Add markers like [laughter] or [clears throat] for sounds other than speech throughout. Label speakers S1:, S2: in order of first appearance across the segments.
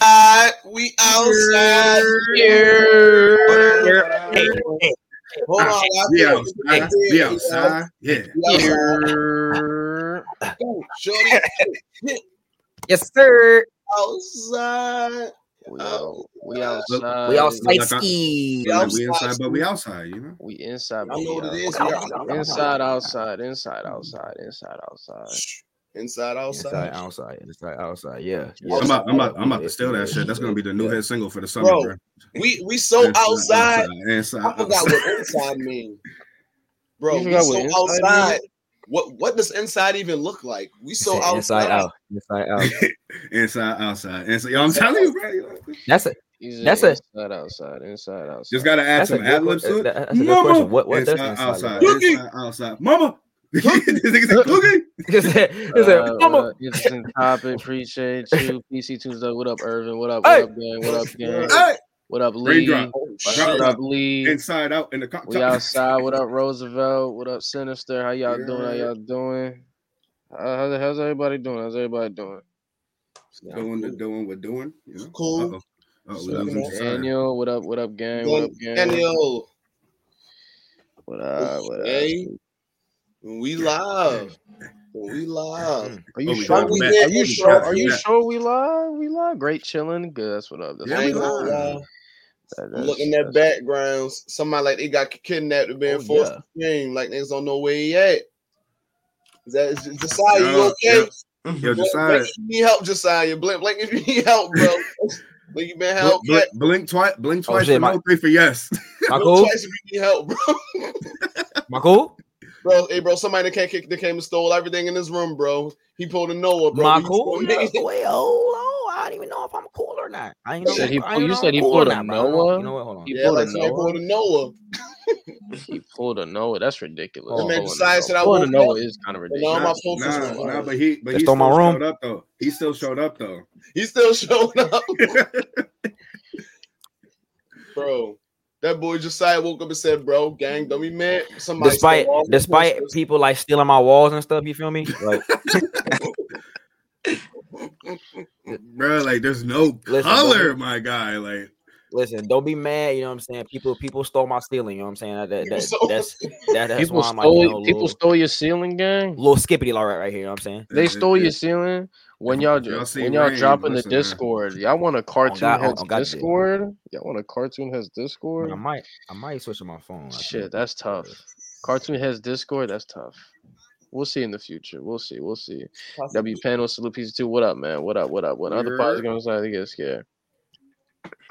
S1: Uh, We
S2: Oh,
S1: outside
S3: here.
S1: Hey, hey, Hold on, I
S4: We
S1: think
S4: outside.
S1: it's a
S4: We
S1: good idea,
S4: outside. Yeah.
S1: you know. We outside. Ooh, Shorty
S3: Yes, sir.
S1: outside.
S2: We out. Oh, We outside.
S3: We all
S4: Uh, like
S3: side
S4: I-
S3: ski.
S1: Yeah.
S4: Like, we inside, but we outside, you know?
S2: We inside.
S1: I
S2: but
S1: know
S2: we
S1: what it is.
S2: out. Inside, outside, inside, outside, inside, outside.
S1: Inside,
S5: Inside,
S1: outside.
S5: outside, inside, outside. Yeah. yeah.
S4: I'm about, I'm about, I'm about to steal that shit. That's gonna be the new hit single for the summer.
S1: Bro,
S4: bro.
S1: We we so outside.
S4: Inside,
S1: I forgot
S4: outside.
S1: what inside mean. Bro,
S2: You
S1: we
S2: forgot
S1: so
S2: what inside
S1: outside. What what does inside even look like? We so
S5: Inside,
S1: outside.
S5: inside out. Inside out.
S4: [laughs] inside, outside. Inside. Yo, I'm telling you, bro.
S5: That's a
S2: He's
S5: That's
S2: inside, outside, inside, outside.
S4: Just gotta add
S5: that's a
S4: some
S5: good,
S4: ad
S5: que-
S4: libs to
S5: that-
S4: it.
S5: that's a good
S4: Mama!
S5: question. What what does
S4: inside,
S5: inside look [laughs]
S4: outside,
S1: look like?
S4: inside, outside? Mama. [laughs] this nigga said, Cookie.
S5: like? He said- he said,
S2: Uh,
S5: "Mama,
S2: uh, interesting topic.
S5: [laughs]
S2: Appreciate you. PC Tuesday. What up, Irvin? What up?
S5: Hey.
S2: What up, gang? What up, gang?
S4: Hey,
S2: What up,
S4: Brain
S2: Lee?
S4: drop.
S1: Oh,
S2: What
S4: drop.
S2: up, Lee?
S4: Inside out in the cop.
S2: We outside. What up, Roosevelt? What up, Sinister? How y'all doing? How y'all doing? Uh, how's, how's everybody doing? How's everybody doing?
S4: Doing the doing we're doing. You know?
S1: Cool.
S4: Uh-oh. Uh-oh,
S1: So,
S4: we losing
S1: Daniel-
S4: society.
S2: Daniel, what up? What up, gang? What up, gang?
S1: Daniel,
S2: What up? Uh, What up?
S1: hey, we live. We live.
S2: Are
S4: Oh,
S2: you
S4: we
S2: sure?
S4: got
S2: We,
S4: Matt.
S2: are you
S1: We
S2: sure?
S4: got
S2: Are you
S4: Matt.
S2: sure we live? We live. Great chilling. Good. That's what up. That's
S4: Yeah,
S1: I
S2: what
S1: ain't
S4: we
S2: up.
S1: gonna
S4: live.
S1: lie.
S2: That-
S1: I'm
S2: that's-
S1: looking at
S2: that's-
S1: backgrounds. Somebody like they got kidnapped and being
S5: Oh,
S1: forced
S5: yeah.
S1: to sing. Like niggas don't know where he at. Is that is Josiah? You
S4: Yeah,
S1: okay?
S4: yeah. Yo,
S1: Blink-
S4: Josiah.
S1: Blink if you need help, Josiah. Blink, blink if you need help,
S4: [laughs]
S1: bro. Blink, you been
S4: Blink,
S1: help.
S4: blink, blink twice, blink
S5: Oh,
S4: twice,
S5: shit,
S4: for
S5: my-
S4: no, three for yes.
S5: my
S1: Blink
S5: cool,
S1: twice if you need help, [laughs] bro.
S5: my cool,
S1: bro, hey, bro, somebody that can't kick that came and stole everything in this room, bro. He pulled a Noah, bro.
S5: my
S1: He
S5: cool.
S1: stole- [laughs]
S5: Wait, hold on. I don't even know if I'm cool or not. I ain't
S2: You
S5: know.
S2: said he-
S5: I ain't
S2: you
S5: know
S2: said
S5: if
S2: he
S5: I'm cool
S2: pulled
S5: or
S2: a
S5: not, but I don't know.
S2: Noah?
S5: You know what? Hold on.
S2: He
S1: yeah,
S2: pulled a
S1: like somebody
S2: Noah.
S1: pulled a Noah.
S2: He pulled a Noah. That's ridiculous.
S5: That man
S2: Pulling a
S1: Josiah
S2: Noah.
S1: said I
S2: Pulling a
S1: woke
S2: Noah
S1: up,
S2: is kind of
S1: now
S2: ridiculous.
S1: I'm
S4: Nah,
S1: my folks is
S4: nah,
S1: wrong.
S4: nah, but he, but
S5: Just
S4: he
S5: throw
S4: still
S5: my room.
S4: showed up though. He still showed up though.
S1: He still showing
S2: [laughs]
S1: up, bro. That boy Josiah woke up and said, "Bro, gang, don't be mad." Somebody
S5: Despite
S1: stole all the
S5: despite
S1: posters.
S5: people like stealing my walls and stuff, you feel me? Like
S4: Bro, like there's no
S5: Listen,
S4: color,
S5: bro.
S4: my guy. Like
S5: Listen, don't be mad. You know what I'm saying? People, people stole my stealing. You know what I'm saying? That, that,
S1: People
S5: that-
S1: stole-
S5: that's that, that's
S2: people
S5: why I'm like, you know,
S2: stole. People
S5: little,
S2: stole your ceiling, gang.
S5: little skippity all right, right here. You know what I'm saying?
S2: They
S4: it-
S2: stole
S4: it-
S2: your ceiling when y'all,
S4: y'all see
S2: when y'all
S4: rain,
S2: dropping the
S4: listen, man.
S2: Discord. Y'all want a cartoon
S5: God- on-
S2: heads
S5: on God damn.
S2: Discord? Y'all want a cartoon heads
S5: But
S2: Discord?
S5: I might, I might switch to my phone. I think.
S2: Shit, that's tough. Cartoon heads Discord, that's tough. We'll see in the future. We'll see. We'll see. W panel salute piece two. What up, man? What up? What up? What other parts
S4: Yeah.
S2: gonna say? They get scared.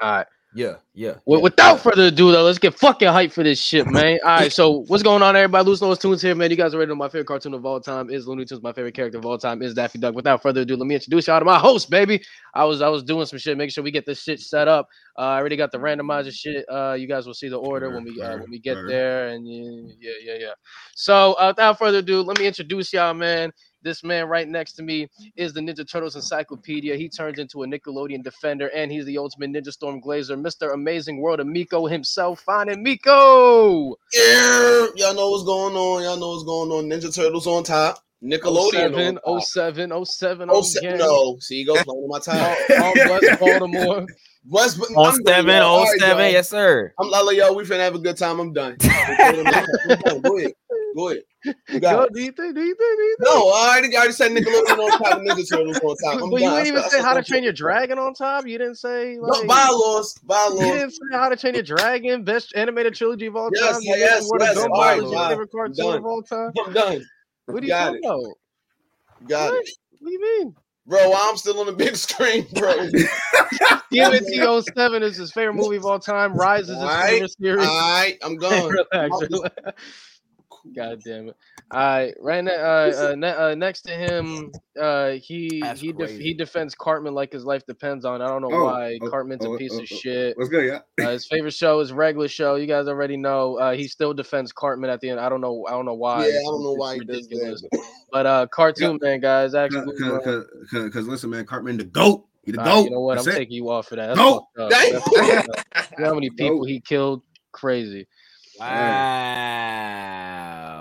S2: All right.
S5: Yeah, yeah.
S2: Wi-
S5: yeah,
S2: Without
S5: yeah.
S2: further ado, though, let's get fucking hype for this shit, man.
S4: [laughs]
S2: All right, so what's going on, everybody? Loose Lois Tunes here, man. You guys already know my favorite cartoon of all time is Looney Tunes. My favorite character of all time is Daffy Duck. Without further ado, let me introduce y'all to my host, baby. I was I was doing some shit, making sure we get this shit set up. Uh, I already got the randomizer shit. Uh, you guys will see the order when we uh, when we get
S4: Alright.
S2: there, and yeah, yeah, yeah. yeah. So uh, without further ado, let me introduce y'all, man. This man right next to me is the Ninja Turtles Encyclopedia. He turns into a Nickelodeon defender, and he's the ultimate Ninja Storm Glazer, Mr. Amazing World of Miko himself. Finding Miko!
S1: Yeah, y'all know what's going on. Y'all know what's going on. Ninja Turtles on top. Nickelodeon.
S2: 07,
S1: on top.
S2: 07, 07,
S1: Oh,
S2: on
S1: se-
S2: gang.
S1: no. See, you go playing with my [laughs]
S2: [laughs]
S1: time.
S2: On West Baltimore.
S1: West, but
S5: On
S1: I'm done,
S5: seven,
S1: y'all.
S2: oh
S5: on
S1: All right,
S5: seven,
S1: y'all.
S5: yes sir.
S1: I'm Lala, y'all. We finna have a good time. I'm
S5: [laughs]
S1: done. go ahead. Go ahead. You got
S2: Yo,
S1: it.
S2: do you think? Do you think? Do you think?
S1: No, I already, I already said Nickelodeon on top of Ninja Turtles on top.
S2: [laughs] But,
S1: I'm
S2: but you
S1: done.
S2: didn't even
S1: I- I-
S2: say
S1: I-
S2: how to
S1: I-
S2: train your dragon on top. You didn't say
S1: No,
S2: like
S1: bylaws.
S2: You [laughs]
S1: Bylaws.
S2: didn't say How to Train Your Dragon, best animated trilogy of all
S1: Yes,
S2: time.
S1: yes, yes,
S2: What
S1: alright,
S2: is your
S1: alright,
S2: favorite cartoon
S1: done.
S2: of all time?
S1: I'm done.
S2: What do you
S1: Got
S2: talking
S1: it.
S2: about?
S1: Got
S2: What?
S1: it.
S2: What do you mean?
S1: Bro, I'm still on the big [laughs] screen, bro.
S2: [laughs] TMNT 07 is his favorite movie of all time. Rise is his
S1: Alright,
S2: favorite series.
S1: Alright, I'm gone.
S2: [laughs] Relax,
S1: Uh, I'll just-
S2: relax. God damn it! All right, right now, uh, uh, ne- uh, next to him, uh, he
S5: That's
S2: he def-
S5: crazy.
S2: he defends Cartman like his life depends on. it. I don't know
S4: Oh,
S2: why
S4: oh,
S2: Cartman's
S4: oh,
S2: a piece
S4: oh,
S2: of
S4: oh.
S2: shit.
S4: What's good, yeah?
S2: Uh, his favorite show is regular show. You guys already know. Uh, he still defends Cartman at the end. I don't know. I don't know why.
S1: Yeah, I
S2: It's-
S1: don't know
S2: it's
S1: why he does
S2: ridiculous.
S1: that.
S2: But uh, cartoon man, guys, actually, uh,
S4: Because listen, man, Cartman the goat. He the
S2: all
S4: goat.
S2: right, you know what? I'm
S4: That's it.
S2: taking you off for that. That's
S4: Goat.
S2: fucked up.
S1: Dang.
S2: That's fucked up.
S1: [laughs]
S2: You know how many people
S4: Goat.
S2: he killed? Crazy.
S5: Wow.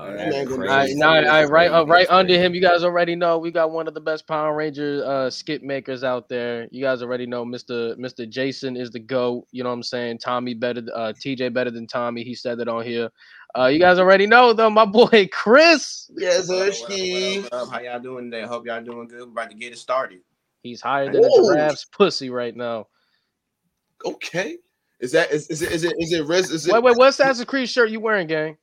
S1: I'm not gonna-
S2: All right,
S1: Crazy.
S2: nah, all right, right, uh, right under him. You guys already know we got one of the best Power Ranger uh, skit makers out there. You guys already know Mr. Mr. Jason is the goat. You know what I'm saying? Tommy better, uh, TJ better than Tommy. He said it on here. Uh, you guys already know though. My [laughs] boy Chris,
S1: Yes,
S6: What up, what up,
S1: Hershey.
S6: what up, what up? How y'all doing today? Hope y'all doing good. We're about to get it started.
S2: he's higher than a
S1: Ooh.
S2: giraffe's pussy right now.
S1: Okay. Is that is, is it is it is it res is it
S2: Wait, wait, what's the Assassin's Creed shirt you wearing, gang?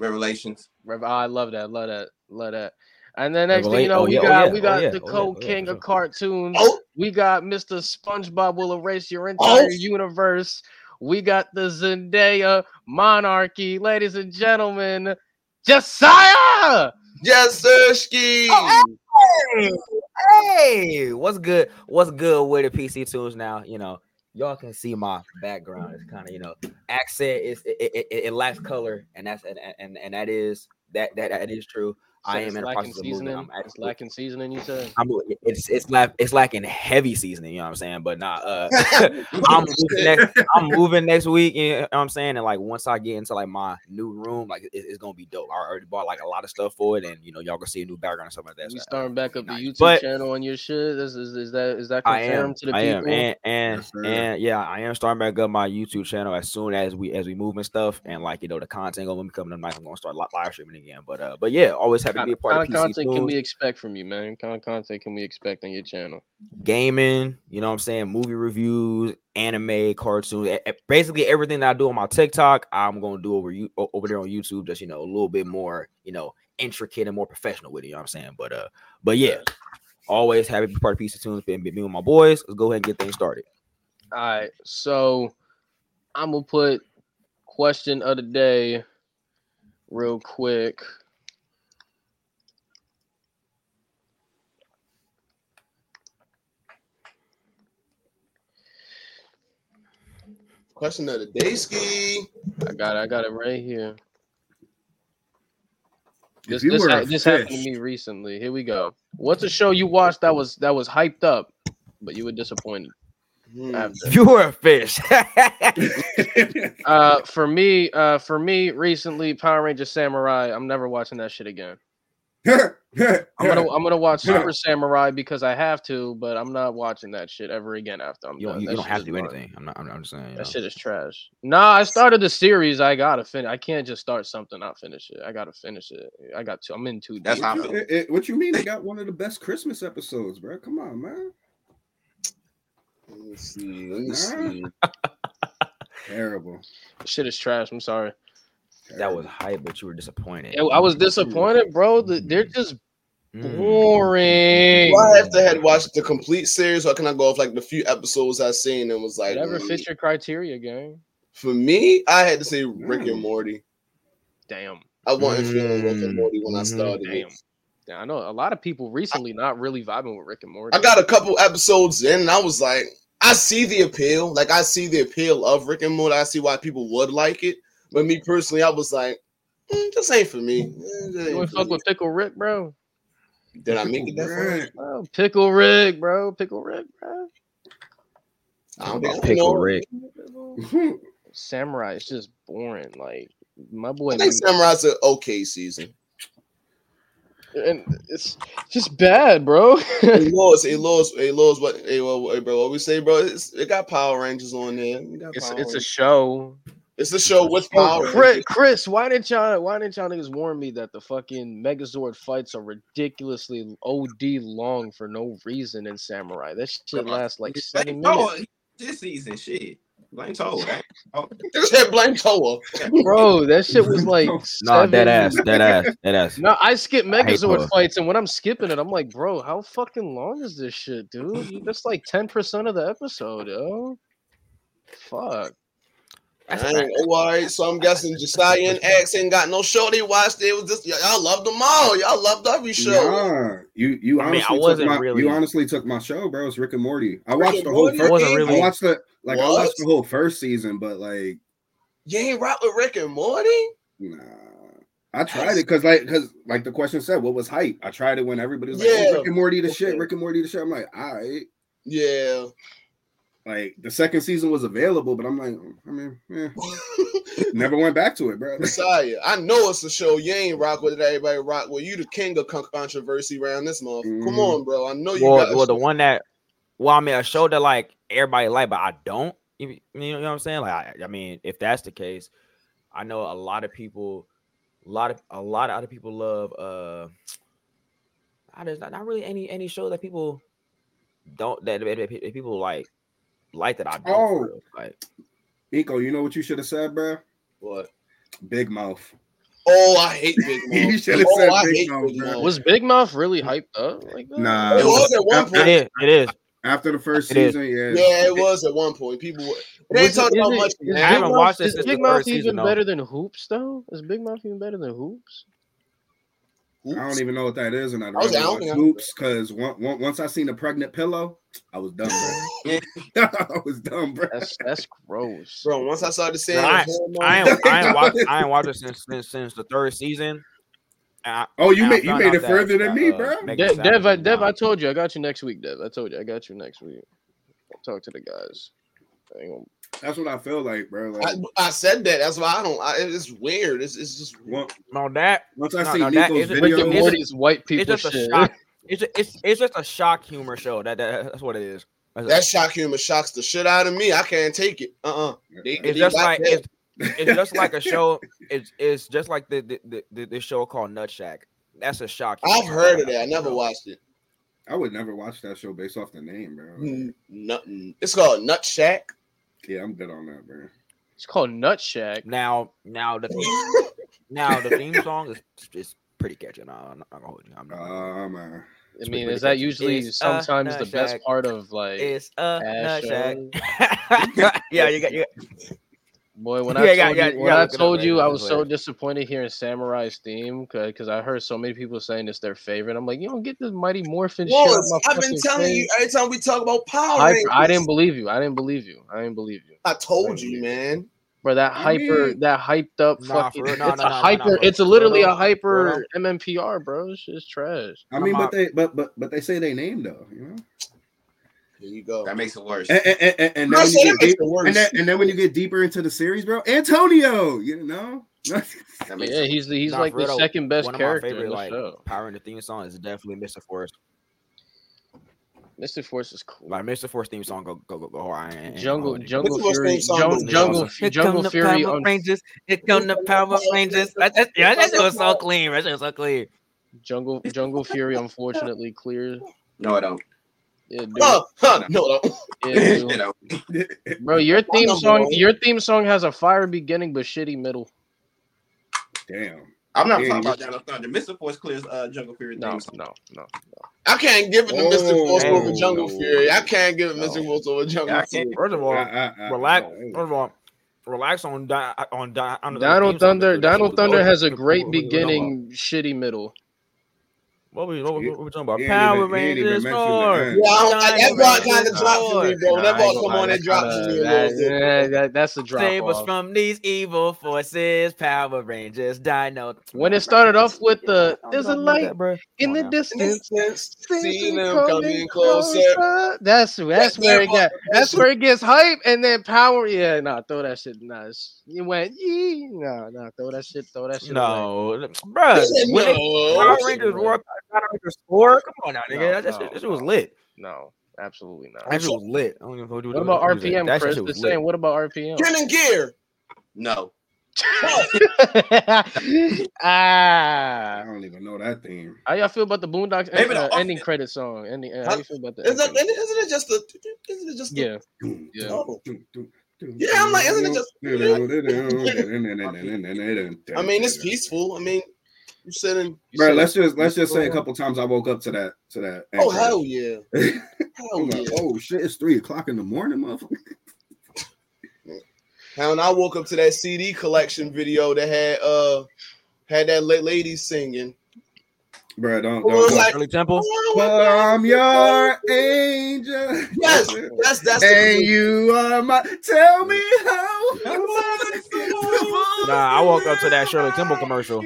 S6: Revelations.
S2: Rev- ah, I love that, love that, love that. And then next thing you
S5: Revelate-
S2: know,
S5: oh,
S2: we
S5: yeah, oh,
S2: got
S5: yeah,
S2: we
S5: oh,
S2: got
S5: yeah,
S2: the
S5: oh, yeah,
S2: co
S5: oh, yeah,
S2: king
S5: for
S2: of
S5: sure.
S2: cartoons.
S1: Oh,
S2: We got Mr. SpongeBob will erase your entire
S1: Oh.
S2: universe. We got the Zendaya monarchy, ladies and gentlemen. Josiah,
S1: yes, Hershey.
S2: Oh,
S1: [laughs]
S5: Hey, hey, what's good? What's good with the PC tunes now? You know, y'all can see my background. It's kind of you know, accent is it, it, it, it lacks color, and that's and, and and that is that that that is true. I
S2: Said
S5: am
S2: it's
S5: in a
S2: lacking
S5: process of movement.
S2: seasoning.
S5: I'm
S2: it's
S5: actually,
S2: lacking seasoning. You said
S5: I'm it's it's lack it's lacking heavy seasoning. You know what I'm saying? But nah, uh, [laughs] I'm moving next. I'm moving next week. You know what I'm saying? And like once I get into like my new room, like it, it's gonna be dope. I already bought like a lot of stuff for it, and you know y'all gonna see a new background and stuff like that.
S2: we
S5: so- uh,
S2: starting back up the
S5: nice.
S2: YouTube
S5: But-
S2: channel and your shit. This is is that is that
S5: I
S2: confirmed
S5: am.
S2: to the
S5: I am.
S2: people?
S5: And and
S4: Yes, sir.
S5: and yeah, I am starting back up my YouTube channel as soon as we as we move and stuff, and like you know the content gonna be coming up. Nice. I'm gonna start li- live streaming again. But uh, but yeah, always happy to
S2: Kind
S5: be a
S2: of
S5: part of
S2: kind of
S5: PC
S2: content can we
S5: Tunes,
S2: expect from you, man? Kind of content can we expect on your channel?
S5: gaming. You know what I'm saying? Movie reviews, anime, cartoons, e- e- basically everything that I do on my TikTok, I'm gonna do over you o- over there on YouTube. Just you know a little bit more, you know, intricate and more professional with it. You know what I'm saying? But uh, but yeah, always happy to be part of PC Tunes and be be with my boys. Let's go ahead and get things started.
S2: All right, so I'm gonna put question of the day real quick.
S1: Question of the day, ski.
S2: I got it, I got it right here.
S4: If
S2: This
S4: you
S2: this,
S4: were
S2: ha-
S4: a
S2: this happened
S4: fish-
S2: to me recently. Here we go. What's a show you watched that was that was hyped up, but you were disappointed
S1: Hmm.
S2: after?
S5: [laughs] You were a fish.
S4: [laughs]
S2: Uh, for me, uh, for me recently, Power Ranger Samurai. I'm never watching that shit again. I'm gonna I'm gonna watch
S4: Yeah.
S2: Super Samurai because I have to, but I'm not watching that shit ever again after I'm
S5: you don't,
S2: done.
S5: you,
S2: That
S5: you don't
S2: shit
S5: have
S2: is
S5: to do
S2: garbage.
S5: anything. I'm not. I'm, I'm just saying. you know.
S2: That shit is trash. Nah, I started the series. I gotta finish. I can't just start something not finish it. I gotta finish it. I got two. I'm in two.
S6: That's
S2: deep.
S6: how I
S4: What
S6: feel.
S4: you, it- it- what you mean? They got one of the best Christmas episodes, bro. Come on, man.
S1: Let me see. Let me
S4: Nah.
S1: see.
S4: Terrible.
S2: shit is trash. I'm sorry.
S5: That was
S4: Terrible.
S5: hype, but you were disappointed.
S2: Yeah, I was disappointed, bro. Th- They're
S1: Mm.
S2: just
S5: Mm.
S2: Mm. boring.
S1: Do I have to had watched the complete series, or can I go off like the few episodes I seen and was like,
S2: Whatever
S1: mm.
S2: fits your criteria, gang.
S1: for me, I had to say Rick
S2: Hmm.
S1: and Morty.
S2: Damn.
S1: I wasn't feeling Rick and
S5: Mm.
S1: Morty when I
S5: Mhm.
S1: started. it.
S2: Damn. Yeah, I know a lot of people recently not really vibing with Rick and Morty.
S1: I got a couple episodes in, and I was like, I see the appeal. Like, I see the appeal of Rick and Morty. I see why people would like it. But me personally, I was like, mm, this ain't for me. Mm, this
S2: You
S1: ain't
S2: ain't
S1: for
S2: fuck
S1: me.
S2: with Pickle Rick, bro.
S1: Did I make it that far?
S4: Right.
S2: Oh, Pickle Rick, bro. Pickle Rick, bro.
S1: I don't
S5: About
S1: think I know.
S5: Pickle Rick.
S4: [laughs]
S2: Samurai, it's just boring. Like my
S1: I
S2: boy.
S1: think Samurai's an okay season.
S2: and it's just bad, bro. [laughs]
S1: It lost, it lost, it lost. What, hey, well, hey, bro, what we say, bro? It's, it got Power Rangers on there. It got
S2: it's
S1: Power
S2: it's a
S1: Rangers.
S2: show.
S1: it's a show with
S2: Oh,
S1: Power
S2: Chris,
S5: [laughs]
S1: Rangers. [laughs]
S2: Chris, why didn't y'all why didn't y'all niggas warn me that the fucking Megazord fights are ridiculously OD long for no reason in Samurai? That shit
S6: Come on.
S2: lasts like seven
S6: Blaine
S2: minutes,
S6: Toa, this season, shit. Blaine Toa.
S1: [laughs] That blame Toa.
S2: bro. That shit
S5: [laughs]
S2: was like
S5: Nah,
S2: seven.
S5: that ass, that ass, that [laughs] ass.
S2: No, I skip
S5: I hate
S2: Megazord
S5: Toa.
S2: fights, and when I'm skipping it, I'm like, bro, how fucking long is this shit, dude? You- That's like ten percent of the episode, yo. Fuck.
S1: Dang, all right, so I'm guessing Josiah and X ain't got no show they watched. It was just y- y'all loved them all. Y'all loved every show.
S4: Nah, you you
S5: I mean, I
S4: honestly took
S5: wasn't
S4: my,
S5: really-
S4: you honestly took my show, bro. It's Rick and Morty. I
S1: Rick
S4: watched
S1: and
S4: the whole
S1: Morty?
S5: I
S4: first.
S5: wasn't
S1: You ain't-
S5: really-
S4: I watched the like I
S1: What?
S4: watched the whole first season, but like
S1: You ain't rock with Rick and Morty.
S4: nah, I tried it because like because like the question said, what was hype? I tried it when everybody was like, oh,
S1: Yeah.
S4: Rick and Morty the
S1: Okay.
S4: shit, Rick and Morty the shit. I'm like, all right,
S1: Yeah, [laughs]
S4: Like the second season was available, but I'm like, I mean,
S1: [laughs]
S4: eh. never went back to it, bro.
S1: Messiah, I know it's a show you ain't rock with it. Everybody rock with you. The king of con- controversy around this month. Come
S4: Mhm.
S1: on, bro. I know you
S5: Well,
S1: got.
S5: well, the one that, well, I mean, a show that like everybody like, but I don't. You, you know what I'm saying? Like, I, I mean, if that's the case, I know a lot of people, a lot of a lot of other people love. uh I There's not, not really any any show that people don't that, that- that pe- people like like that I don't.
S4: Oh.
S5: for real. Like
S4: Nico, you know what you should have said, bro?
S5: what?
S4: Big mouth.
S1: oh, I hate Big
S4: [laughs] You
S1: Mom.
S4: should've
S1: oh,
S4: said
S1: I
S4: Big
S1: hate
S4: Mom,
S1: Big
S4: bro.
S1: Mom.
S2: Was Big Mouth really hyped up like that?
S4: Nah,
S1: It was at one
S5: It
S1: point.
S5: is. It is.
S4: After the first
S5: It is.
S4: season, yeah.
S1: Yeah, it was at one point. People were- they ain't
S2: Was it-
S1: talking
S2: is
S1: about
S2: it-
S1: much.
S2: is
S1: now.
S5: I haven't
S2: Big Mouth-
S5: watched it
S2: is
S5: since
S2: Big
S5: the
S2: Mouth
S5: first season,
S2: even
S5: though.
S2: better than Hoops though? Is Big Mouth even better than Hoops?
S4: I don't even know what that is, and I'd
S1: I was-
S4: rather
S1: I don't
S4: watch
S1: think I-
S4: hoops because once I seen a pregnant pillow, I was done,
S1: [laughs]
S4: bro. [laughs] I was done, bro.
S2: That's that's gross.
S1: Bro, once I started saying,
S5: Nah, I
S1: hormones-
S5: ain't, I ain't watched. I ain't watched it since since, since the third season. And I-
S4: Oh, you
S5: and I
S4: made you
S5: found
S4: made
S5: out
S4: it
S5: that-
S4: further than
S5: that,
S4: me,
S5: uh,
S4: bro.
S5: Megan
S2: Dev,
S5: Thee Stallion
S2: Dev, I,
S5: was
S2: Dev, I
S5: not-
S2: told you I got you next week, Dev. I told you I got you next week. I'll talk to the guys. I ain't gonna-
S4: That's what I feel like, bro. Like
S1: I, I said that. That's why I don't. I, it's weird. It's, it's just.
S4: on-
S5: No, that
S4: once I
S5: No,
S4: see
S5: no, that
S4: Nico's
S5: isn't-
S2: Rick and
S5: It's-
S4: video,
S2: Morty's white
S5: it's
S2: people
S5: just a
S2: shit. [laughs]
S5: shock. It's, ju- it's it's just a shock humor show. That, that that's what it is. That's it.
S1: That shock humor shocks the shit out of me. I can't take it. Uh uh They,
S5: it's
S1: they
S5: just
S1: got
S5: like
S1: that.
S5: it's, it's just like
S1: [laughs]
S5: a show. It's it's just like the the, the, the this show called Nut Shack. That's a shock. humor
S1: I've
S5: show.
S1: heard of
S5: That's
S1: that. I
S5: a
S1: never
S5: show.
S1: watched it.
S4: [laughs] I would never watch that show based off the name, bro.
S1: Mm, Nothing. It's called Nut
S4: [laughs]
S1: Shack.
S4: Yeah, I'm good on that, bro.
S2: It's called Nut Shack.
S5: Now now the
S1: [laughs]
S5: now the theme song is is pretty catchy. No, I'm not gonna hold you. I'm not. gonna-
S4: Oh man,
S2: I
S5: It's
S2: mean,
S5: pretty
S2: is that
S5: catchy.
S2: usually
S5: It's a
S2: sometimes the
S5: Nut
S2: best
S5: Shack.
S2: part of like?
S5: It's a
S2: ass
S5: Nut Shack.
S2: show?
S5: [laughs] yeah, you got you.
S2: Boy,
S5: [laughs]
S2: when
S5: Yeah,
S2: I
S5: yeah,
S2: told
S5: yeah,
S2: you,
S5: you
S2: when
S5: gotta
S2: I
S5: look it up,
S2: told
S5: man.
S2: you I
S5: It's
S2: was so
S5: hilarious.
S2: disappointed hearing Samurai's theme because I heard so many people saying it's their favorite. I'm like, you don't get this Mighty Morphin shit. out
S1: Lawrence,
S2: my
S1: I've been
S2: fucking
S1: telling you
S2: face."
S1: every time we talk about Power
S2: Hyper-
S1: Rangers.
S2: I didn't believe you. I didn't believe you. I didn't believe you.
S1: I told you, man.
S2: Bro, that
S4: I
S2: hyper,
S4: mean-
S2: that hyped up
S5: Nah, for
S2: fucking.
S5: real. Nah,
S2: it's
S5: nah,
S2: a
S5: nah, nah, nah,
S2: hyper.
S5: for real.
S2: it's a literally
S5: For real,
S2: a hyper
S5: for
S2: MMPR, bro. It's just trash.
S4: I
S5: I'm
S4: mean, but
S5: out.
S4: they but but but they say they name though, you know.
S1: Here you go.
S6: That makes it worse.
S4: And and, and- and, and
S1: No,
S4: then when
S1: so
S4: you
S1: that
S4: get
S1: makes
S4: deep,
S1: it worse.
S4: and, then, and then when you get deeper into the series, bro, Antonio, you know.
S6: That makes
S2: Yeah,
S6: it
S2: he's the, he's
S5: Nah,
S2: like
S5: for
S2: the
S5: real though,
S2: second best
S5: One of my
S2: character in
S5: favorite
S2: the
S5: like
S2: show.
S5: Power Ranger theme song is definitely Mr. Force.
S2: Mystic Force is cool.
S5: Like Mr. Force theme song, go go go go hard. I ain't- I ain't
S2: Jungle,
S5: holding you.
S2: Jungle
S1: Mystic Force
S2: Fury,
S1: theme song
S2: Jungle,
S1: is
S2: Jungle,
S5: awesome.
S2: Fu- Jungle Fury on
S5: Here
S1: come the Power Rangers. That- that- yeah, that shit was so
S5: clean. That shit was so clean.
S2: Jungle Jungle Fury unfortunately clear.
S6: no, it don't.
S2: Yeah, dude.
S1: Huh, Uh, huh, no, no.
S2: Yeah,
S6: it
S2: dude.
S1: [laughs]
S6: don't.
S2: Bro, your theme
S1: number
S2: song
S1: one.
S2: your theme song has a fire beginning but shitty middle.
S4: Damn.
S6: I'm not
S4: Yeah,
S6: talking about
S4: you-
S6: Down of Thunder. Mr. Force clears uh, Jungle Fury.
S2: No,
S6: theme song.
S2: no, no.
S1: I can't give it to Mr.
S4: Oh,
S1: Force over
S5: no,
S1: Jungle
S4: no,
S1: Fury. I can't give it
S5: no.
S1: Mr. Force over Jungle
S6: Yeah, I
S1: Fury.
S6: can't.
S5: First of
S4: I,
S5: all,
S4: I, oh, I,
S5: relax.
S4: I-
S5: First of all, relax on Di- on Di- on the
S2: Donald
S5: theme song,
S2: Thunder
S5: dude. That shit
S2: Donald
S5: was
S2: Thunder
S5: dope.
S2: has a
S5: What-
S2: great
S5: what- what- what- what-
S2: beginning, shitty middle.
S5: What we what, we- what we talking about?
S4: He ain't
S5: Power
S4: even- he ain't even
S5: Rangers
S4: mentioned
S5: score.
S1: Yeah,
S4: that.
S1: I don't, I, that
S5: Diamond
S1: part kind
S5: Rangers
S1: of dropped for me,
S5: score.
S1: bro.
S2: Nah,
S1: that
S2: I
S1: part
S2: ain't gonna
S1: come
S2: lie,
S1: on, that
S2: that's
S1: dropped for me
S2: kinda-
S1: a
S2: that-
S1: little bit.
S2: yeah, that- that's a drop
S5: Save us
S2: off.
S5: from these evil forces, Power Rangers, Dino.
S2: When it started off with the there's a light
S5: bro.
S2: in the
S1: In this
S2: distance.
S1: sense,
S2: See
S1: seeing them coming closer.
S2: That's that's
S1: That
S2: where it
S1: damn
S2: got. That's
S1: shit.
S2: where it gets hype, and then power. Yeah, nah, throw that shit. Nah, it's- you went. Yee, nah, nah, throw that shit. Throw that shit. away.
S5: No, bro.
S1: He said,
S5: When they
S1: no.
S5: Power
S2: shit
S5: Rangers
S2: away.
S5: were up, Power Rangers score. Come on now,
S2: No,
S5: nigga. that, that,
S2: no,
S5: shit, that shit was
S2: no.
S5: lit.
S2: No, absolutely not.
S5: That shit was lit. I don't even know what you
S2: What about
S5: what you said.
S2: RPM,
S5: That
S2: Chris?
S5: shit
S2: They're
S5: was lit.
S2: saying, what about RPM? [laughs]
S1: Ken and Gear.
S6: No.
S4: I
S2: ah,
S4: don't even know that theme.
S2: how y'all feel about the Boondocks en-
S6: Maybe the
S2: uh, ending
S6: offense-
S2: credit song? Ending. Uh, how
S1: Huh?
S2: you feel about that?
S1: Isn't, that, isn't it just a? Isn't it just a?
S2: Yeah,
S4: [laughs]
S2: Yeah.
S1: Oh. Yeah, I'm like, isn't it
S4: just?
S1: [laughs] I mean, it's peaceful. I mean, you said in. you
S4: Bro,
S1: said-
S4: let's just let's just say a couple times I woke up to that to that.
S1: Oh hell yeah!
S2: [laughs]
S4: yeah!
S1: Hell yeah!
S4: oh shit! It's three o'clock in the morning, motherfucker.
S1: Now, when I woke up to that CD collection video that had uh had that late lady singing.
S4: Bro, don't
S1: It was
S4: don't.
S1: like,
S5: Shirley Temple.
S4: I'm your angel.
S1: yes,
S4: [laughs]
S1: that's that's.
S4: and
S1: The,
S4: you are my. Tell me how. [laughs]
S5: Nah, I woke up to that Shirley Temple commercial.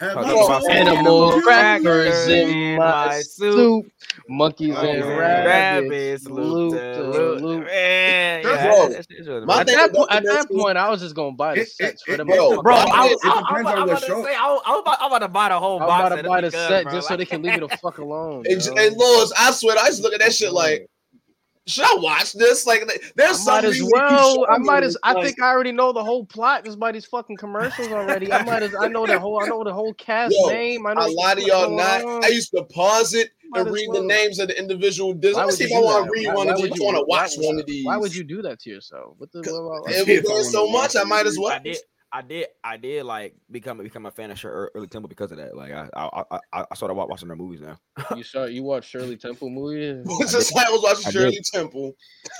S4: Have
S5: Talking
S4: you
S5: about
S4: seen
S2: Animal
S4: Animal
S2: crackers in my soup. Monkeys
S4: Oh,
S2: and
S4: yeah.
S2: rabbits. Loop
S5: loop, to
S2: to
S5: loop.
S2: loop.
S5: Man,
S1: Bro,
S5: yeah, that- that shit was-
S1: my
S2: At
S1: thing-
S2: that, po- at
S1: that's
S2: that
S1: cool.
S2: point, I was just gonna buy the
S4: It-
S2: sets
S4: it-
S2: for the
S4: it-
S1: yo,
S5: Bro,
S1: bro,
S5: I,
S1: it
S5: I,
S1: depends
S5: I, I'm
S4: on
S5: about- I'm
S4: what
S5: about to
S4: show.
S5: say, I, I'm about, I'm about to buy the whole
S2: I'm
S5: box.
S2: about to
S5: of
S2: buy
S5: them
S2: the
S5: because,
S2: set
S5: bro,
S2: just so they
S5: like-
S2: can leave me the
S5: [laughs]
S2: fuck alone.
S1: And,
S2: yo.
S1: and Lord, I swear, I used to look at that shit like, should I watch this? Like,
S2: I
S1: there's
S2: might
S1: something.
S2: as well. I might as. I think I already know the whole plot just by these fucking commercials already. I might as. I know the whole. I know the whole cast
S1: Yo,
S2: name. I know
S1: a lot
S2: what the
S1: of
S2: fuck
S1: y'all
S2: going
S1: not.
S2: on.
S1: I used to pause it
S2: Might
S1: and
S2: as
S1: read
S2: well.
S1: the names of the individual discs.
S2: Why
S1: Let's
S2: would
S1: see if
S2: you
S1: I
S2: do
S1: want
S2: that?
S1: to read
S2: Why-
S1: one of
S2: why
S1: these.
S2: would
S1: I
S2: you-
S1: want to
S2: why-
S1: watch one of these.
S2: Why would you do that to yourself? What the? Well,
S1: It was
S4: Yeah, if I
S1: doing
S4: wanna
S1: so
S4: watch
S1: much. I
S4: it,
S1: might as
S4: dude.
S1: well.
S5: I
S1: [laughs]
S5: did, I did, I did like become become a fan of Shir- early Temple because of that. Like I, I, I- I, I started wa- watching their movies now.
S2: you saw. You watched Shirley Temple movie.
S1: It's just like I was watching
S5: I did.
S1: Shirley Temple.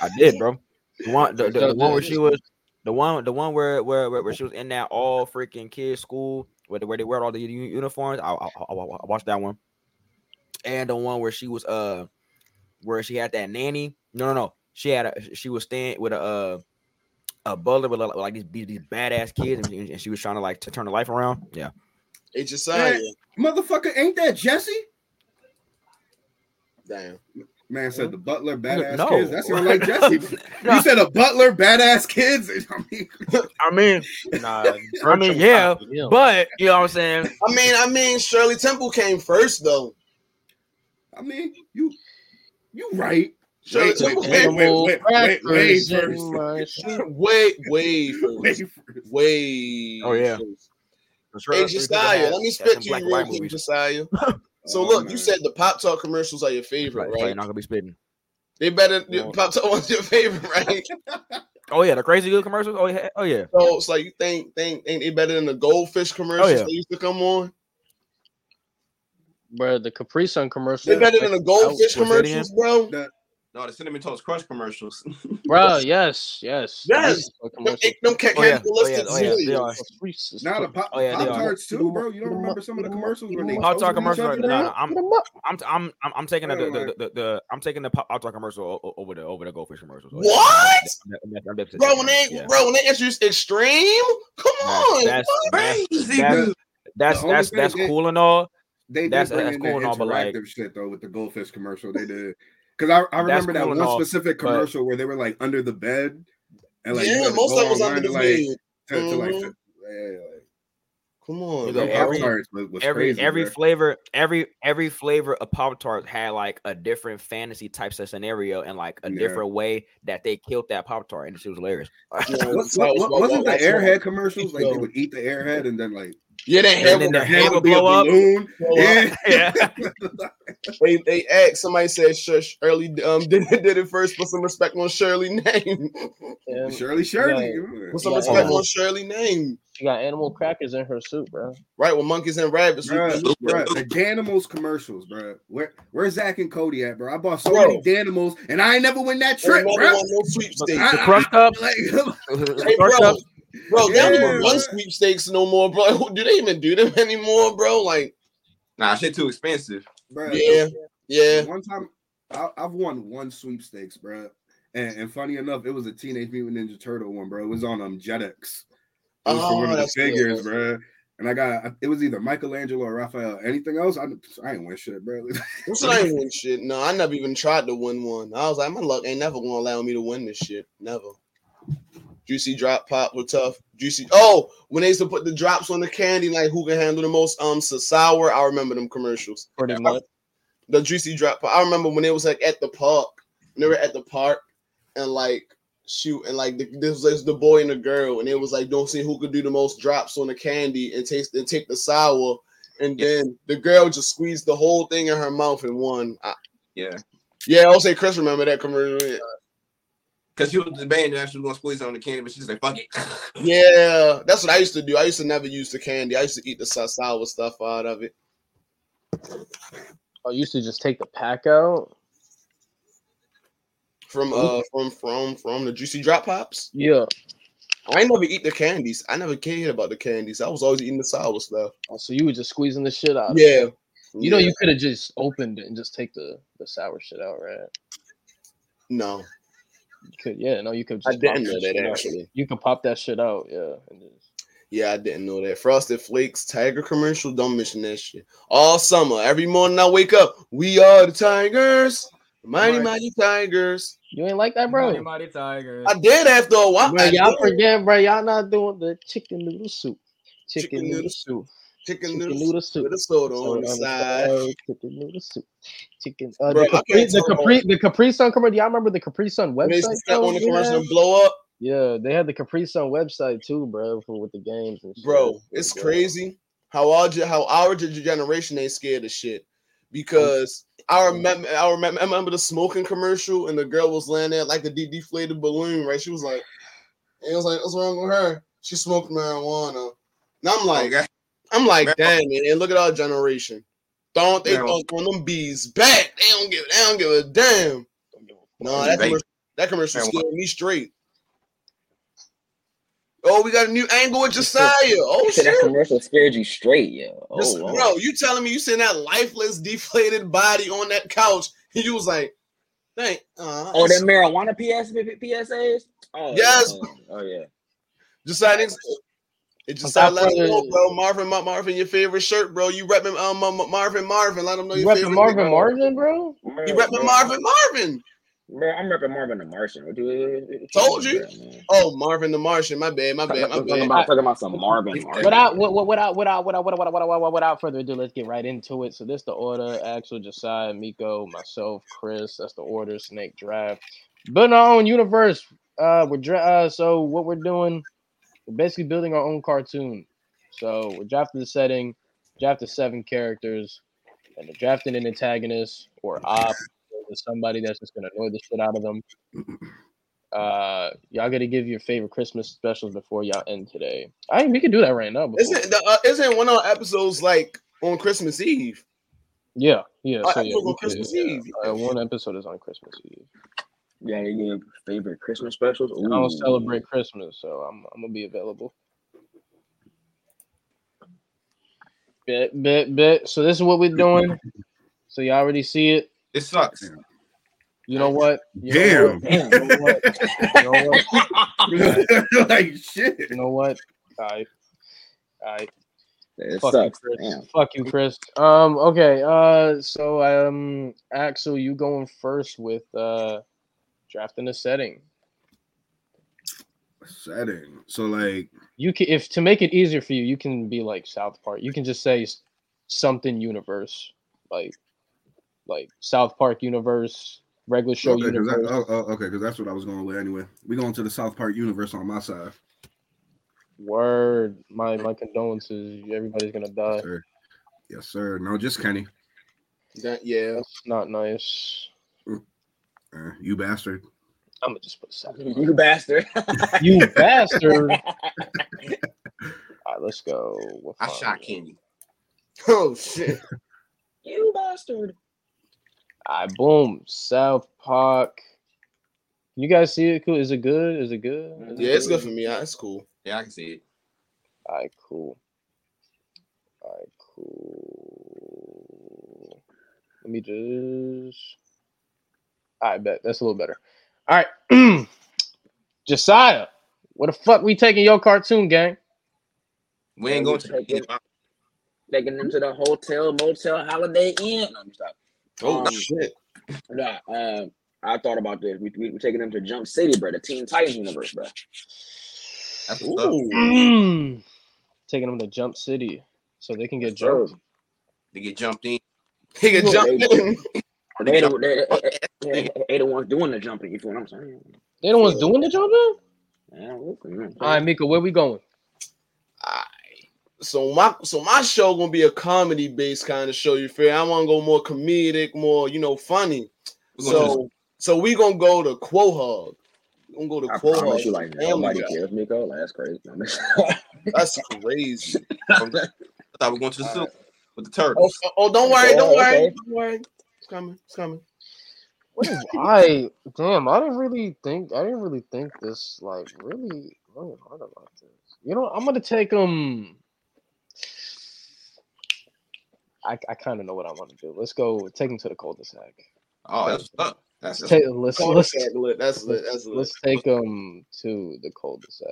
S5: I did, bro. The one, the, the,
S2: So
S5: the one where
S2: good.
S5: she was, the one, the one where where, where, where she was in that all freaking kids school where they, where they wear all the u- uniforms. I, I, I, I watched that one, and the one where she was uh, where she had that nanny. No, no, no. She had a, she was staying with a uh, a butler with like, like these, these these badass kids, and she, and she was trying to like to turn her life around. Yeah.
S1: Hey, Josiah.
S4: Motherfucker, ain't that Jesse?
S1: Damn.
S4: Man said the butler badass
S5: No.
S4: kids. That sound like
S5: [laughs]
S4: Jesse.
S5: No.
S4: You said a butler badass kids. [laughs] I mean,
S5: I mean,
S1: [laughs]
S7: Nah,
S5: I mean, yeah, but you know what I'm saying.
S1: I mean, I mean, Shirley Temple came first though.
S4: I mean, you, you right.
S1: Shirley
S4: Wait,
S1: Temple
S4: wait,
S1: came
S4: wait, wait, wait, wait, first.
S1: way, way first.
S4: Wait, first.
S1: Way.
S5: Oh, yeah.
S1: first. Hey, Josiah, let me spit to you real quick, Josiah. So
S4: [laughs] Oh,
S1: look, you
S5: Um,
S4: man.
S1: said the Pop Tart commercials are your favorite, right?
S5: not gonna be spitting.
S1: They better
S2: No.
S1: Pop Tart was your favorite, [laughs] right?
S5: Oh yeah, the crazy good commercials. Oh yeah, oh yeah.
S1: so it's like you think think ain't they better than the goldfish commercials
S5: yeah.
S1: they used to come on?
S2: Bro, the Capri Sun commercial.
S1: They better than the goldfish
S5: was that
S1: commercials, bro.
S6: No, the cinnamon toast crush commercials.
S2: Bro, yes, yes,
S1: Yes. Them, them ca-
S5: Oh, yeah. Oh, yeah.
S1: cannibalistic
S5: Oh, yeah. They
S1: zillions.
S5: are.
S4: Now the pop,
S5: Oh, yeah, they are.
S4: tarts too, bro. You don't remember some of the commercials when they
S5: Pop
S4: toasting
S5: Tart
S4: each
S5: commercial.
S4: other,
S5: No,
S4: bro?
S5: no, I'm, I'm, I'm, I'm, I'm taking the,
S4: Yeah,
S5: the, the,
S4: like-
S5: the, the- I'm taking the Pop Tart commercial o- o- over the over the goldfish commercials. Oh, yeah.
S1: What?
S5: I'm def- I'm def- I'm definitely
S1: Bro,
S5: taking
S1: when they
S5: that. Yeah.
S1: bro, when they introduced extreme, come on.
S5: That's that's
S6: Crazy,
S5: that's-
S6: dude.
S5: that's
S4: The only
S5: that's,
S4: thing
S5: that's
S4: they-
S5: cool and all.
S4: They did
S5: That's-
S4: bring
S5: that's
S4: in
S5: cool
S4: that
S5: and all, but, like-
S4: interactive shit though with the goldfish commercial. They did because I, I remember that
S5: cool and
S4: one
S5: all,
S4: specific
S5: but-
S4: commercial where they were like under the bed and like you
S1: yeah,
S4: had to
S1: most
S4: go
S1: of them was
S4: online
S1: under
S4: to,
S1: the
S4: like,
S1: bed.
S4: to, to, like,
S1: Mhm.
S4: to- yeah, like,
S1: Come
S5: You
S1: on,
S5: go
S1: man.
S4: them
S5: every-
S4: Pop-Tarts was, was
S5: every
S4: crazy,
S5: every
S4: bro.
S5: flavor every every flavor of pop tarts had like a different fantasy type of scenario and like a
S4: Yeah.
S5: different way that they killed that pop tart and it was hilarious
S1: Yeah,
S4: What,
S1: so I
S4: what,
S1: was-
S4: what,
S1: I
S4: wasn't the
S1: was-
S4: airhead commercials like they
S1: Yo.
S4: would eat the airhead and then like
S1: Yeah, they had
S5: And
S1: one.
S5: then
S1: that
S5: the
S1: had
S5: head
S1: one
S5: would
S4: be a
S5: blow up.
S4: balloon?
S1: blow up.
S4: Yeah,
S5: yeah
S1: They, they asked somebody said Shir- Shirley um [laughs] did, did it first. Put some respect on Shirley name. [laughs]
S4: Shirley Shirley.
S2: Yeah.
S4: yeah.
S1: Put some
S2: Yeah,
S1: respect
S2: yeah.
S1: on Shirley name.
S2: She got animal crackers in her soup, bro.
S1: Right with monkeys and rabbits. we-
S4: Bruh, bruh, the Danimals commercials, bruh. Where where's Zach and Cody at, bro? I bought so
S1: Bro.
S4: many Danimals, and I ain't never win that
S1: we
S4: trip,
S1: never
S4: bro.
S1: won no sweepstakes.
S4: I-
S5: the crush cups
S4: Like, [laughs]
S1: Hey,
S5: the
S1: bro,
S5: crush cups
S1: bro, they don't
S4: Yeah.
S1: even run sweepstakes no more, bro. [laughs] Do they even do them anymore, bro? Like,
S6: Nah, shit too expensive.
S4: bruh,
S1: yeah, yeah.
S4: One time, I, I've won one sweepstakes, bro. And, and funny enough, it was a Teenage Mutant Ninja Turtle one, bro. It was on um Jetix. It was for
S1: Oh,
S4: one of the
S1: that's good.
S4: figures, bro. And I got it was either Michelangelo or Raphael. Anything else, I, I ain't win shit, bro.
S1: This I ain't win shit. No, I never even tried to win one. I was like, my luck ain't never gonna allow me to win this shit. Never. Juicy drop pop were tough. Juicy. Oh, when they used to put the drops on the candy, like who can handle the most um so sour. I remember them commercials.
S2: Pretty much.
S1: The juicy drop pop. I remember when it was like at the park. When they were at the park and like shoot and like the, this was the boy and the girl and it was like don't see who could do the most drops on the candy and taste and take the sour. And then the girl just squeezed the whole thing in her mouth and won. I-
S6: Yeah.
S1: yeah, I'll say Chris remember that commercial. Yeah.
S6: Because she was debating that she was going to squeeze it on the candy, but she's like, fuck it. [laughs]
S1: Yeah, that's what I used to do. I used to never use the candy. I used to eat the sa- sour stuff out of it.
S2: I used to just take the pack out.
S1: From uh from from from the juicy drop pops.
S2: Yeah.
S1: I ain't never eat the candies. I never cared about the candies. I was always eating the sour stuff.
S2: Oh, So you were just squeezing the shit out. of it.
S1: Yeah.
S2: Uh, You know, you could have just opened it and just take the, the sour shit out, right?
S1: no.
S2: You could, yeah. No, you could.
S1: I
S2: Just pop
S1: didn't know
S2: shit
S1: that
S2: out.
S1: actually.
S2: You could pop that shit out, yeah. And just,
S1: Yeah, I didn't know that. Frosted Flakes Tiger commercial. Don't mention that shit. All summer, every morning I wake up, we are the Tigers, mighty
S4: Right.
S1: mighty Tigers.
S2: You ain't like that, bro.
S7: Mighty Tiger.
S1: I did after a while.
S2: Bro,
S1: I
S2: y'all
S1: did.
S2: forget, bro. Y'all not doing the chicken noodle soup. Chicken,
S1: Chicken
S2: noodle
S1: noodle
S2: soup.
S1: chicken
S2: Chicken
S1: noodles
S2: noodle soup.
S1: with a soda
S2: So,
S1: on the
S2: on the
S1: side.
S2: side, Oh, Chicken noodle soup. Chicken. Uh,
S1: Bro, I
S2: the,
S1: can't
S2: Capri, the,
S1: tell
S2: Capri, the Capri Sun commercial. Y'all remember the Capri Sun
S1: When They
S2: website?
S1: step
S2: bro,
S1: on the
S2: we
S1: commercial
S2: had?
S1: and blow up,
S2: Yeah, they had the Capri Sun website too, bro, for with the games and shit.
S1: bro. It's
S2: Yeah.
S1: crazy how our ge- how our ge- generation ain't scared of shit because. I remember, I remember, I remember the smoking commercial, and the girl was laying there like the de- deflated balloon, right? She was like, and it was like, what's wrong with her? She smoked marijuana. And I'm like,
S6: Okay.
S1: I'm like,
S6: Marijuana.
S1: damn man, and look at our generation. Don't they
S6: Marijuana.
S1: don't want them bees back? They don't give, they don't give a damn. No, that
S6: Vape.
S1: commercial, that commercial
S6: Marijuana.
S1: scared me straight. Oh, we got a new angle with Josiah. [laughs] Oh
S5: [laughs]
S8: Shit, that
S1: shit.
S8: commercial scared you straight, yo. Oh,
S1: Just-
S8: Lord.
S1: bro, you telling me you seen that lifeless, deflated body on that couch? [laughs] And you was like, thank uh,
S8: oh that marijuana PS, PSAs? Oh,
S1: Yes.
S8: yeah. Oh, yeah.
S1: Josiah Nixon. It just
S2: Without
S1: said, let us
S2: further-
S1: know, bro. Marvin, Mar- Marvin, your favorite shirt, bro. You repping um, um, Marvin, Marvin. Let them know
S2: You
S1: your
S2: repping
S1: favorite.
S2: Marvin Margin, bro?
S8: Mer-
S1: You repping
S8: mer-
S1: Marvin, Marvin.
S8: mer- I'm repping Marvin the Martian. What do-
S1: Told you.
S8: Bruh, man.
S1: Oh, Marvin the Martian. My bad, my
S8: Talking
S1: bad, my
S8: about,
S1: bad.
S8: talking about- talking about some Marvin Martian.
S2: Without, what, what, without, without, without, without, without, without, without further ado, let's get right into it. So this the order: Axel, Josiah, Miko, myself, Chris. That's the order. Snake Draft. Building our own universe. Uh, we're dra- uh, so what we're doing, we're basically building our own cartoon. So we're drafting the setting, drafted seven characters, and we're drafting an antagonist or op, or somebody that's just gonna annoy the shit out of them. Uh, y'all gotta give your favorite Christmas specials before y'all end today. I mean, we can do that right now. before-
S1: Isn't the, uh, isn't one of our episodes like on Christmas Eve?
S2: Yeah, yeah.
S1: Oh,
S2: So yeah,
S1: episode
S2: we
S1: on
S2: could-
S1: Christmas
S2: yeah.
S1: Eve.
S2: Uh, one episode is on Christmas Eve.
S8: Yeah, they give favorite Christmas specials.
S2: I don't
S8: Ooh.
S2: celebrate Christmas, so I'm, I'm gonna be available. Bet, bet, bet. So this is what we're doing. So you all already see it.
S6: It sucks.
S2: You know what? You know
S4: Damn.
S2: what? You know what? You know what?
S4: [laughs] like shit.
S2: You know what? All right. All right.
S8: It
S2: Fuck
S8: sucks.
S2: you, Chris.
S8: Damn.
S2: Fuck you, Chris. Um. Okay. Uh. So um, Axel, you going first with uh, drafting a setting.
S4: Setting. So like
S2: You can, if to make it easier for you, you can be like South Park. You can just say s- something universe, like, like South Park universe, regular show
S4: okay, 'cause I-
S2: universe.
S4: oh, oh, okay, because that's what I was going with anyway. We going to the South Park universe on my side.
S2: Word. My my condolences. Everybody's gonna
S1: Uh.
S2: die.
S4: Sir. Yes, sir. No, just Kenny.
S1: That- yeah.
S2: That's not nice.
S4: Uh, you bastard.
S2: I'm gonna just put South.
S6: [laughs]
S8: [laughs] You
S7: [laughs]
S8: bastard.
S2: You bastard. All right, let's go. We'll
S6: I
S2: find
S6: shot
S2: it.
S6: Kenny.
S1: [laughs] Oh shit.
S8: you bastard.
S2: I boom. South Park. You guys see it? Cool. Is it good? Is it good? Is it
S1: Yeah, it's good for me. That's cool.
S6: Yeah, I can see it.
S2: All right, cool. All right, cool. Let me just. I bet that's a little better. All right, [clears throat] Josiah, where the fuck we taking your cartoon gang?
S6: We ain't
S8: Yeah,
S6: going
S8: we
S6: to.
S8: checked it. Taking them to the hotel, motel, holiday inn. No, let me stop.
S6: Oh,
S8: Um,
S1: Shit.
S8: Nah, um, I thought about this. We, we, we're taking them to Jump City, bro, the Teen Titans universe, bro.
S6: that's what's up.
S2: taking them to Jump City so they can get
S8: Sure.
S2: jumped.
S6: They get jumped in.
S1: He could
S8: Ooh,
S1: jump
S8: baby.
S1: in.
S8: They the, they, they, they, they the ones doing the jumping. You feel what I'm saying?
S2: They the ones doing the jumping.
S8: Yeah, look, you know what I'm saying?
S2: All right, Mika, where we going?
S1: [laughs] So my so my show gonna be a comedy based kind of show. You feel? I want to go more comedic, more you know, funny.
S6: We're going to
S1: So so we gonna go to Quahog. We're gonna go to
S8: I
S1: Quahog.
S8: promise you, like
S1: Family
S8: nobody
S1: Guy.
S8: cares, Miko. Like that's crazy. [laughs]
S1: That's crazy.
S6: I thought we were going to the zoo with the turtles.
S1: Oh, oh, don't worry, don't
S8: Okay,
S1: worry,
S8: okay.
S1: don't worry. It's coming, it's coming.
S2: What is I damn? I didn't really think. I didn't really think this like really really hard about this. You know, I'm gonna take um. I, I kind of know what I want to do. Let's go take him to the cul-de-sac.
S6: Oh, that's what's up. That's,
S2: Let's
S6: that's
S2: take let's let's,
S1: Cul-de-sac lit. That's lit. That's lit.
S2: let's take him to the cul-de-sac.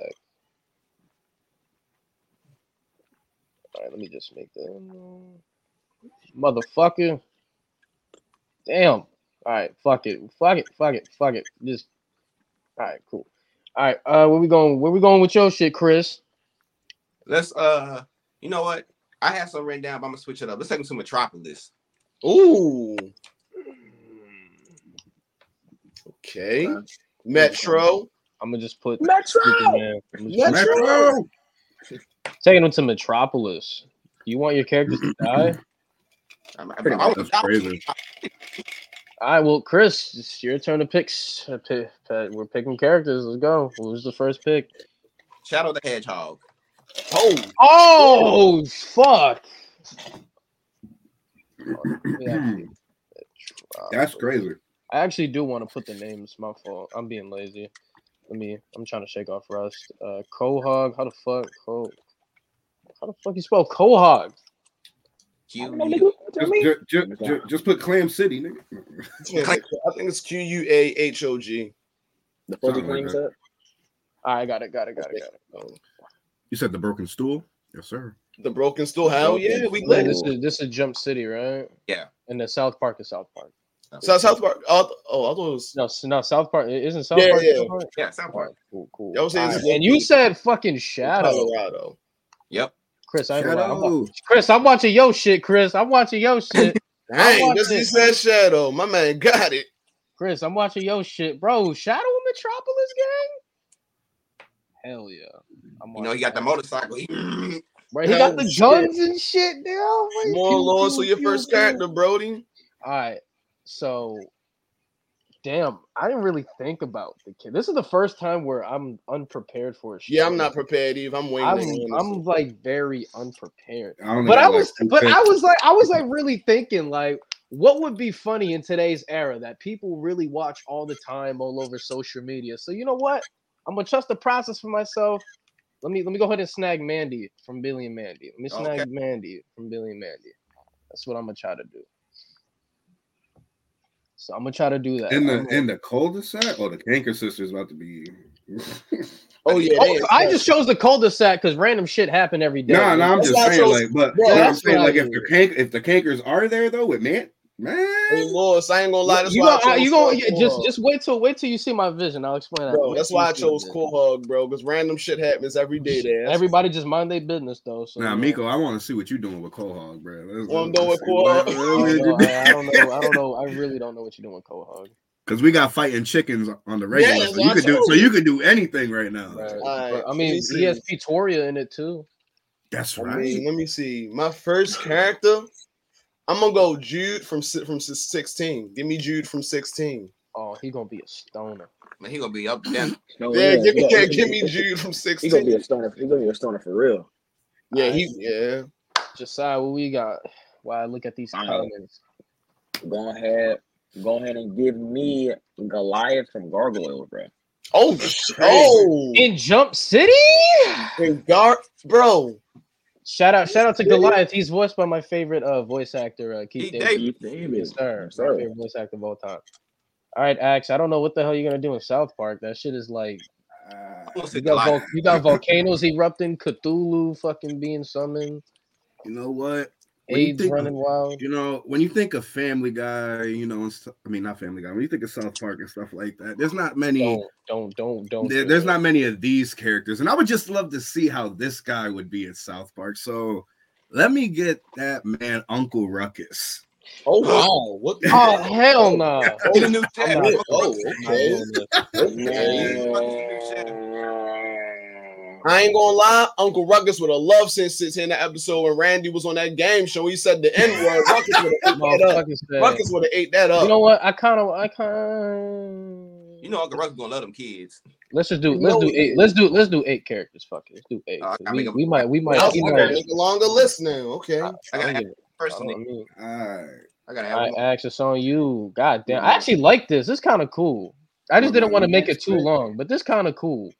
S2: All right, let me just make that. Motherfucker. Damn. All right, fuck it, fuck it, fuck it, fuck it. Just. All right, cool. All right, uh, where we going? Where we going with your shit, Chris?
S6: Let's uh, you know what? I have some written down, but I'm gonna switch it up. Let's take them to Metropolis.
S1: Ooh. Okay. Metro.
S2: I'm gonna just put.
S8: Metro.
S2: Man. I'm just-
S4: Metro.
S2: Taking them to Metropolis. You want your characters to die?
S6: I'm, I'm,
S8: Pretty
S6: I'm-
S4: That's
S6: I'm-
S4: crazy.
S2: All right, well, Chris, it's your turn to pick. s- uh, pi- pi- We're picking characters. Let's go. Who's the first pick?
S6: Shadow the Hedgehog.
S1: Oh,
S2: Oh, fuck. Yeah.
S4: Oh, That's crazy.
S2: I actually do want to put the names. My fault. I'm being lazy. Let me. I'm trying to shake off rust. Uh, Quahog. How the fuck? Co- how the fuck you spell Quahog?
S6: Q
S8: No,
S6: U.
S8: nigga, what you
S4: Just,
S8: mean?
S4: ju- ju- ju- just put Clam City, nigga.
S1: I think it's Q U A H O G.
S8: The fuzzy
S4: Something like
S8: claims
S4: that.
S8: up.
S2: All right, got it. Got it. Got it. Got it. Oh,
S4: You said the broken stool? Yes, sir.
S1: The broken stool.
S2: Oh,
S1: Hell yeah, we
S2: Wait,
S1: lit.
S2: this is this is Jump City, right?
S6: Yeah.
S2: And the South Park is South Park.
S1: So South Park. Oh, oh, I thought it was.
S2: No, s- no, South Park it isn't South
S1: Yeah,
S2: Park.
S1: yeah.
S2: South Park?
S6: Yeah, South
S2: All right,
S6: Park.
S2: cool, cool.
S1: Y'all saying
S2: All
S1: it's
S2: right, And you said fucking Shadow,
S1: Colorado.
S6: Yep.
S2: Chris. I ain't gonna lie. I'm wa-
S4: Shadow.
S2: Chris, I'm watching your shit, Chris. I'm watching your shit. [laughs] I
S1: Dang,
S2: want
S1: just he
S2: this.
S1: said shadow. My man got it.
S2: Chris, I'm watching your shit, bro. Shadow and Metropolis gang. Hell yeah! I'm
S6: You know,
S2: watching
S6: he got the
S2: that.
S6: motorcycle. He-
S2: Bro, he got
S1: Oh,
S2: the
S1: shit.
S2: guns and shit, dude. Oh my-
S1: More
S2: pew,
S1: laws
S2: pew,
S1: for your
S2: pew,
S1: first
S2: pew.
S1: character, Brody.
S2: All right, so damn, I didn't really think about the kid. This is the first time where I'm unprepared for a shit.
S1: Yeah, I'm not prepared, Eve. I'm waiting.
S2: I'm,
S1: honestly.
S2: I'm like very unprepared.
S4: I don't know.
S2: But I
S4: like,
S2: was,
S4: who
S2: but
S4: picked-
S2: I was like, I was like really thinking like, what would be funny in today's era that people really watch all the time all over social media? So you know what? I'm gonna trust the process for myself. Let me let me go ahead and snag Mandy from Billy and Mandy. Let me snag
S6: Okay.
S2: Mandy from Billy and Mandy. That's what I'm gonna try to do. So I'm gonna try to do that.
S4: in
S2: I'm
S4: the
S2: gonna-
S4: in the cul-de-sac. Oh, the Canker Sisters about to be.
S1: oh yeah,
S2: Oh,
S6: [laughs]
S1: they ain't
S2: I
S1: cut.
S2: just chose the cul-de-sac because random shit happened every day.
S4: Nah, nah, I'm
S1: That's
S4: just
S1: why I
S4: saying,
S1: chose-
S4: like, but
S1: Bro,
S4: but I'm
S2: that's
S4: saying,
S2: what
S4: like,
S2: I
S4: if the
S2: did.
S4: cank if the cankers are there though, with man,
S1: Oh,
S4: man,
S1: Lord, I ain't gonna lie. That's
S2: you
S1: why
S2: gonna,
S1: I chose
S2: you gonna yeah,
S1: Quahog.
S2: just just wait till wait till you see my vision. I'll explain that.
S1: Bro,
S2: Wait
S1: that's
S2: till
S1: why
S2: you
S1: I
S2: see my
S1: chose
S2: vision.
S1: Cool Hog, bro, because random shit happens every day there. That's
S2: Everybody just mind their business though. So you
S4: nah,
S2: know.
S4: Miko, I want to see what you doing with Quahog, bro. Let's-
S1: Wanna
S4: let's
S1: know what
S4: see what-
S1: Quahog-
S2: I don't, know, I,
S4: what-
S2: I don't know. I don't know. I really don't know what you're doing, Quahog.
S4: [laughs] Cause we got fighting chickens on the regular.
S1: Yeah,
S4: so
S1: well,
S4: you
S1: I
S4: could do
S1: told
S4: so
S1: you.
S4: you could do anything right now.
S2: Right.
S1: Alright,
S2: But, I mean,
S1: listen.
S2: he has Victoria in it too.
S4: That's
S1: I
S4: right.
S1: mean, let me see. My first character, I'm gonna go Jude from si- from si- 16. Give me Jude from 16.
S2: Oh, he gonna be a stoner.
S6: Man, he gonna be up down.
S8: No,
S1: yeah, give me yeah,
S8: Oh, yeah.
S1: give
S8: [laughs]
S1: me Jude from
S8: He's gonna be
S1: 16.
S8: a stoner. He's gonna be a stoner for real.
S1: Yeah, he yeah.
S2: Josiah, what we got? Why I look at these
S8: I know.
S2: comments?
S8: Go ahead, go ahead and give me Goliath from Gargoyles, bro.
S1: Oh, oh,
S2: In Jump City?
S1: and Gar- bro.
S2: Shout out, shout out to Goliath. He's voiced by my favorite uh, voice actor, uh, Keith
S6: Keith
S2: David.
S6: Davis.
S8: Keith Davis.
S2: Yes, sir.
S8: Yes,
S2: My
S8: sir.
S2: favorite voice actor of all time. All right, Axe. I don't know what the hell you're gonna do in South Park. That shit is like
S4: Uh,
S6: I'm gonna say
S2: You got,
S6: Goliath.
S2: vul- you got volcanoes erupting, Cthulhu fucking being summoned,
S4: you know what? When you
S2: AIDS
S4: think-
S2: running wild.
S4: You know, when you think of Family Guy, you know, and st- I mean, not Family Guy. When you think of South Park and stuff like that, there's not many.
S8: Oh,
S2: Don't, don't, don't, don't.
S4: There-
S2: do
S4: there's
S2: it.
S4: not many of these characters, and I would just love to see how this guy would be in South Park. So let me get that man, Uncle Ruckus.
S1: Oh wow, what the
S2: [laughs] Oh
S1: [laughs]
S2: hell no! Nah.
S6: Get a new tab.
S2: I'm not-
S1: Oh,
S2: I'm not
S1: okay.
S2: doing this.
S4: [laughs]
S1: I ain't gonna lie, Uncle Ruckus would have loved since since in that episode when Randy was on that game show. He said the N word. Ruckus would have
S2: [laughs]
S1: ate that up.
S2: Motherfucker said-
S1: Ruckus would have ate that up.
S2: You know what? I kind of, I kind. of.
S6: You know, Uncle Ruckus gonna love them kids.
S2: Let's just do.
S1: You
S2: Let's
S1: know
S2: do
S1: he
S2: eight.
S1: is.
S2: Let's do. Let's do eight characters. Fuck it. Let's do eight.
S6: Uh, I
S2: 'cause
S6: gotta
S2: we,
S6: make a-
S2: we might. We might.
S1: Now,
S2: we
S1: I
S2: might-
S1: gotta make a longer list now. Okay.
S6: I
S2: I
S6: gotta
S2: don't
S6: have
S2: give a- I
S6: personally.
S2: don't mean-
S4: All right.
S6: I gotta have
S2: Oh, I
S6: him.
S2: asked it's on you. God damn. I actually like this. It's kind of cool. I just
S4: Well,
S2: didn't
S4: my
S2: want to make it
S4: next
S2: too
S4: pick-
S2: long, but this kind of cool.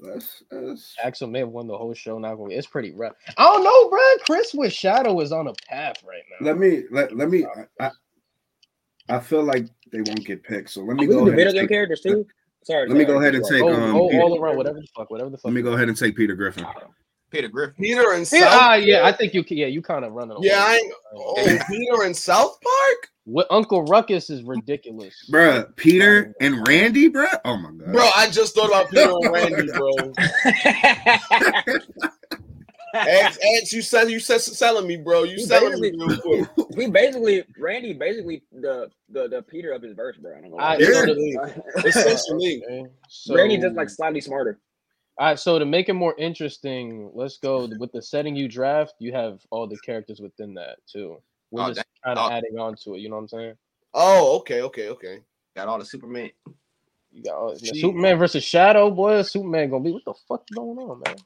S4: Let's, let's,
S2: Axel may have won the whole show. Not gonna. It's pretty rough. I don't know, bro. Chris with Shadow is on a path right now.
S4: let me let, let me. I, I, I feel like they won't get picked, so let me
S8: Oh, We
S4: go
S8: can do
S4: ahead.
S8: video
S4: And
S8: game
S4: take,
S8: characters too. Sorry.
S4: Let me
S8: sorry. Oh,
S4: go ahead and
S8: Sorry.
S4: take,
S2: Go,
S4: um,
S2: go
S4: Peter.
S2: all around, whatever the fuck, whatever the fuck.
S4: let me go ahead and take Peter Griffin.
S6: Peter Griffin.
S1: Peter and
S2: Yeah,
S1: South.
S2: ah, yeah, I think you. Yeah, you kind of running. away.
S1: yeah, I ain't, oh, Peter and South Park,
S2: What Uncle Ruckus is ridiculous.
S4: Bruh, Peter and Randy, bruh. Oh my
S2: Uh,
S4: god.
S1: bro. I just thought about Peter and Randy,
S2: [laughs]
S1: bro. Ax, Ax, you said you said selling me, bro. You
S8: You
S1: selling me
S8: basically-
S1: real quick. [laughs]
S8: he basically Randy basically the the, the Peter of his verse, bro. I don't know.
S2: I-
S8: why.
S1: [laughs]
S2: so
S1: Essentially, essentially.
S2: Okay, so-
S8: Randy just like slightly smarter.
S2: All right, so to make it more interesting, let's go with the setting you draft. You have all the characters within that too. We're
S6: Oh,
S2: just
S6: that-
S2: kind of
S6: oh.
S2: adding on to it. You know what I'm saying?
S1: Oh, okay, okay, okay.
S6: Got all the Superman.
S2: You got all, now
S6: Jeez.
S2: Superman versus Shadow Boy. Superman gonna be what the fuck is going on, man?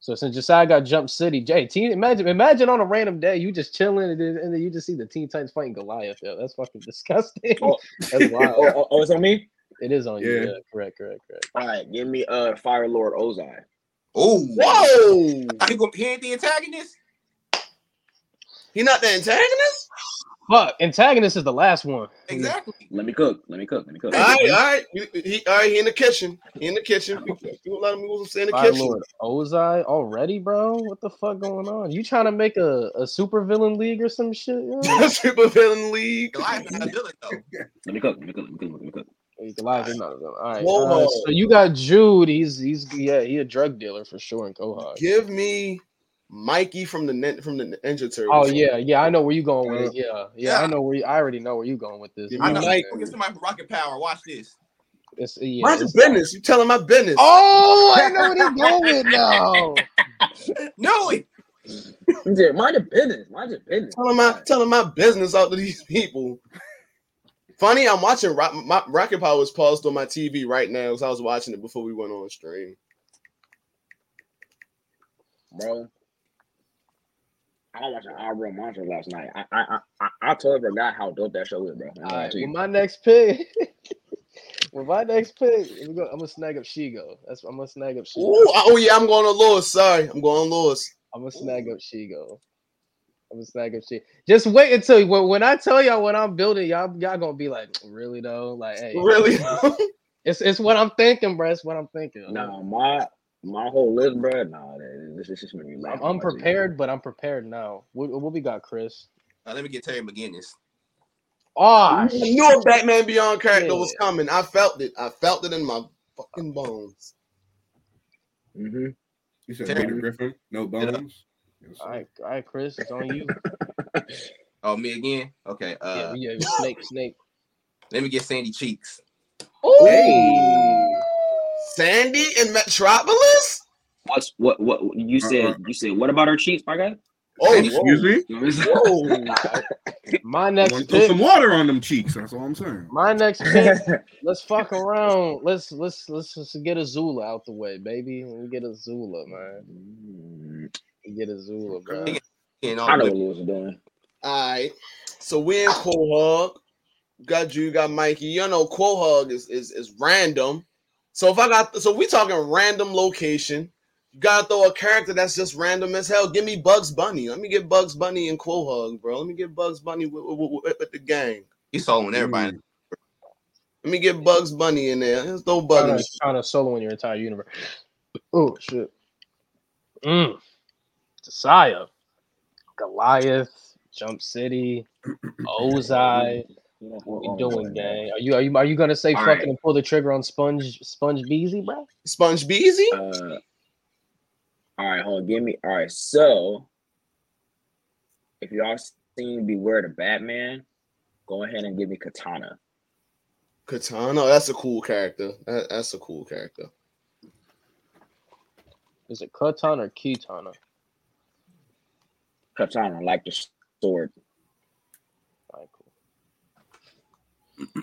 S2: So since Josiah got Jump City, Jay, teen, imagine imagine on a random day you just chilling and then, and then you just see the Teen Titans fighting Goliath. Yo, that's fucking [laughs] disgusting.
S8: Oh.
S2: That's
S8: [laughs]
S2: wild.
S8: Oh, oh, oh, it's on me.
S2: It is on you.
S4: Yeah.
S2: Yeah, correct, correct, correct.
S8: All right, give me uh Fire Lord Ozai.
S6: Oh,
S1: Whoa,
S6: He, gonna- he ain't the antagonist.
S1: he not the antagonist.
S2: Fuck, antagonist is the last one.
S6: Exactly.
S8: Let me cook. Let me cook. Let me cook.
S1: All right, all right, he, he- all right. He in the kitchen. He in the kitchen. You don't let him move us in the
S2: My
S1: kitchen. [laughs]
S2: lord, Ozai already, bro? What the fuck going on? You trying to make a, a super villain league or some shit? yo?
S1: Super villain league.
S6: Goliath not a villain though.
S8: Let me cook. Let me cook. Let me cook. Let me cook.
S2: Hey, Goliath is not a villain. All right.
S1: Whoa.
S2: uh, so you got Jude. He's he's yeah, he a drug dealer for sure in Kohar.
S1: Give me Mikey from the nin- from the Ninja Turtles.
S2: Oh yeah, yeah. I know where you going with it. Yeah, yeah. I know where you, I already know where you going with this.
S1: Give me
S6: I know.
S2: It's-
S1: Mike.
S6: Go get somebody from Rocket Power. Watch this.
S2: it's- yeah,
S1: Mind your
S2: it's-
S1: business. You telling my business.
S2: Oh, I know what [laughs] he's going with now.
S6: [laughs] No, Uh, it-
S8: You said, Mind your business. Mind your business.
S1: telling my telling my business out to these people. Funny, I'm watching Rock, my, Rocket Power is paused on my TV right now because I was watching it before we went on stream.
S8: bro. I watched an hour of Monsters last night. I I I, I, I totally forgot how dope that show was, bro. I'm not
S2: All
S8: lying
S2: right,
S8: to
S2: with
S8: you.
S2: my next pick. [laughs] With my next pick, we go- I'm gonna snag up Shigo. That's I'm gonna snag up Shigo.
S1: Ooh, I- oh yeah, I'm going to Lewis. Sorry, I'm going to Lewis.
S2: I'm gonna snag up Shigo. I'm gonna snag up Shigo. Just wait until when, when I tell y'all what I'm building, y'all y'all gonna be like, really though? Like, hey, [laughs]
S1: Really?
S2: it's it's what I'm thinking, bro. It's what I'm thinking.
S8: Nah, my my whole list, bro. Nah, this is just me.
S2: I'm unprepared, but I'm prepared now. What, what we got, Chris?
S6: Uh, let me get Terry McGinnis.
S1: I
S2: Oh,
S1: [laughs] knew a Batman Beyond character
S2: Yeah.
S1: was coming. I felt it. I felt it in my fucking bones.
S8: Mm-hmm.
S4: You said
S6: Terry.
S4: Peter Griffin, no bones. Yes, sir.
S2: all right, all right, Chris, it's on you.
S6: Oh, me again? Okay. Uh,
S2: yeah, yeah, snake, snake.
S6: let me get Sandy Cheeks.
S1: Hey, Sandy in Metropolis.
S8: What's what what you said?
S4: Uh-uh.
S8: You said what about our cheeks, my [laughs] guy?
S1: Oh,
S4: Excuse me.
S2: [laughs]
S8: You know what I'm saying? [laughs]
S1: whoa.
S2: My
S4: I want
S2: next
S4: to throw
S2: pick.
S4: some water on them cheeks. That's all I'm saying.
S2: My next
S8: [laughs]
S2: pick. let's fuck around. Let's let's let's let's get a Zula out the way, baby. Let me get a Zula, man.
S8: Mm,
S2: We Get a Zula, bro.
S6: And all
S8: I
S2: Mm.
S6: the
S8: know what
S6: way-
S8: Lewis is doing.
S1: All right. So we in Quahog. Got you, got Mikey. You know Quahog is, is is random. So if I got so we talking random location. You gotta throw a character that's just random as hell. Give me Bugs Bunny. Let me get Bugs Bunny and Quahog, bro. Let me get Bugs Bunny with, with, with- with the gang.
S6: you sold on everybody.
S4: Mm.
S1: Let me get Bugs Bunny in there. Let's throw Bugs.
S2: Trying to, trying to solo in your entire universe. Oh shit. Mm. Josiah, Goliath, Jump City, Ozai.
S8: You know,
S2: What
S8: oh,
S2: we doing, gang?
S8: man.
S2: Are you are you are you gonna say
S8: All
S2: fucking
S8: right.
S2: and pull the trigger on Sponge Sponge Beezy, bro?
S1: Sponge Beezy.
S8: Uh, all right, hold on. Give me. All right, so if y'all seen Beware the Batman, go ahead and give me Katana.
S1: Katana. That's a cool character. That- that's a cool character.
S2: Is it Katana or Kitana?
S8: Katana, like the sword.
S2: All right,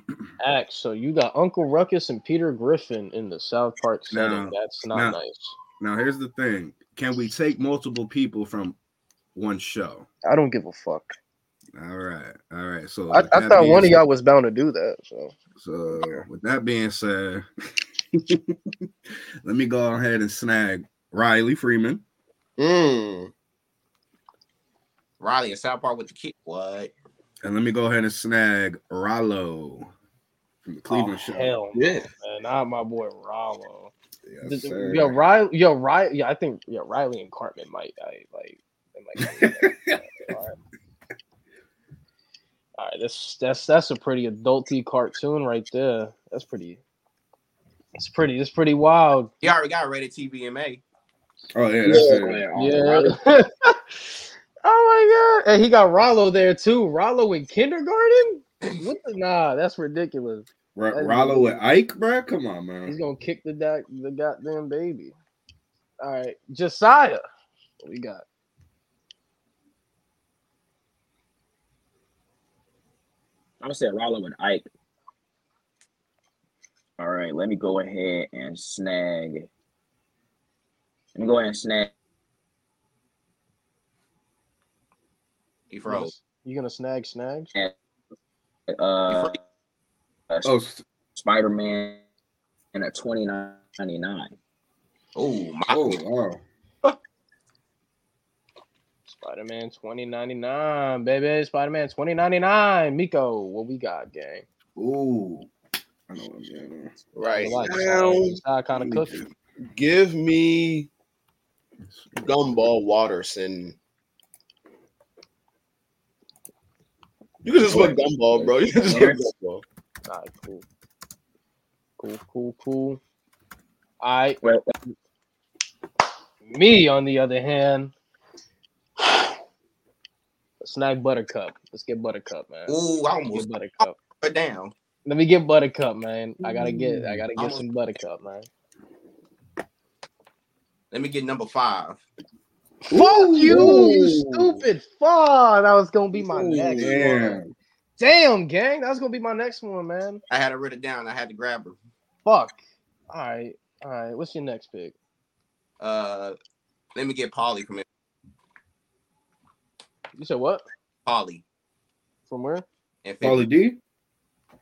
S2: cool. Axe, so you got Uncle Ruckus and Peter Griffin in the South Park setting.
S4: No,
S2: That's not
S4: no.
S2: nice.
S4: Now here's the thing: Can we take multiple people from one show?
S2: I don't give a fuck.
S4: All right, all right. So
S2: I,
S4: with
S2: I
S4: that
S2: thought
S4: being
S2: one of
S4: said-
S2: y'all was bound to do that. So
S4: So with that being said, [laughs] let me go ahead and snag Riley Freeman.
S1: Mm.
S6: Riley and South Park with the kick. What?
S4: And let me go ahead and snag Rollo from the Cleveland
S2: Oh,
S4: show.
S2: Hell, no,
S1: Yeah.
S2: man. not my boy Rollo.
S4: Yes, sir.
S2: Yo, Riley, yo, Riley, yeah, I think yeah, Riley and Cartman might I, like. they might go together. All right.
S4: [laughs]
S2: All right, that's that's that's a pretty adulty cartoon right there. That's pretty. It's pretty. It's pretty wild.
S6: He already got rated TVMA.
S4: [laughs] Oh yeah, that's
S8: Yeah.
S4: it.
S2: Yeah. [laughs] oh my god. And he got Rollo there too. Rollo in kindergarten? What the nah, that's ridiculous.
S4: R- Rollo with Ike, bro. Come on,
S2: He's
S4: man.
S2: gonna kick the da- the goddamn baby. All right. Josiah. What we got?
S8: I'm saying Rollo and Ike. All right, let me go ahead and snag. Let me go ahead and snag.
S6: He froze.
S2: You gonna snag snags?
S8: Uh,
S4: Oh, s-
S8: Spider Man and a 29.99.
S6: Oh, my.
S4: oh wow.
S2: Spider Man 2099, baby. Spider Man 2099. Miko, what we got, gang?
S4: Ooh. I know what I'm getting. at.
S1: Right
S2: I like
S1: now,
S2: Josiah kind of cooking.
S1: give me Gumball Watterson. You can just put Gumball, bro. You can just put Gumball.
S2: All right, cool. Cool, cool, cool. All right.
S8: Well,
S2: Me, on the other hand, [sighs] let's snag Buttercup. Let's get Buttercup, man.
S6: Ooh, I
S2: Let's
S6: almost
S2: get Buttercup.
S6: put down.
S2: Let me get Buttercup, man. I gotta get, I gotta get
S6: Almost-
S2: some Buttercup, man.
S6: Let me get number five.
S2: Fuck you, you
S4: Ooh.
S2: stupid fuck. That was gonna be my next one.
S4: Damn.
S2: Damn, gang, that was gonna be my next one, man.
S6: I had her written down. I had to grab her.
S2: Fuck. All right, all right. What's your next pick?
S6: Uh, let me get Polly from it.
S2: You said what?
S6: Polly
S2: From where?
S6: and
S4: Pauly D.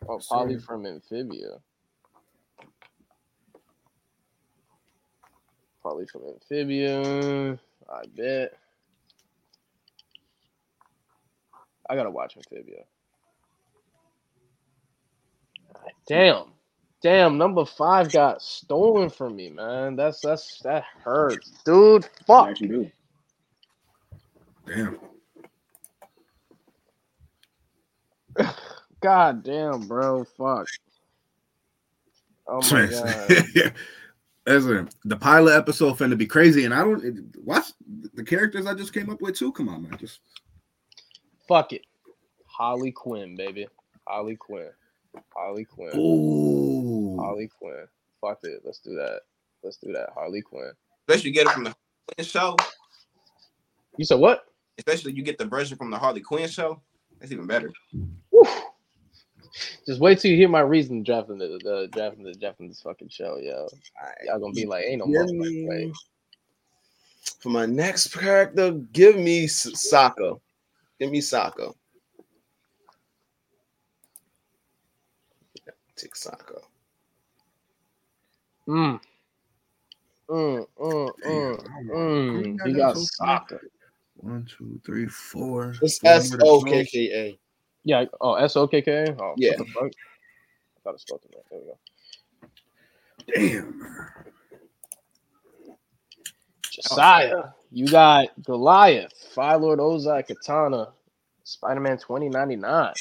S2: Oh,
S4: Sorry.
S2: Polly from Amphibia. Polly from Amphibia. I bet. I gotta watch Amphibia. Damn. Damn, number five got stolen from me, man. That's that's that hurts, dude. Fuck.
S8: what you do?
S4: Damn.
S2: God damn, bro. Fuck.
S4: [laughs]
S2: Oh my god.
S4: Listen, the pilot episode finna be crazy, and I don't it- watch the characters I just came up with too. Come on, man. Just
S2: Fuck it. Holly Quinn, baby. Holly Quinn. Holly Quinn.
S4: ooh.
S2: Harley Quinn. Fuck it. Let's do that. Let's do that. Harley Quinn.
S6: Especially get it from the Harley Quinn show.
S2: You said what?
S6: Especially you get the version from the Harley Quinn show. That's even better.
S2: Just wait till you hear my reason drafting the, the drafting the drafting this fucking show, yo. Y'all gonna be like, ain't no
S1: Give
S2: motherfucking way.
S1: me for my next character. Give me S- Sokka. Give me Sokka. Take Sokka.
S2: Mm. Mm, mm, mm, mm. He got soccer.
S4: One, two, three, four.
S1: It's
S4: Four
S1: S O
S4: more
S1: K
S4: to go.
S1: K A.
S2: Yeah. Oh, S O K K. Oh,
S1: Yeah.
S2: What the fuck? I thought it spelled it right. There we go.
S4: Damn. man.
S2: Josiah, Oh, you got Goliath, Fire Lord Ozai, Katana, Spider Man 2099.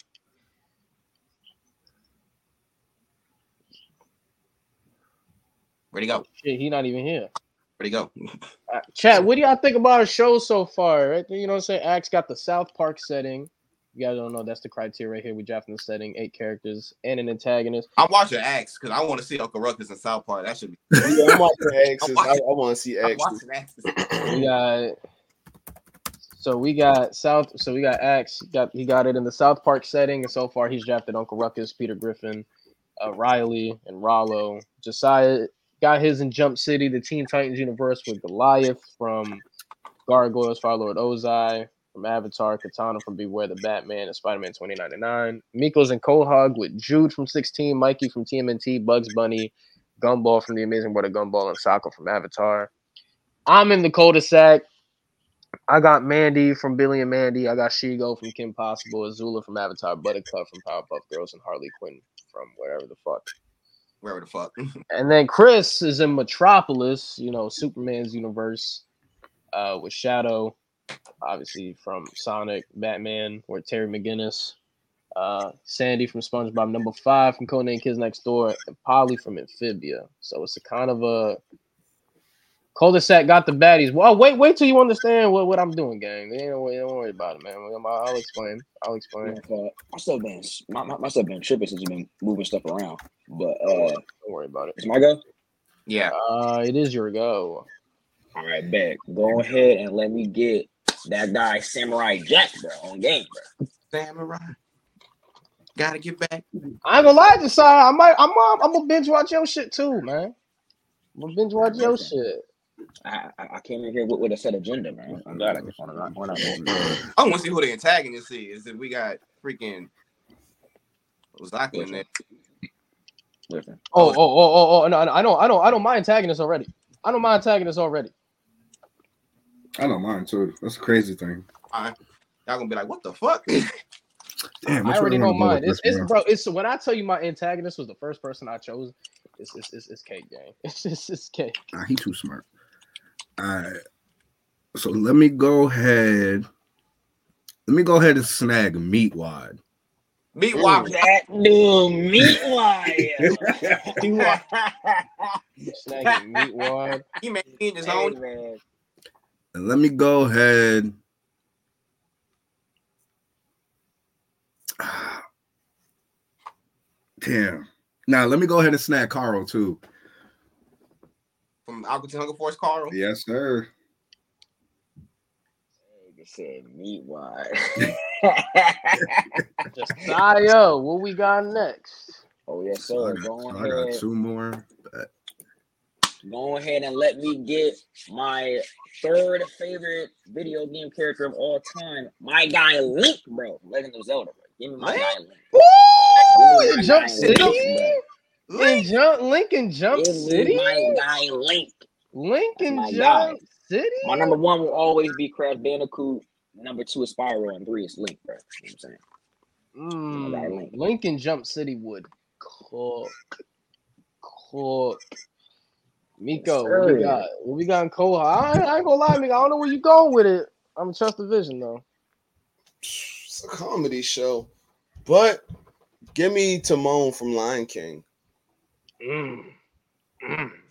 S6: Where'd he go?
S2: Shit, he not even here.
S6: Where'd he go?
S2: Uh, Chat, what do y'all think about our show so far? Right, you know what I'm saying. Axe got the South Park setting. You guys don't know that's the criteria right here. We drafting the setting, eight characters, and an antagonist.
S6: I'm watching Axe because I want to see Uncle Ruckus in South Park. That should be.
S1: Yeah, I'm watching Axis. I, I want to see
S6: I'm
S1: Axis.
S6: watching Axe. [clears throat]
S2: We got so we got South. So we got Axe. Got he got it in the South Park setting, and so far he's drafted Uncle Ruckus, Peter Griffin, uh, Riley, and Rollo. Josiah got his in Jump City, the Teen Titans universe with Goliath from Gargoyles, Fire Lord Ozai from Avatar, Katana from Beware the Batman, and Spider Man 2099. Miko's and Kohog with Jude from 16, Mikey from TMNT, Bugs Bunny, Gumball from The Amazing World of Gumball, and Sokka from Avatar. I'm in the cul de sac. I got Mandy from Billy and Mandy. I got Shigo from Kim Possible, Azula from Avatar, Buttercup from Powerpuff Girls, and Harley Quinn from wherever the fuck
S6: wherever the fuck.
S2: And then Chris is in Metropolis, you know, Superman's universe, uh, with Shadow, obviously from Sonic, Batman, or Terry McGinnis, uh, Sandy from SpongeBob, number five from Conan Kids Next Door, and Polly from Amphibia. So it's a kind of a cul-de-sac got the baddies. Well, wait, wait till you understand what, what I'm doing, gang. You don't, you don't worry about it, man. I'll, I'll explain. I'll explain.
S8: Like, uh, my stuff been my, my, my stuff been tripping since you've been moving stuff around. But uh,
S2: Don't worry about it.
S8: it's my go.
S6: Yeah.
S2: Uh, it is your go.
S8: All right, bet. Go ahead and let me get that guy Samurai Jack, bro, on game, bro.
S6: Samurai. Gotta get back.
S2: I ain't gonna lie, Josiah. I might. I'm. I'm, I'm gonna binge watch your shit too, man. I'm gonna binge watch your shit.
S8: I, I I came in here with, with a set agenda, man. I'm glad I just want to run out.
S6: I want to see who the antagonist is. If we got freaking Ozaki in there.
S8: Listen,
S2: Oh, oh, oh, oh, oh. No, no, I don't. I don't. I don't. My antagonist already. I don't. My antagonist already.
S4: I don't mind too. That's a crazy thing.
S6: Y'all gonna be like, what the [clears throat] fuck?
S4: Damn,
S2: I
S4: that's
S2: already
S4: where
S2: don't mind.
S4: wanna go with
S2: It's, it's
S4: this,
S2: bro. It's when I tell you my antagonist was the first person I chose. It's it's it's, it's cake game. [laughs] It's it's, it's cake.
S4: Nah, he too smart. All right. So let me go ahead. Let me go ahead and snag Meatwad.
S6: Meat Wop.
S8: that dude, [laughs] meat wire. [laughs]
S2: Snagging meat wad.
S6: He made in his own.
S8: man.
S4: And let me go ahead. [sighs] Ah. Damn. Now let me go ahead and snag Carl too.
S6: From Alberton Hunger Force, Carl.
S4: Yes, sir.
S8: They said meat
S4: [laughs]
S8: wire.
S2: Josiah, what we got next?
S8: [laughs] oh yes,
S4: So I
S8: sir.
S4: got-
S8: Go
S4: so I got
S8: ahead.
S4: two more.
S8: Go ahead and let me get my third favorite video game character of all time, my guy Link, bro. Legend of Zelda, bro. Give me my
S2: Link?
S8: guy Link.
S1: [laughs]
S2: Ooh,
S8: Give me
S2: in
S8: my
S2: Jump
S8: guy
S2: City. In
S8: Link,
S2: Jump Lincoln
S8: bro.
S2: Jump
S8: Give me
S2: City.
S8: my guy Link.
S2: Lincoln
S8: My guy.
S2: Jump City.
S8: My number one will always be Crash Bandicoot. Number two is Spyro, and three is Link, bro. You know what I'm saying?
S2: Mm, Lincoln Jump City would cook, cook. Miko, what
S8: Sir.
S2: we got? What we got in Koha? I, ain't- I ain't gonna lie, Miko. I don't know where you going with it. I'm trust the vision though.
S1: It's a comedy show, but give me Timon from Lion King.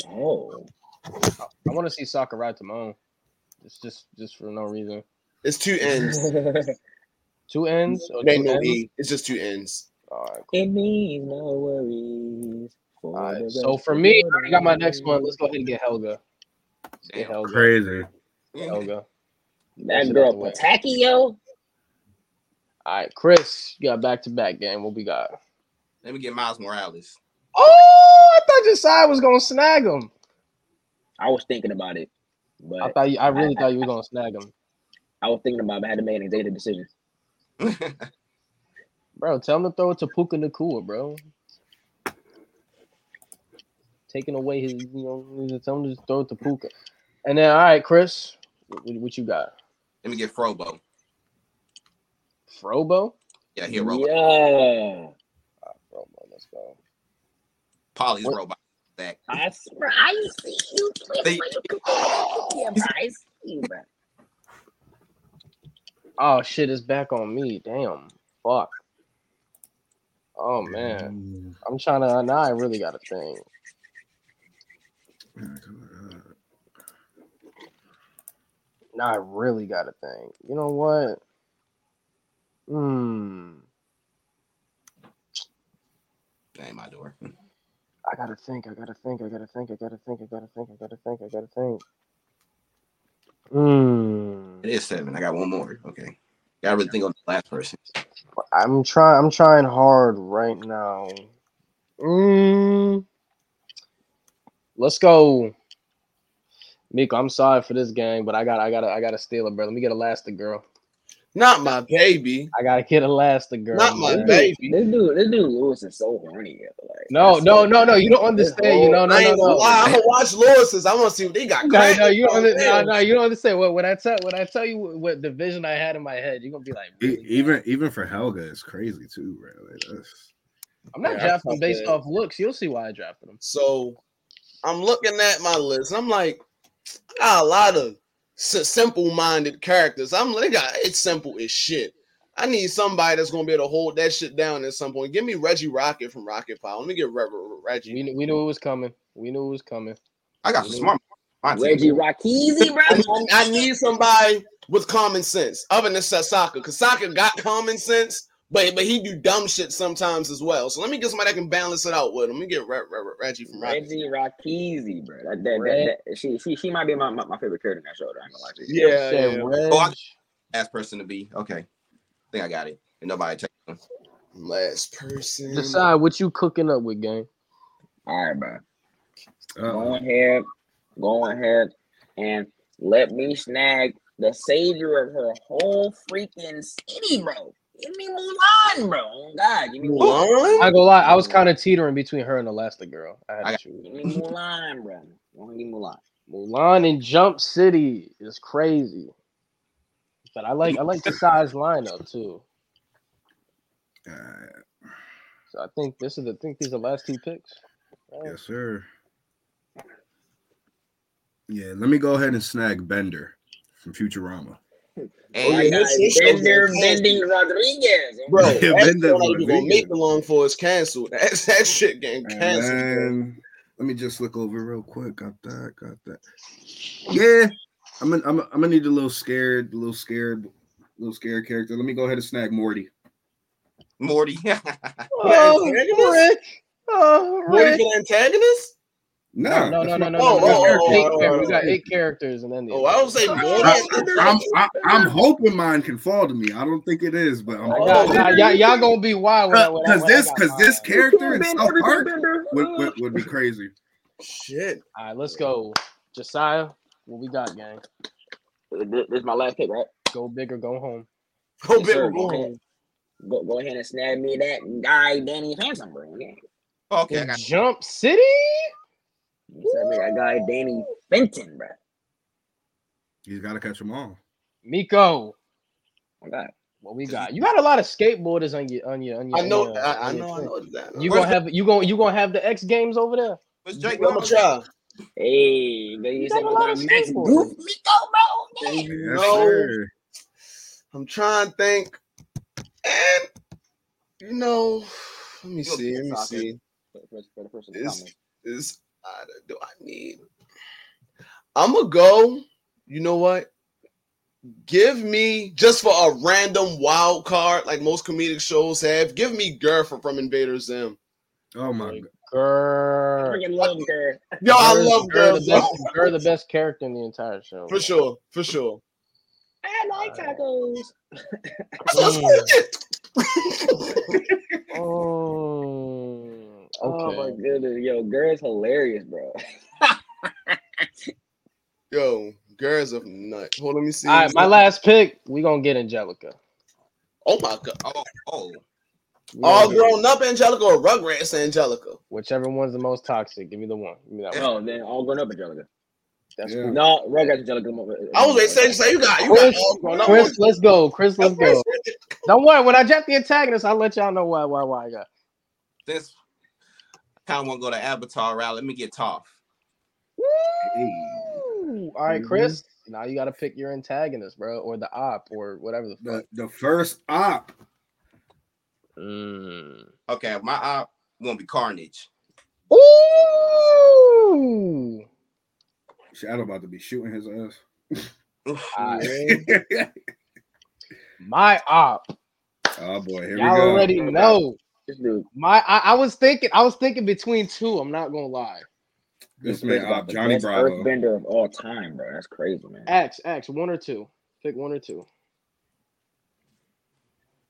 S8: Oh,
S2: I want to see Sakurai Timon. It's just just for no reason.
S1: It's
S2: [laughs]
S1: two ends.
S2: Oh.
S8: [laughs]
S2: Two ends or
S1: It ain't
S2: two
S1: no
S2: ends?
S1: E. It's just two ends.
S2: All right, cool.
S8: it means no worries. for
S2: All right.
S8: the
S2: So
S8: rest
S2: for
S8: of
S2: me, I
S8: your
S2: already got my next
S8: days.
S2: one. Let's go ahead and get Helga. Let's get
S6: Damn.
S2: Helga.
S4: Crazy.
S6: Mm-hmm.
S2: Helga.
S8: That
S2: Shit out
S8: girl
S2: the way.
S8: Pataki, yo.
S2: All right, Chris, you got back to back game. What we got?
S6: Let me get Miles Morales. [laughs]
S2: Oh, I thought your side was gonna snag him.
S8: I was thinking about it, but
S2: I thought you, I really thought you were gonna snag him,
S8: I was thinking about. It, but I had to make an executive decision.
S2: bro. Tell him to throw it to Puka Nakua, bro. Taking away his, you know, just tell him to just throw it to Puka. And then, all right, Chris, what, what you got?
S6: Let me get Frobo.
S2: Frobo. Ah,
S6: Yeah, he a robot.
S8: Yeah,
S2: Frobo, let's go.
S6: Polly's
S2: What-
S6: robot. Back.
S8: I, s- bro, I see you. Chris,
S6: They-
S8: why you
S1: [laughs]
S8: keep on- Yeah, bro, I see you, bro.
S2: Oh shit, it's back on me. Damn. Fuck. Oh man, I'm trying to. Now I really got a thing. Now I really got a thing. You know what? Hmm.
S6: Damn, my door.
S2: I gotta think. I gotta think. I gotta think. I gotta think. I gotta think. I gotta think. I gotta think.
S6: It
S2: Mm.
S6: is seven. I got one more. Okay. Gotta really think on the last person.
S2: I'm trying. I'm trying hard right now. Mm. Let's go, Miko. I'm sorry for this game, but I got. I gotta. I gotta steal it, bro. Let me get Elastic Girl.
S1: Not my baby.
S2: I gotta get Elastic Girl.
S1: Not my
S2: man.
S1: baby.
S8: This dude, this dude Lewis is so horny. yo, Like,
S2: No,
S8: I
S2: no,
S8: swear.
S2: no, no. You don't
S8: This
S2: understand. You know,
S1: Oh, I
S2: no, no,
S1: ain't gonna
S2: no.
S1: lie. I'm gonna watch Lewis's. I want to see what they
S2: [laughs]
S1: got.
S2: No,
S1: cracking
S2: no, you
S1: on
S2: don't. under- No,
S1: them.
S2: no, you don't understand. What when I tell when I tell you what, what the vision I had in my head, you're gonna be like,
S4: E-
S2: really?
S4: Even even for Helga, it's crazy too, right? Like, that's
S2: I'm not
S1: Yeah, I
S2: drafting him
S1: thought
S2: based
S1: that.
S2: off looks. You'll see why I drafted him.
S1: So I'm looking at my list. I'm like, I got a lot of s- simple-minded characters. I'm they got it's simple as shit. I need somebody that's gonna be able to hold that shit down at some point. Give me Reggie Rocket from Rocket Power. Let me get Re- Re- Reggie.
S2: We knew, we knew it was coming. We knew it was coming.
S6: I got some smart. my team.
S8: Reggie
S2: [laughs]
S8: Rakizi, bro.
S1: I, I- I need somebody with common sense, other than Saka, because Saka got common sense, but but he do dumb shit sometimes as well. So let me get somebody that can balance it out with him. Let me get Re- Re- Re- Reggie from Rocket.
S8: Reggie Rakizi, bro. That, that, that, that, she, she, she might be my, my, my favorite character in that show. though, I ain't gonna lie to you.
S1: Yeah,
S2: Said
S1: yeah.
S2: Reg.
S6: Oh, I- Last person to be. Okay. I think I got it. And nobody take it.
S1: Last person.
S2: Decide what you cooking up with, gang.
S8: All right, bro.
S4: Uh,
S8: Go ahead, go ahead, and let me snag the savior of her whole freaking city, bro. Give me Mulan, bro. Oh, God, give me Mulan.
S1: Mulan?
S2: I ain't gonna lie, I was kind of teetering between her and Elastigirl. I had
S6: I
S2: to
S6: got-
S2: choose.
S8: Give me Mulan, bro. I want to give Mulan.
S2: Mulan and Jump City is crazy. But I like I like the size lineup too.
S4: alright,
S2: So I think this is the I think these are the last two picks.
S4: yes, sir. Yeah, let me go ahead and snag Bender from Futurama.
S6: And
S1: Oh, yeah,
S8: I got
S1: his- his show's
S8: Bender
S1: been
S8: Bending Rodriguez.
S1: Bro,
S4: Yeah,
S1: that's
S4: Bender's
S1: not even gonna
S4: Rodriguez.
S1: make it long for it's canceled. [laughs] That's that shit getting
S4: And
S1: canceled. bro.
S4: then- let me just look over real quick. Got that, got that. Yeah, I'm gonna, I'm gonna, I'm gonna need a little scared, little scared, little scared character. Let me go ahead and snag Morty.
S6: Morty. [laughs]
S1: Oh, Rick.
S2: Oh,
S1: Morty for the antagonist?
S4: Nah,
S2: No,
S4: that's
S2: no, no, no,
S4: my-
S2: no.
S1: Oh,
S2: no, no.
S1: oh, oh,
S2: Eight
S1: oh,
S2: char- we
S1: oh.
S2: got eight characters and then the
S1: Oh, I would say Morty.
S4: I,
S1: and
S4: I'm I, I'm hoping mine can fall to me. I don't think it is, but I'm
S2: I got,
S1: Oh,
S4: [laughs]
S2: nah, y'all, y'all gonna be wild when I when I-
S4: because
S2: when I
S4: this
S2: got
S4: because
S2: mine.
S4: this character in South Park would, would, would be crazy.
S1: Shit. [laughs]
S2: All right, let's go. Josiah, what we got, gang?
S8: This Uh, this is my last pick, right?
S2: Go big or go home.
S1: Go
S8: Yes,
S1: big
S8: sir.
S1: or go
S8: Go
S1: home.
S8: Go, go ahead and snag me that guy, Danny Phantom, bro. Yeah.
S6: okay. I
S2: Is
S6: got
S2: Jump City?
S8: Snag me that guy, Danny Fenton, bro.
S4: He's got to catch them all.
S2: Miko,
S8: Oh, God.
S2: what we got? You got a lot of skateboarders on your on your on your.
S1: I know.
S2: on your-
S1: I, I
S2: on your
S1: know. I
S2: thing.
S1: know that.
S2: You
S1: Where's
S2: gonna have you gonna you gonna have the X Games over there?
S6: What's Drake
S1: I'm
S6: going
S1: gonna try.
S8: Hey, you,
S2: You
S8: you
S2: got
S8: said
S2: a
S8: we
S2: lot
S8: got
S2: of
S8: Max Goof,
S2: skateboarders.
S8: Miko, bro. Yeah.
S1: And you
S4: Yes,
S1: know,
S4: sir.
S1: I'm trying to think. And you know, let me
S6: You'll
S1: see. Let me
S6: Sokka.
S1: see.
S8: For, for, for the person in the
S1: Is
S8: comments.
S1: is I, do I need? I'm gonna go. You know what? Give me just for a random wild card, like most comedic shows have. Give me Gurr from, from Invader Zim.
S4: Oh my god.
S8: I
S2: Girl,
S8: freaking love her.
S1: Yo, I
S2: Gurr's-
S1: love
S2: Gurr
S1: Gurr,
S2: the
S1: bro.
S2: best. Gurr the best character in the entire show.
S1: For sure, for sure.
S8: I like tacos.
S2: Mm. Oh,
S8: Oh my
S2: okay.
S8: goodness, yo, girl's hilarious, bro.
S1: Yo, Gurr's a nut. Hold on, let me see.
S2: All right, my last pick. We gonna get Angelica.
S1: Oh my god.
S6: Oh, oh.
S2: We gonna
S1: All
S2: get her.
S1: grown up Angelica or Rugrats Angelica?
S2: Whichever one's the most toxic, give me the one. Give me that one.
S8: No, then all grown up Angelica.
S2: That's
S4: Yeah.
S2: cool.
S8: No, Rugrats Angelica. mo-
S1: I was ready to say, say you got you got
S2: Chris,
S1: all grown up.
S2: Chris, let's go. Chris, let's go.
S1: Chris,
S2: Don't worry. When I draft the antagonist, I'll let y'all know why, why, why I got.
S6: This kind of want to go to Avatar route. Let me get Toph.
S2: Woo! All right,
S4: Mhm.
S2: Chris. Now you got to pick your antagonist, bro, or the op, or whatever the fuck.
S4: The the first op.
S2: Mm.
S6: Okay, my op won't be Carnage. [laughs]
S2: Ooh.
S4: Shadow about to be shooting his
S2: [laughs]
S4: ass.
S2: All right. My op.
S4: oh boy, here
S2: Y'all
S4: we go.
S2: already
S8: Okay.
S2: know.
S8: This dude,
S2: My, I, I was thinking, I was thinking between two. I'm not gonna lie.
S4: This
S8: dude
S4: man
S8: got
S4: op
S8: the
S4: Johnny
S8: best
S4: Bravo.
S8: Earthbender of all time, bro. That's crazy, man.
S2: X, X, one or two. Pick one or two.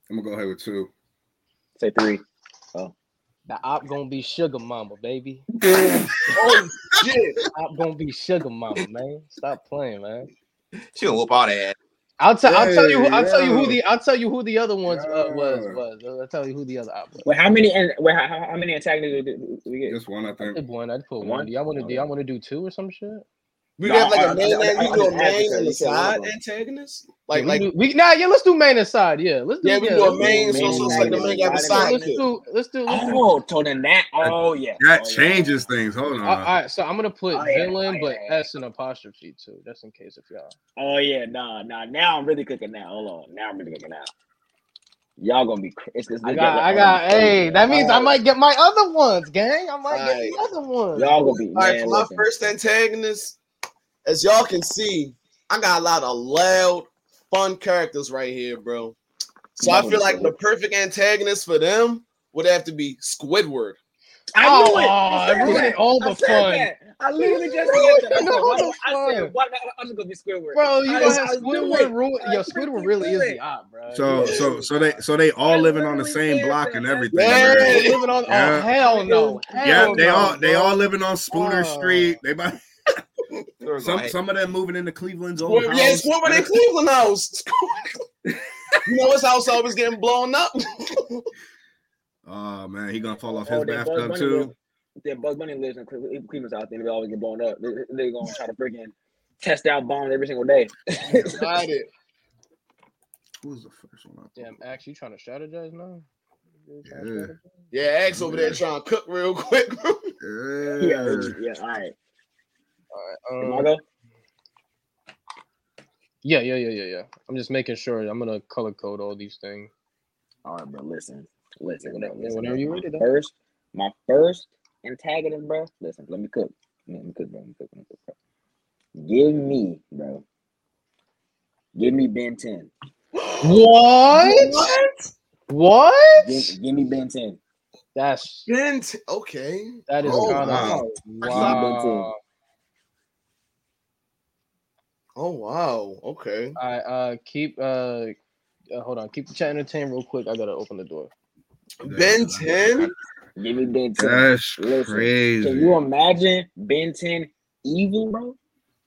S4: I'm gonna go ahead with two.
S8: Say three.
S2: The op gonna be sugar mama, baby. [laughs]
S1: oh shit.
S2: Op gonna be sugar mama, man. Stop playing, man.
S6: She'll whoop all that.
S2: I'll tell I'll tell you who,
S4: Hey,
S2: I'll tell you who
S4: yo.
S2: the I'll tell you who the other ones uh, was
S4: Yeah.
S2: was. I'll tell you who the other op was.
S8: Wait, how many? And wait, how, how how many antagonists did did we get?
S4: Just one, I think.
S2: Pick one. I'd put
S8: One?
S2: one. Do y'all want to do
S8: Okay.
S2: y'all want to do two or some shit?
S1: We
S8: No,
S1: got like
S8: I-
S1: a main.
S8: I-
S1: antagonist.
S8: I-
S1: we do a
S8: I- I-
S1: main
S8: I-
S1: and
S8: I-
S1: a side antagonist. Like
S2: we
S1: like
S2: do, we nah yeah. Let's do main aside. Yeah, let's do
S1: yeah, we
S2: yeah,
S1: do a
S2: let's
S1: main. So,
S8: main
S1: so it's like the main
S8: antagonist,
S1: got the
S8: side
S1: side
S2: let's
S1: kick.
S2: do let's do let's do.
S8: Oh, so then that. Oh yeah.
S4: That
S8: oh, yeah.
S4: changes things. Hold on.
S2: All right, so I'm gonna put
S8: Oh, yeah.
S2: villain,
S8: Oh,
S2: but
S8: yeah.
S2: S and apostrophe too, just in case if y'all.
S8: Oh yeah. Nah, nah. Now I'm really cooking. Now hold on. Now I'm really cooking. Now y'all gonna be. Cr- it's, it's,
S2: I
S8: y'all-
S2: got,
S8: y'all
S2: I
S8: gonna
S2: got.
S8: be crazy,
S2: Hey,
S8: man.
S2: that means I
S8: Alright.
S2: might get my other ones, gang. I might get
S1: Alright.
S2: the other ones.
S8: Y'all gonna be.
S1: All right,
S8: man,
S1: for my
S8: listen.
S1: first antagonist, as y'all can see, I got a lot of loud, fun characters right here, bro. So I feel like the perfect antagonist for them would have to be Squidward.
S8: I
S2: Oh,
S8: knew it. I
S2: I Oh,
S8: said
S2: ruined
S8: that.
S2: all
S8: I
S2: the
S8: said
S2: fun.
S8: that.
S2: [laughs]
S8: I literally just
S2: You
S8: said that. I said,
S2: ruined all
S8: why,
S2: the
S8: I
S2: fun.
S8: said, why, I- I'm just gonna be Squidward.
S2: Bro, you
S8: I-
S2: gonna have
S8: I knew
S2: Squidward
S8: it.
S2: ruin?
S8: I
S2: Yo, Squidward
S8: freaking
S2: really
S8: knew
S2: is
S8: it.
S2: the op, bro.
S4: So
S2: He
S4: so
S2: is
S4: so
S2: the
S4: they
S2: op.
S4: so they all
S8: I
S4: living on the
S8: literally
S4: same
S8: said
S4: block
S8: that.
S4: and
S8: That's
S4: everything.
S1: Yeah.
S4: right?
S2: They living on. Oh
S4: Yeah.
S2: hell no,
S4: Yeah,
S2: hell
S4: they
S2: no,
S4: all they
S2: bro.
S4: all living on Spooner
S2: Oh.
S4: Street. They about,
S6: We're
S4: some
S6: gonna hate.
S4: some of them moving into Cleveland's old
S1: Squidward, yeah,
S4: house.
S1: Squidward in Cleveland house. [laughs] you know his house always getting blown up.
S4: Oh man, he gonna fall off his
S8: Oh, that Bugs
S4: bathtub
S8: Bunny lives.
S4: too.
S8: That Bugs Bunny lives in Cle- Cleveland's out there. They always get blown up. They, they gonna try to freaking test out bombs every single day.
S1: Got it.
S4: Who was the first one? I
S2: Damn, Axe, you trying to strategize now? You trying to
S4: Yeah.
S2: strategize?
S1: Yeah, Axe over there trying to cook real quick.
S8: yeah,
S4: Yeah.
S8: yeah. All right,
S2: All right, um,
S8: Margo.
S2: Yeah, yeah, yeah, yeah, yeah. I'm just making sure. I'm gonna color code all these things.
S8: All right, bro. Listen, listen.
S2: Whenever-
S8: bro, listen,
S2: whenever
S8: bro.
S2: you
S8: My
S2: ready, though.
S8: First, my first antagonist, bro. Listen, let me cook. Let me cook, bro. Let me cook. Let me cook, bro. Give me, bro. Give me Ben Ten.
S2: What? What?
S8: Give, give me Ben Ten.
S2: That's
S1: Bent. Okay.
S2: that is
S1: Oh,
S2: kind of
S4: wow.
S2: wow.
S1: Oh wow. Okay.
S2: I uh keep uh, uh hold on, keep the chat entertained real quick. I gotta open the door.
S1: Ben 10.
S8: Give me Ben Ten.
S4: That's
S8: Listen,
S4: crazy.
S8: Can you imagine Ben 10 evil, bro?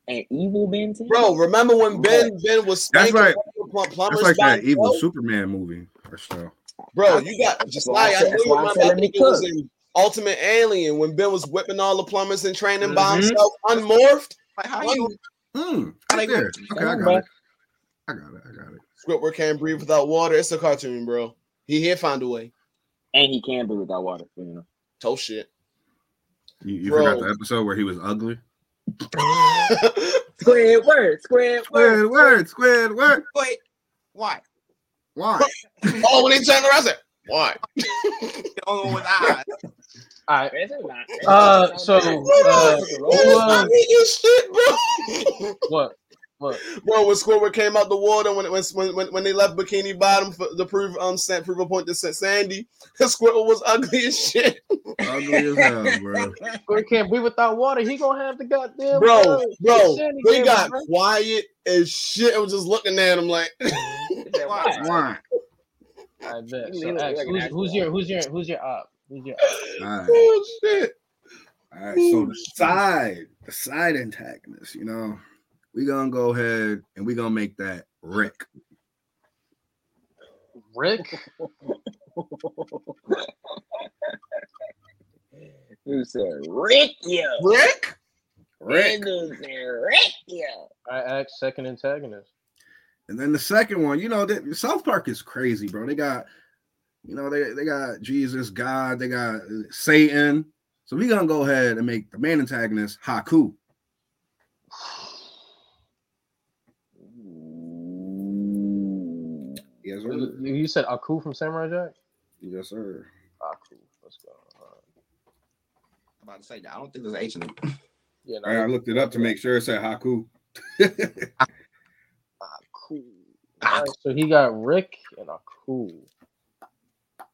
S8: And evil Ben 10?
S1: Bro, remember when Ben Ben was
S4: That's
S1: spanking
S4: like
S1: plum- plumbers
S4: that's like
S1: by
S4: that evil
S1: himself?
S4: Superman movie or so.
S1: Bro, you got
S8: That's
S1: just
S8: why I
S1: like I
S8: said-
S1: know
S8: that's
S1: you
S8: why I
S1: remember.
S8: said
S1: I
S8: let me
S1: think it was
S8: cook.
S1: in Ultimate Alien when Ben was whipping all the plumbers and training by
S8: Mhm.
S4: Mm-hmm.
S1: himself, unmorphed.
S6: Like, how you?
S1: Un-
S4: Mm, right there. Okay, I
S8: Come on,
S4: got
S8: bro.
S4: it. I got it. I got it.
S1: Squidward can't breathe without water. It's a cartoon, bro. He here find a way.
S8: And he can do without water, you know.
S1: Toe
S4: [laughs]
S1: shit.
S4: You, you
S1: Bro.
S4: forgot the episode where he was ugly.
S1: Oh,
S8: Squid word, squid word.
S4: Squid word, squid word.
S6: Wait, why?
S4: Why?
S1: oh, when he turned around, I said, "Why?"
S6: The only one with eyes.
S2: All right.
S8: This is not- this
S2: Uh,
S8: is
S2: so
S8: not-
S2: uh,
S1: Man,
S2: who,
S1: it's
S2: uh, [laughs]
S1: not making shit, bro. [laughs]
S2: what? What?
S1: Bro, when Squidward came out the water when when when, when they left Bikini Bottom for, to prove um San, prove a point to Sa- Sandy, [laughs] Squidward was ugly as shit,
S4: Ugly as hell, bro.
S2: We can't breathe without water. He gonna have the goddamn
S1: bro.
S2: uh,
S1: Bro,
S2: Sandy
S1: they
S2: camera,
S1: got
S2: bro.
S1: quiet as shit. I was just looking at him like, [laughs]
S8: He said,
S6: Why?
S8: "Why?"
S4: Why?
S2: I bet.
S8: He-
S2: So
S8: he look- he
S2: Axe,
S8: like an
S2: who's,
S8: actual
S2: who's your who's your who's your op? Who's your op?
S4: All right.
S1: oh shit.
S4: All right, so the side, the side antagonist, you know, we gonna go ahead and we gonna make that Rick.
S2: [laughs] Rick?
S8: He said, Rick you.
S1: Rick,
S4: Rick.
S8: Nigga said, Rick you.
S2: I act second antagonist.
S4: And then the second one, you know, that South Park is crazy, bro. They got, you know, they, they got Jesus, God, they got uh, Satan. So we gonna go ahead and make the main antagonist Haku. Yes,
S2: You, you said Aku from Samurai Jack?
S4: Yes, sir.
S2: Aku. Let's go. Alright.
S6: I'm about to say that. I don't think there's an H in it.
S2: Yeah,
S4: All right, I
S2: no,
S4: looked it up to make sure it said Haku.
S2: Aku. All right, so he got Rick and Aku.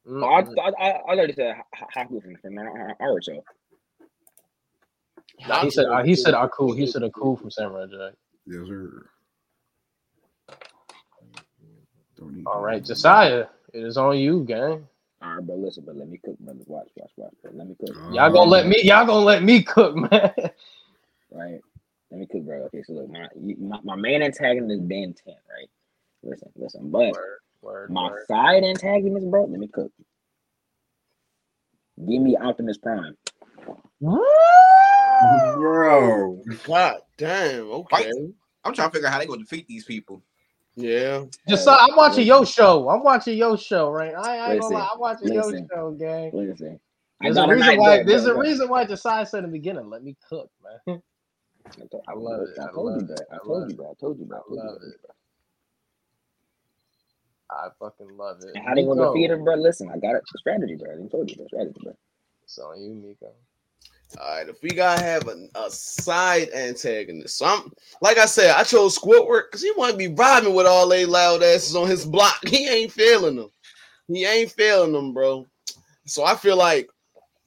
S2: Mm,
S8: Oh, I,
S2: mm.
S8: I, I, I already said Haku from from our show.
S2: He said uh, he said Aku. He said Aku from Samurai Jack.
S4: Yes, sir. Don't need-
S2: All right, Josiah, it is on you, gang.
S8: All right, bro. Listen, but let me cook, brother. Watch, watch, watch, bro. Let me cook,
S2: Y'all gonna let
S8: Mm.
S2: me? Y'all gonna let me cook, man?
S8: right? Let me cook, bro. Okay, so look, my you- my, my main antagonist is Ben Ten, right? Listen, listen, but
S2: Word, word,
S8: my
S2: word.
S8: side antagonist, bro. Let me cook. Give me Optimus Prime.
S2: Woo!
S4: [laughs] Bro,
S1: God Damn. Okay.
S6: I'm trying to figure out how they gonna defeat these people.
S1: Yeah.
S2: Just I'm watching your show. I'm watching your show, right? I, I ain't gonna
S8: Listen,
S2: lie. I'm watching
S8: listen.
S2: your show, gang.
S8: Listen, I
S2: There's
S8: know
S2: a
S8: they're
S2: reason
S8: not
S2: why.
S8: good,
S2: there's
S8: bro,
S2: a
S8: bro.
S2: reason why Josiah said in the beginning, "Let me cook, man." [laughs]
S8: I
S2: I love
S8: told-
S2: it.
S8: I
S2: I
S8: told
S2: love
S8: you, bro.
S2: it.
S8: I
S2: I
S8: told
S2: love
S8: you, bro. I told you, bro. I told
S2: love
S8: you, bro.
S2: I fucking love it.
S8: And how they gonna
S2: Nico.
S8: defeat him, bro? Listen, I got a strategy, bro. I told you, bro. Strategy, bro.
S2: It's on you, Nico.
S1: All right, if we gotta have a, a side antagonist, so I'm like I said, I chose Squidward because he want to be vibing with all they loud asses on his block. [laughs] He ain't feeling them. He ain't feeling them, bro. So I feel like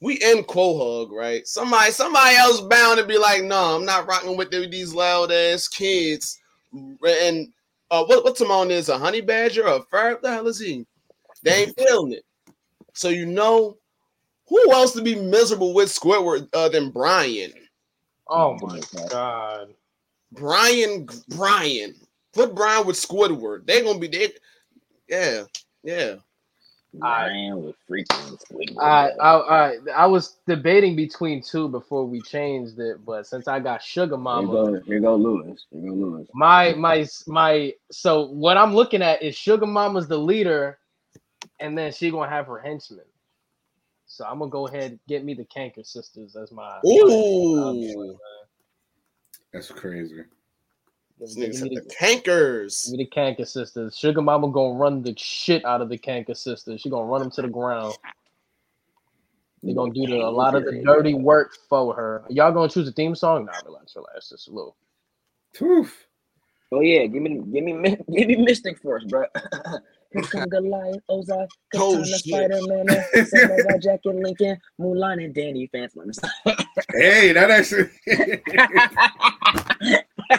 S1: we in Quahog, right? Somebody, somebody else bound to be like, no, I'm not rocking with the- these loud ass kids. And uh, what what's him on is a honey badger or a fur? What the hell is he? They ain't feeling it. So you know who else to be miserable with Squidward uh, than Brian?
S2: Oh
S8: Give me
S2: my
S8: a pass.
S2: god.
S1: Brian, Brian. Put Brian with Squidward. They're gonna be they. Yeah, yeah.
S2: I-
S8: Ryan was freaking Squidward.
S2: I,
S8: bro.
S2: I I I was debating between two before we changed it, but since I got Sugar
S8: Here
S2: Mama,
S8: go, here go Lewis. Here go Lewis.
S2: my my my so what I'm looking at is Sugar Mama's the leader, and then she gonna have her henchmen. So I'm gonna go ahead and get me the Canker Sisters as my.
S1: Ooh,
S4: That's crazy.
S1: these
S2: Give me,
S1: niggas
S2: give
S1: have
S2: me
S1: the cankers.
S2: the- give me the Kanker sisters. Sugar Mama gonna run the shit out of the Kanker sisters. She gonna run them to the ground. They're gonna do the, a lot of the dirty work for her. Y'all gonna choose a theme song? Nah, relax, relax. Just a little.
S4: Toof.
S8: Oh yeah, give me, give me, [laughs] Mi- give me Mystic Force, bro. [laughs] Here come Goliath, Ozai,
S1: Oh,
S8: Katana,
S1: shit.
S8: Spider Man, Samurai Jack and Lincoln, Mulan and Danny Phantom. [laughs]
S4: Hey, that
S2: [laughs]
S4: actually. [laughs]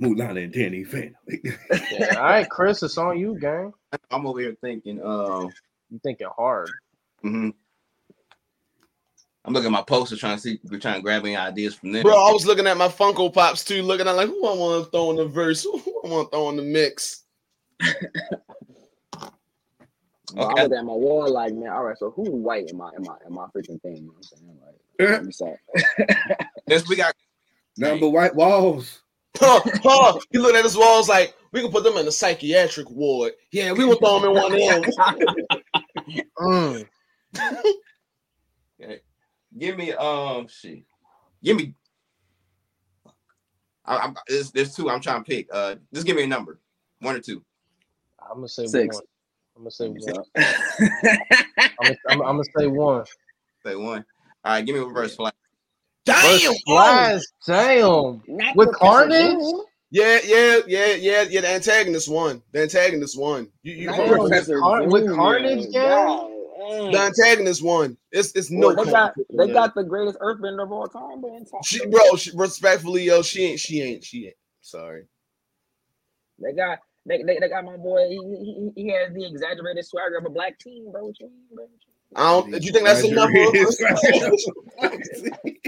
S4: Mulan and Danny Phantom. [laughs]
S2: Yeah, all right, Chris, it's on you, gang.
S6: I'm over here thinking. Uh,
S2: You thinking hard.
S6: mhm. I'm looking at my posters trying to see, trying to grab any ideas from them.
S1: Bro, I was looking at my Funko Pops too, looking at like who I want to throw in the verse, who I want to throw in the mix.
S8: Well,
S6: Okay.
S8: I look at my wall like, man, all right, so who's white in my in my in my freaking thing? You know what I'm saying? Like,
S4: [laughs]
S8: let me start.
S6: Yes, we got
S4: Nothing but white walls.
S1: Huh, huh. He looked at his walls like we can put them in the psychiatric ward. Yeah, we gonna throw them in one of them.
S2: Mm.
S6: Give me um shit. Give me. I, I'm, there's, there's two I'm trying to pick. Uh, just give me a number, one or two.
S2: I'm gonna say
S8: Six.
S2: one. I'm gonna say one.
S8: [laughs] So-
S2: I'm gonna, I'm, I'm gonna say one.
S6: Say one. All right, give me a reverse flash.
S1: Damn.
S2: Versus Flash, damn.
S8: Not
S2: With
S8: Professor
S2: Carnage?
S8: Zoom.
S1: Yeah, yeah, yeah, yeah, yeah. The antagonist won. The antagonist won. You, you,
S8: Not
S2: Damn,
S8: Professor
S2: with Car- with
S8: Zoom,
S2: Carnage,
S8: man.
S2: yeah?
S8: God,
S1: The
S8: man.
S1: antagonist won. It's it's no.
S8: Well, they got
S1: competition
S8: they
S1: now.
S8: got the greatest earthbender of all time, bro. and top
S1: She,
S8: three.
S1: bro. She, respectfully, yo, she ain't. She ain't. She ain't. Sorry.
S8: They got they, they, they got my boy. He, he, he has the exaggerated swagger of a black team, bro. What you mean, bro?
S1: I don't. Do you think that's enough?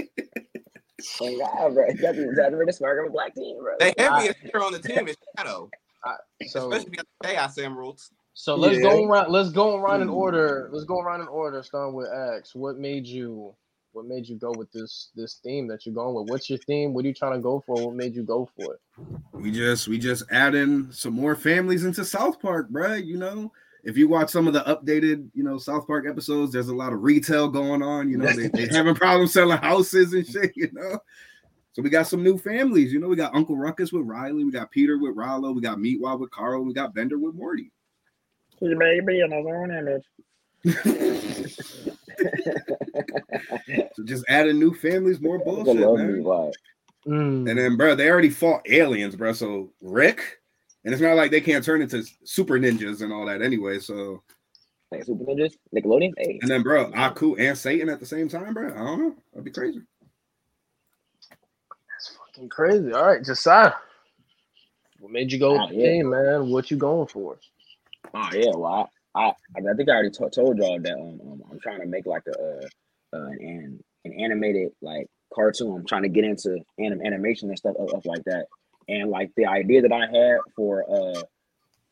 S1: [laughs]
S8: Like, nah, bro. He
S1: [laughs]
S8: got the exaggerated swagger of a black team, bro.
S6: They heaviest player on the team is Shadow,
S2: So
S6: especially because of Chaos Emeralds.
S2: so let's
S1: Yeah.
S2: go around let's go around in
S8: Mm.
S2: order. Let's go around in order, starting with X. What made you what made you go with this this theme that you're going with? What's your theme? What are you trying to go for? What made you go for it?
S4: [laughs] We just we just adding some more families into South Park, bruh. You know, if you watch some of the updated, you know, South Park episodes, there's a lot of retail going on. You know, they,
S1: [laughs]
S4: they having problems selling houses and shit. You know, so we got some new families. You know, we got Uncle Ruckus with Riley, we got Peter with Rollo, we got Meatwad with Carl, we got Bender with Morty.
S8: He's a baby in his own image.
S4: So just adding new families, more
S8: Nigga
S4: bullshit,
S8: love
S4: man.
S8: me, like,
S6: Mm.
S4: And then, bro, they already fought aliens, bro. So Rick, and it's not like they can't turn into super ninjas and all that anyway. So,
S8: like Super Ninjas, Nickelodeon. Hey,
S4: and then, bro, Aku and Satan at the same time, bro. I don't know. That'd be crazy.
S2: That's fucking crazy. All right, Josiah. What made you go
S8: Ah,
S2: with the
S8: yeah.
S2: theme, man? What you going for?
S8: Oh yeah, well, I I, I think I already to- told y'all that um, um I'm trying to make like a uh, uh, an an animated like cartoon. I'm trying to get into anim- animation and stuff of, of like that, and like the idea that I had for uh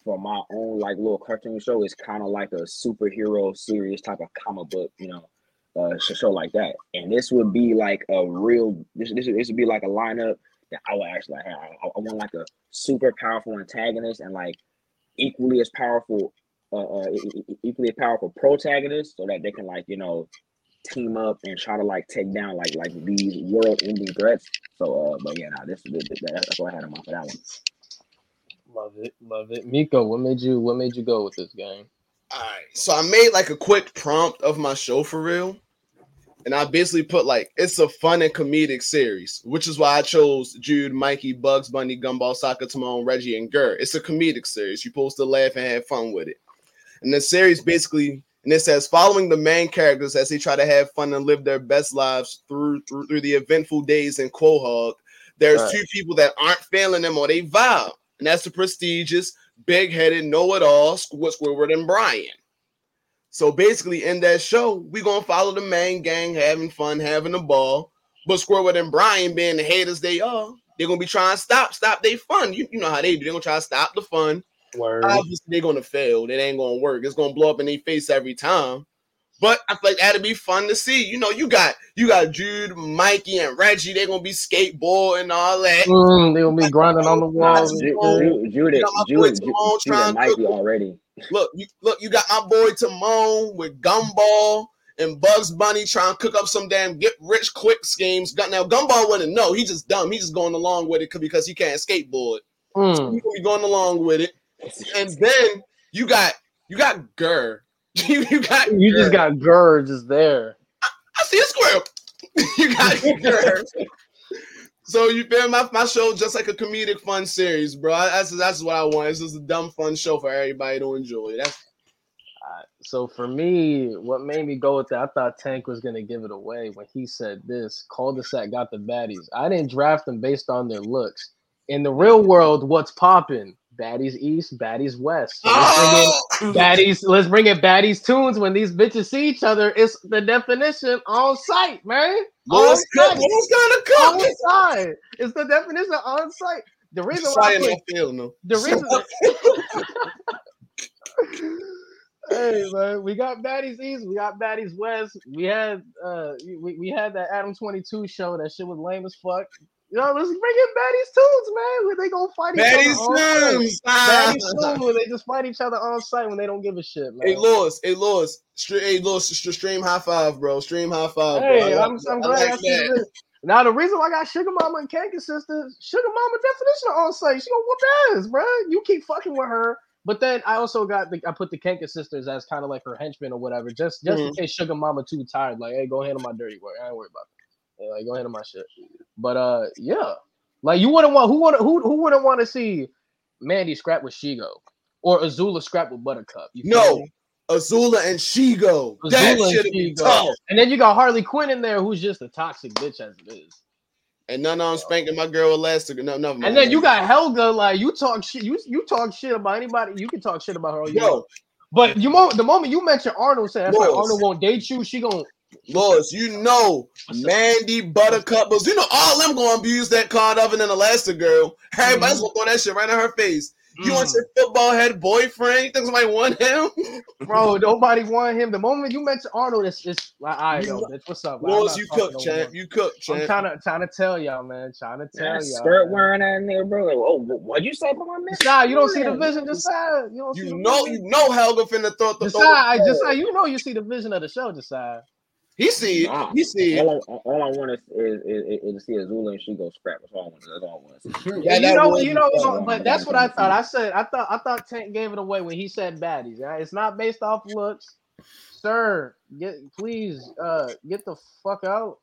S8: for my own like little cartoon show is kind of like a superhero series type of comic book, you know, uh sh- show like that. And this would be like a real this this, this would be like a lineup that I would actually like have. I, I want like a super powerful antagonist and like equally as powerful, uh, uh e- e- equally powerful protagonist, so that they can like you know team up and try to like take down like like these world-ending threats. So, uh, but yeah, nah, this, this, this that's what I had in mind for that one.
S2: Love it, love it. Miko, what made you what made you go with this game?
S1: All right. So I made like a quick prompt of my show for real. And I basically put like it's a fun and comedic series, which is why I chose Jude, Mikey, Bugs Bunny, Gumball, Soccer, Timon, Reggie, and Gurr. It's a comedic series. You're supposed to laugh and have fun with it. And the series basically, and it says following the main characters as they try to have fun and live their best lives through through, through the eventful days in Quahog. There's
S5: Right.
S1: two people that aren't failing them or they vibe, and that's the prestigious, big-headed, know-it-all Squid Squidward and Brian. So basically, in that show, we gonna follow the main gang having fun, having a ball. But Squidward and Brian, being the haters they are, they're gonna be trying to stop, stop they fun. You, you know how they do. They're gonna try to stop the fun.
S2: Word.
S1: Obviously, they're gonna fail. It ain't gonna work. It's gonna blow up in their face every time. But I feel like that'd be fun to see. You know, you got you got Jude, Mikey, and Reggie. They're gonna be skateboarding and all that.
S2: Mm, they gonna be grinding on the
S8: Nah,
S2: walls.
S8: Ju-
S1: Wall.
S8: Ju- Judas,
S1: Got my boy
S8: Judas,
S1: Timon
S8: Ju-
S1: trying to
S8: Judas might be
S1: cook.
S8: already.
S1: Look, you look, you got my boy Timon with Gumball and Bugs Bunny trying to cook up some damn get rich quick schemes. Gun- Now Gumball wouldn't know. He just dumb. He's just going along with it c- because he can't skateboard. So
S2: Mm.
S1: he gonna be going along with it. And then you got you got Gurr. [laughs] you you got
S2: You
S1: Gurr.
S2: just got Gurr just there.
S1: I see a squirrel. [laughs] you got
S2: [laughs]
S1: Gurr. So you feel my my show just like a comedic fun series, bro. That's that's what I want. It's just a dumb fun show for everybody to enjoy. That's
S2: So for me, what made me go with that, I thought Tank was gonna give it away when he said this. Cul-de-sac got the baddies. I didn't draft them based on their looks. In the real world, what's poppin'? Baddies East, baddies West. So let's bring in baddies. Let's bring in baddies tunes. When these bitches see each other, it's the definition on site, man. On
S1: Lewis Cook,
S2: site,
S1: Lewis gonna
S2: on
S1: cook.
S2: site. It's the definition of on site. The reason why I
S1: Sign
S2: put
S1: off field, no.
S2: the reason [laughs] hey man, we got baddies east, we got baddies west. We had uh we, we had that Adam 22 show. That shit was lame as fuck. You know, let's bring in baddies tunes, man. Where they gonna fight each
S1: Baddies
S2: other on site.
S1: Sims. ah.
S2: Baddies tunes, where they just fight each other on site when they don't give a shit, man.
S1: Hey Lewis, hey Lewis, Stre- hey Lewis, st- stream high five, bro. Stream high five, bro.
S2: Hey,
S1: I
S2: I'm,
S1: like-
S2: I'm
S1: I
S2: glad I
S1: like
S2: see
S1: that.
S2: this. Now the reason why I got Sugar Mama and Kanka Sisters, Sugar Mama definition of on site. She gonna whoop ass, bro. You keep fucking with her. But then I also got the I put the Kanka Sisters as kind of like her henchmen or whatever, just just
S1: Mm-hmm.
S2: in case Sugar Mama too tired. Like, hey, go handle my dirty work. I ain't worry about that. Yeah, like, go handle my shit. But uh, yeah, like you wouldn't want who would who who wouldn't want to see Mandy scrap with Shigo or Azula scrap with Buttercup. You feel
S1: No,
S2: me?
S1: Azula and Shigo. That
S2: Azula and
S1: shit'll be
S2: Shigo.
S1: tough.
S2: And then you got Harley Quinn in there, who's just a toxic bitch as it is.
S1: And none of them spanking my girl Elastic. No, never mind.
S2: And then you got Helga, like you talk shit, you you talk shit about anybody. You can talk shit about her all you want.
S1: yo,
S2: But you mo- the moment you mention Arnold saying that's why
S1: Laws.
S2: Arnold won't date you, she gonna
S1: Lewis, you know
S2: What's up?
S1: Mandy Buttercup, but you know all them gonna abuse that card of and an Elastic girl.
S2: Mm-hmm.
S1: Everybody's gonna throw that shit right in her face.
S2: Mm.
S1: You want your football head boyfriend? You think somebody want him?
S2: bro, nobody want him. The moment you mention Arnold, it's it's like I know, bitch. What's up? Like, I'm
S1: Lewis,
S2: not
S1: you
S2: talking
S1: cook,
S2: no
S1: champ.
S2: more.
S1: You cook,
S2: I'm
S1: champ.
S2: trying to trying to tell y'all, man. Trying to tell
S8: That
S2: y'all.
S8: skirt
S2: man.
S8: wearing that nigga, bro. Like, oh, wh- what'd you say, my man?
S2: Nah, you don't see the vision, just You don't see
S1: You
S2: the
S1: know,
S2: vision?
S1: you know Helga finna throw the
S2: Josiah,
S1: throw.
S2: I just you know you see the vision of the show, Josiah.
S1: He see it.
S8: Nah,
S1: He see it. [laughs]
S8: all I, all I want is, is, is, is to see Azula and she go scrap. That's all I want. That's all I want. to see.
S1: Yeah,
S2: you
S1: that
S2: know,
S1: would
S2: you
S1: be
S2: know,
S1: fun.
S2: so- but that's what I thought. I said, I thought, I thought Tank gave it away when he said baddies. All right? It's not based off looks, sir. Get please, uh, get the fuck out.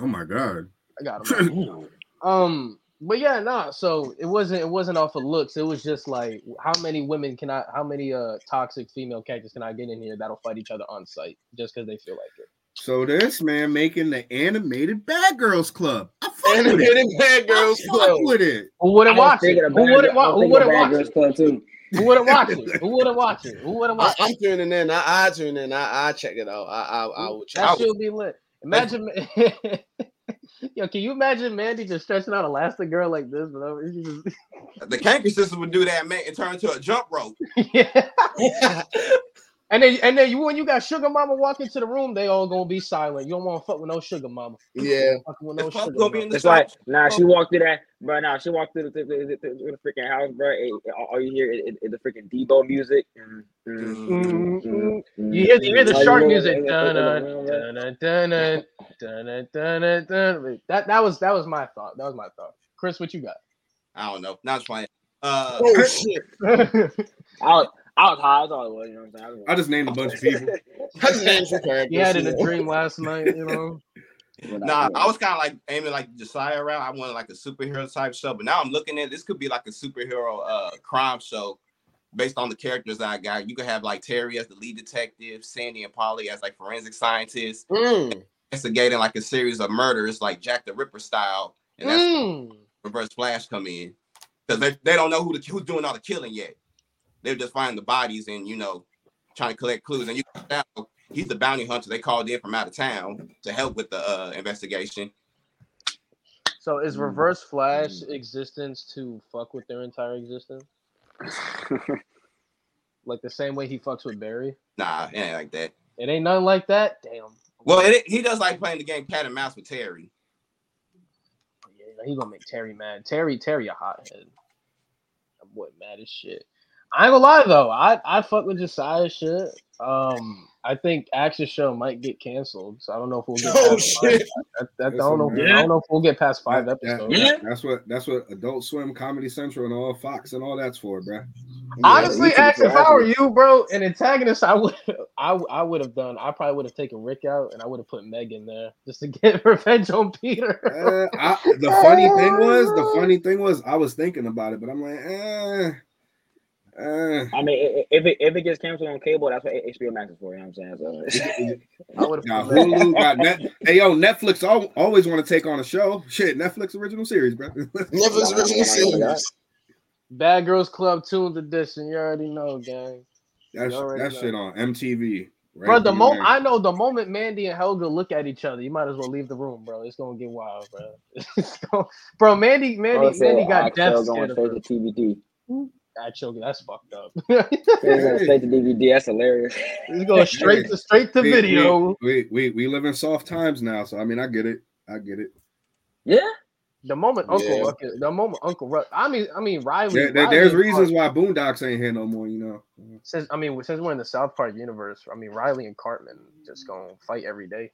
S4: Oh my god.
S2: I got him.
S1: [laughs]
S2: Um, but yeah, nah. So it wasn't, it wasn't off of looks. It was just like, how many women can I, how many uh toxic female characters can I get in here that'll fight each other on site just because they feel like it?
S4: So this man making the animated Bad Girls Club. I fuck with it.
S1: Animated bad
S4: I
S1: girls
S4: fuck
S1: club.
S4: with it.
S2: Who
S8: I
S2: wouldn't
S8: was
S2: watch it?
S8: thinking of
S2: Who
S8: Bad-
S2: wouldn't
S8: I
S2: watch?
S8: was
S2: Who
S8: thinking of
S2: wouldn't
S8: Bad
S2: watch
S8: Girls
S2: it?
S8: Club too.
S2: Who wouldn't watch it?
S8: [laughs]
S2: Who wouldn't watch it? Who wouldn't
S1: I,
S2: watch it?
S1: I'm tuning in. I, I tune in. I, I check it out. I I, I will check.
S2: That
S1: It.
S2: shit would be lit. Imagine, yo, can you imagine Mandy just stretching out Elastic Girl like this? But over- she just,
S6: The canker system would do that, man, and turn into a jump rope.
S2: yeah, And then and then you when you got sugar mama walk into the room, they all gonna be silent. You don't want to fuck with no sugar mama.
S1: Yeah.
S2: Fucking with
S6: The
S2: no
S6: fuck
S2: sugar
S6: gonna be
S2: mama.
S6: in the
S8: It's like
S6: spot?
S8: nah,
S2: oh.
S8: she walked through that, bro. Nah, she walked through the, the, the, the, the freaking house, bro. all you hear is, is- is the freaking Debo music. Mm, mm,
S4: Mm-hmm.
S8: mm, mm, mm,
S2: Mm-hmm. You hear, you hear the
S8: mm.
S2: shark
S8: Oh,
S2: music.
S8: yeah,
S2: Dun,
S8: yeah,
S2: dun, dun, dun, dun, dun, dun, dun, dun, dun. That that was that was my thought. That was my thought. Chris, what you got?
S6: I don't know. Not playing. Uh,
S1: [laughs] Oh shit!
S8: I was, I was high. That's all it was. You know what I'm saying?
S4: I just named a bunch of people. [laughs]
S1: Her name's okay.
S2: you had in a dream last night, you know.
S6: nah, I was kind of like aiming like Josiah around. I wanted like a superhero type show, but now I'm looking at this could be like a superhero uh crime show based on the characters I got. You could have like Terry as the lead detective, Sandy and Polly as like forensic scientists,
S1: Mm.
S6: investigating like a series of murders, like Jack the Ripper style, and that's
S2: Mm.
S6: Reverse Flash come in because they, they don't know who the, who's doing all the killing yet. They're just finding the bodies and you know trying to collect clues. And you know, he's the bounty hunter they called in from out of town to help with the uh, investigation.
S2: So
S8: Mm.
S2: is Reverse Flash existence to fuck with their entire
S8: [laughs]
S2: existence? Like the same way he fucks with Barry?
S6: Nah, it ain't like that.
S2: It ain't nothing like that. Damn.
S6: Well, it, he does like playing the game cat and mouse with Terry.
S2: Yeah, he gonna make Terry mad. Terry, Terry a hothead. That boy mad as shit. I ain't gonna lie though. I I fuck with Josiah shit. Um, I think Action Show might get canceled, so I don't know if we'll get.
S1: Oh
S2: past five.
S1: shit!
S2: I, I- I
S4: That's
S2: don't know.
S4: a
S2: I don't know if we'll get past five
S4: That- that-
S2: episodes.
S8: Yeah.
S4: That's what that's what Adult Swim, Comedy Central, and all Fox and all that's for, bruh.
S2: Honestly,
S8: Yeah,
S2: Axe, if I
S8: Action-
S2: were you, bro, an antagonist, I would, [laughs] I, I would have done. I probably would have taken Rick out, and I would have put Meg in there just to [laughs] get revenge on Peter. [laughs]
S4: Uh, I, the funny thing was, the funny thing was, I was thinking about it, but I'm like, eh, eh.
S8: I mean, i- i- if it if it gets canceled on cable, that's what HBO Max is for. You know what
S2: [laughs]
S8: I'm saying?
S2: I would
S4: Got
S2: have. put Meg.
S4: Hulu, got Net. Hey, yo, Netflix al- always want to take on a show. Shit, Netflix original series, [laughs] bro.
S1: Netflix original series.
S2: Bad Girls Club Tunes Edition. You already know, gang.
S4: That's
S2: You already
S4: that
S2: know.
S4: shit on MTV. Right
S2: bro. The
S4: there.
S2: moment I know, the moment Mandy and Helga look at each other, you might as well leave the room, bro. It's gonna get wild, bro. [laughs] It's gonna- bro, Mandy,
S8: So,
S2: Mandy, Mandy got death
S8: going
S2: scared of
S8: straight
S2: her.
S8: to
S2: [laughs]
S8: TBD.
S2: I choking. That's fucked up. [laughs]
S8: Phil going straight to DVD. That's hilarious.
S2: it's going straight to straight to
S4: We-
S2: video.
S4: We, we we live in soft times now, so I mean, I get it. I get it.
S8: Yeah.
S2: The moment Uncle
S1: Yeah.
S2: Ruckus, the moment Uncle Ruck, I mean, I mean Riley.
S4: There- there-
S2: Riley
S4: there's
S2: is
S4: reasons
S2: Clark.
S4: why Boondocks ain't here no more. You know.
S2: Since I mean, since we're in the South Park universe, I mean Riley and Cartman just gonna fight every day.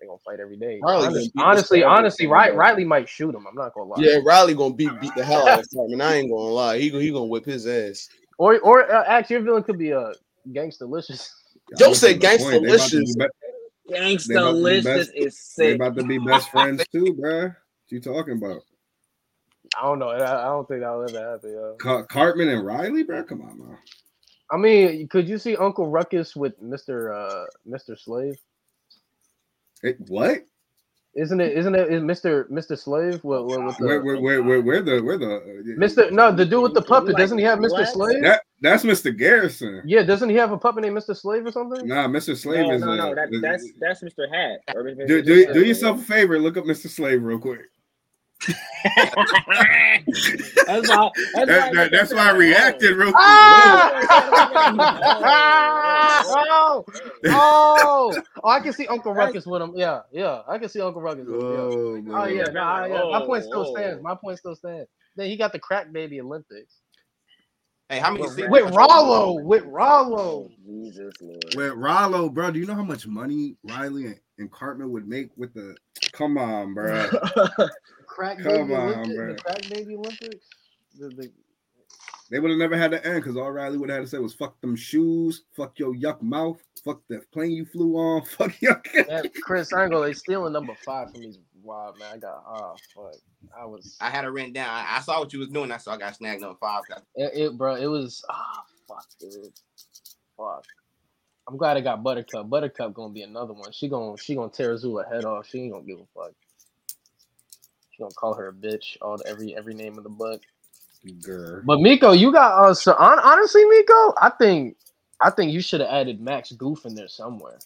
S2: They gonna fight every day.
S1: Riley
S2: Honest-
S1: gonna beat the
S2: honestly,
S1: shit out of
S2: honestly,
S1: everybody.
S2: Ri- Riley might shoot him. I'm not gonna lie.
S1: Yeah, Riley gonna beat beat the hell out of him, and I ain't gonna lie. He gonna- he gonna whip his ass.
S2: Or or uh, actually, your villain could be a gangsterlicious. [laughs]
S1: Joe said
S4: They about to be
S1: Gangstalicious.
S4: be- They about to be
S8: Gangstalicious
S4: best-
S8: is
S4: they
S8: sick.
S4: about to be best friends too, bro. What you talking about?
S2: I don't know. I, I don't think that'll ever happen. Yo.
S4: Car- Cartman and Riley, bro. Come on, man.
S2: I mean, could you see Uncle Ruckus with Mister uh Mister Slave?
S4: Hey, what?
S2: Isn't it? Isn't it? Is Mister Mister Slave? What? What? With
S4: Where,
S2: the,
S4: where, where, where, where the, where the
S2: Mister? No, the dude with the puppet.
S8: Like,
S2: Doesn't he have Mister
S8: what?
S2: Slave?
S4: That that's Mr. Garrison.
S2: Yeah, doesn't he have a puppet named Mister Slave or something?
S4: Nah, Mr. Slave
S8: No,
S4: is.
S8: no,
S4: uh,
S8: no. That,
S4: is-
S8: that's that's Mr. Hat. Or Mr.
S4: do, do, do yourself
S8: [laughs]
S4: a favor. Look up Mr. Slave real quick.
S8: that's why. That's, why,
S4: That, that, that's why I reacted real
S2: [laughs]
S4: quick.
S2: Ah! oh, oh, I can see Uncle Ruckus with him. Yeah, yeah, I can see Uncle Ruckus. With him. yeah.
S4: Oh, man.
S2: Oh yeah, nah, yeah. My point still
S8: Whoa.
S2: stands. My point still stands. Then he got the crack baby Olympics
S6: Hey, how many
S2: with,
S6: seasons?
S2: with Rollo. With Rollo.
S8: Oh, Jesus Lord.
S4: With Rollo, bro, do you know how much money Riley and, and Cartman would make with the? Come on, bro.
S2: Crack
S4: Come
S2: baby
S4: on,
S2: Olympics.
S4: bro.
S2: The crack baby Olympics. The, the,
S4: They would have never had to end because all Riley would have had to say was "fuck them shoes, fuck your yuck mouth, fuck the plane you flew on, [laughs]
S2: [laughs]
S4: fuck your."
S2: that Chris Angle they stealing number five from these wild man. I got oh fuck. I was
S6: I had it written down. I, I saw what you was doing. I saw I got snagged on five.
S2: it, it bro. It was ah fuck dude. Fuck. I'm glad I got Buttercup. Buttercup gonna be another one. She gonna she gonna tear Azula head off. She ain't gonna give a fuck. She gonna call her a bitch. All the, every every name of the book.
S4: Girl.
S2: But Miko, you got uh, so hon- honestly, Miko, I think I think you should have added Max Goof in there somewhere.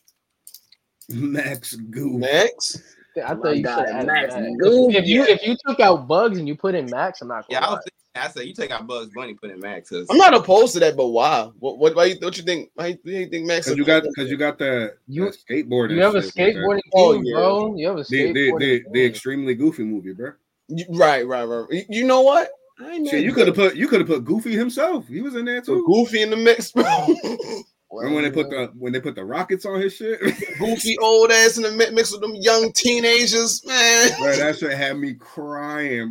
S4: Max Goof.
S1: Max,
S2: I
S8: my
S2: thought you
S8: God,
S2: said added
S8: Max
S2: Max.
S8: Goof.
S2: If you if you took out bugs and you put in Max, I'm not.
S6: Yeah,
S2: Gonna
S6: I
S2: lie.
S6: was thinking, I said you take out Bugs Bunny, put in Max. 'cause-
S1: I'm not opposed to that, but why? What? What? Why? You, what you think? Why you, you think Max?
S4: Because you got because you got that,
S2: You-
S4: that skateboard.
S2: You have a skateboarding
S1: Oh,
S2: theme,
S1: yeah.
S2: bro. You have a
S4: The,
S2: skateboarding.
S4: the, the, the
S2: theme.
S4: extremely goofy movie, bro.
S1: you- right, right, right. You, you know what? I ain't
S4: Shit,
S1: mad
S4: you
S1: at that.
S4: could have put you could have put Goofy himself. He was in there
S1: Put
S4: too.
S1: Goofy in the mix, bro. [laughs]
S4: Remember when they put the when they put the rockets on his shit? [laughs]
S1: Goofy old ass in the mi- mix with them young teenagers, man.
S4: bro, that shit had me crying,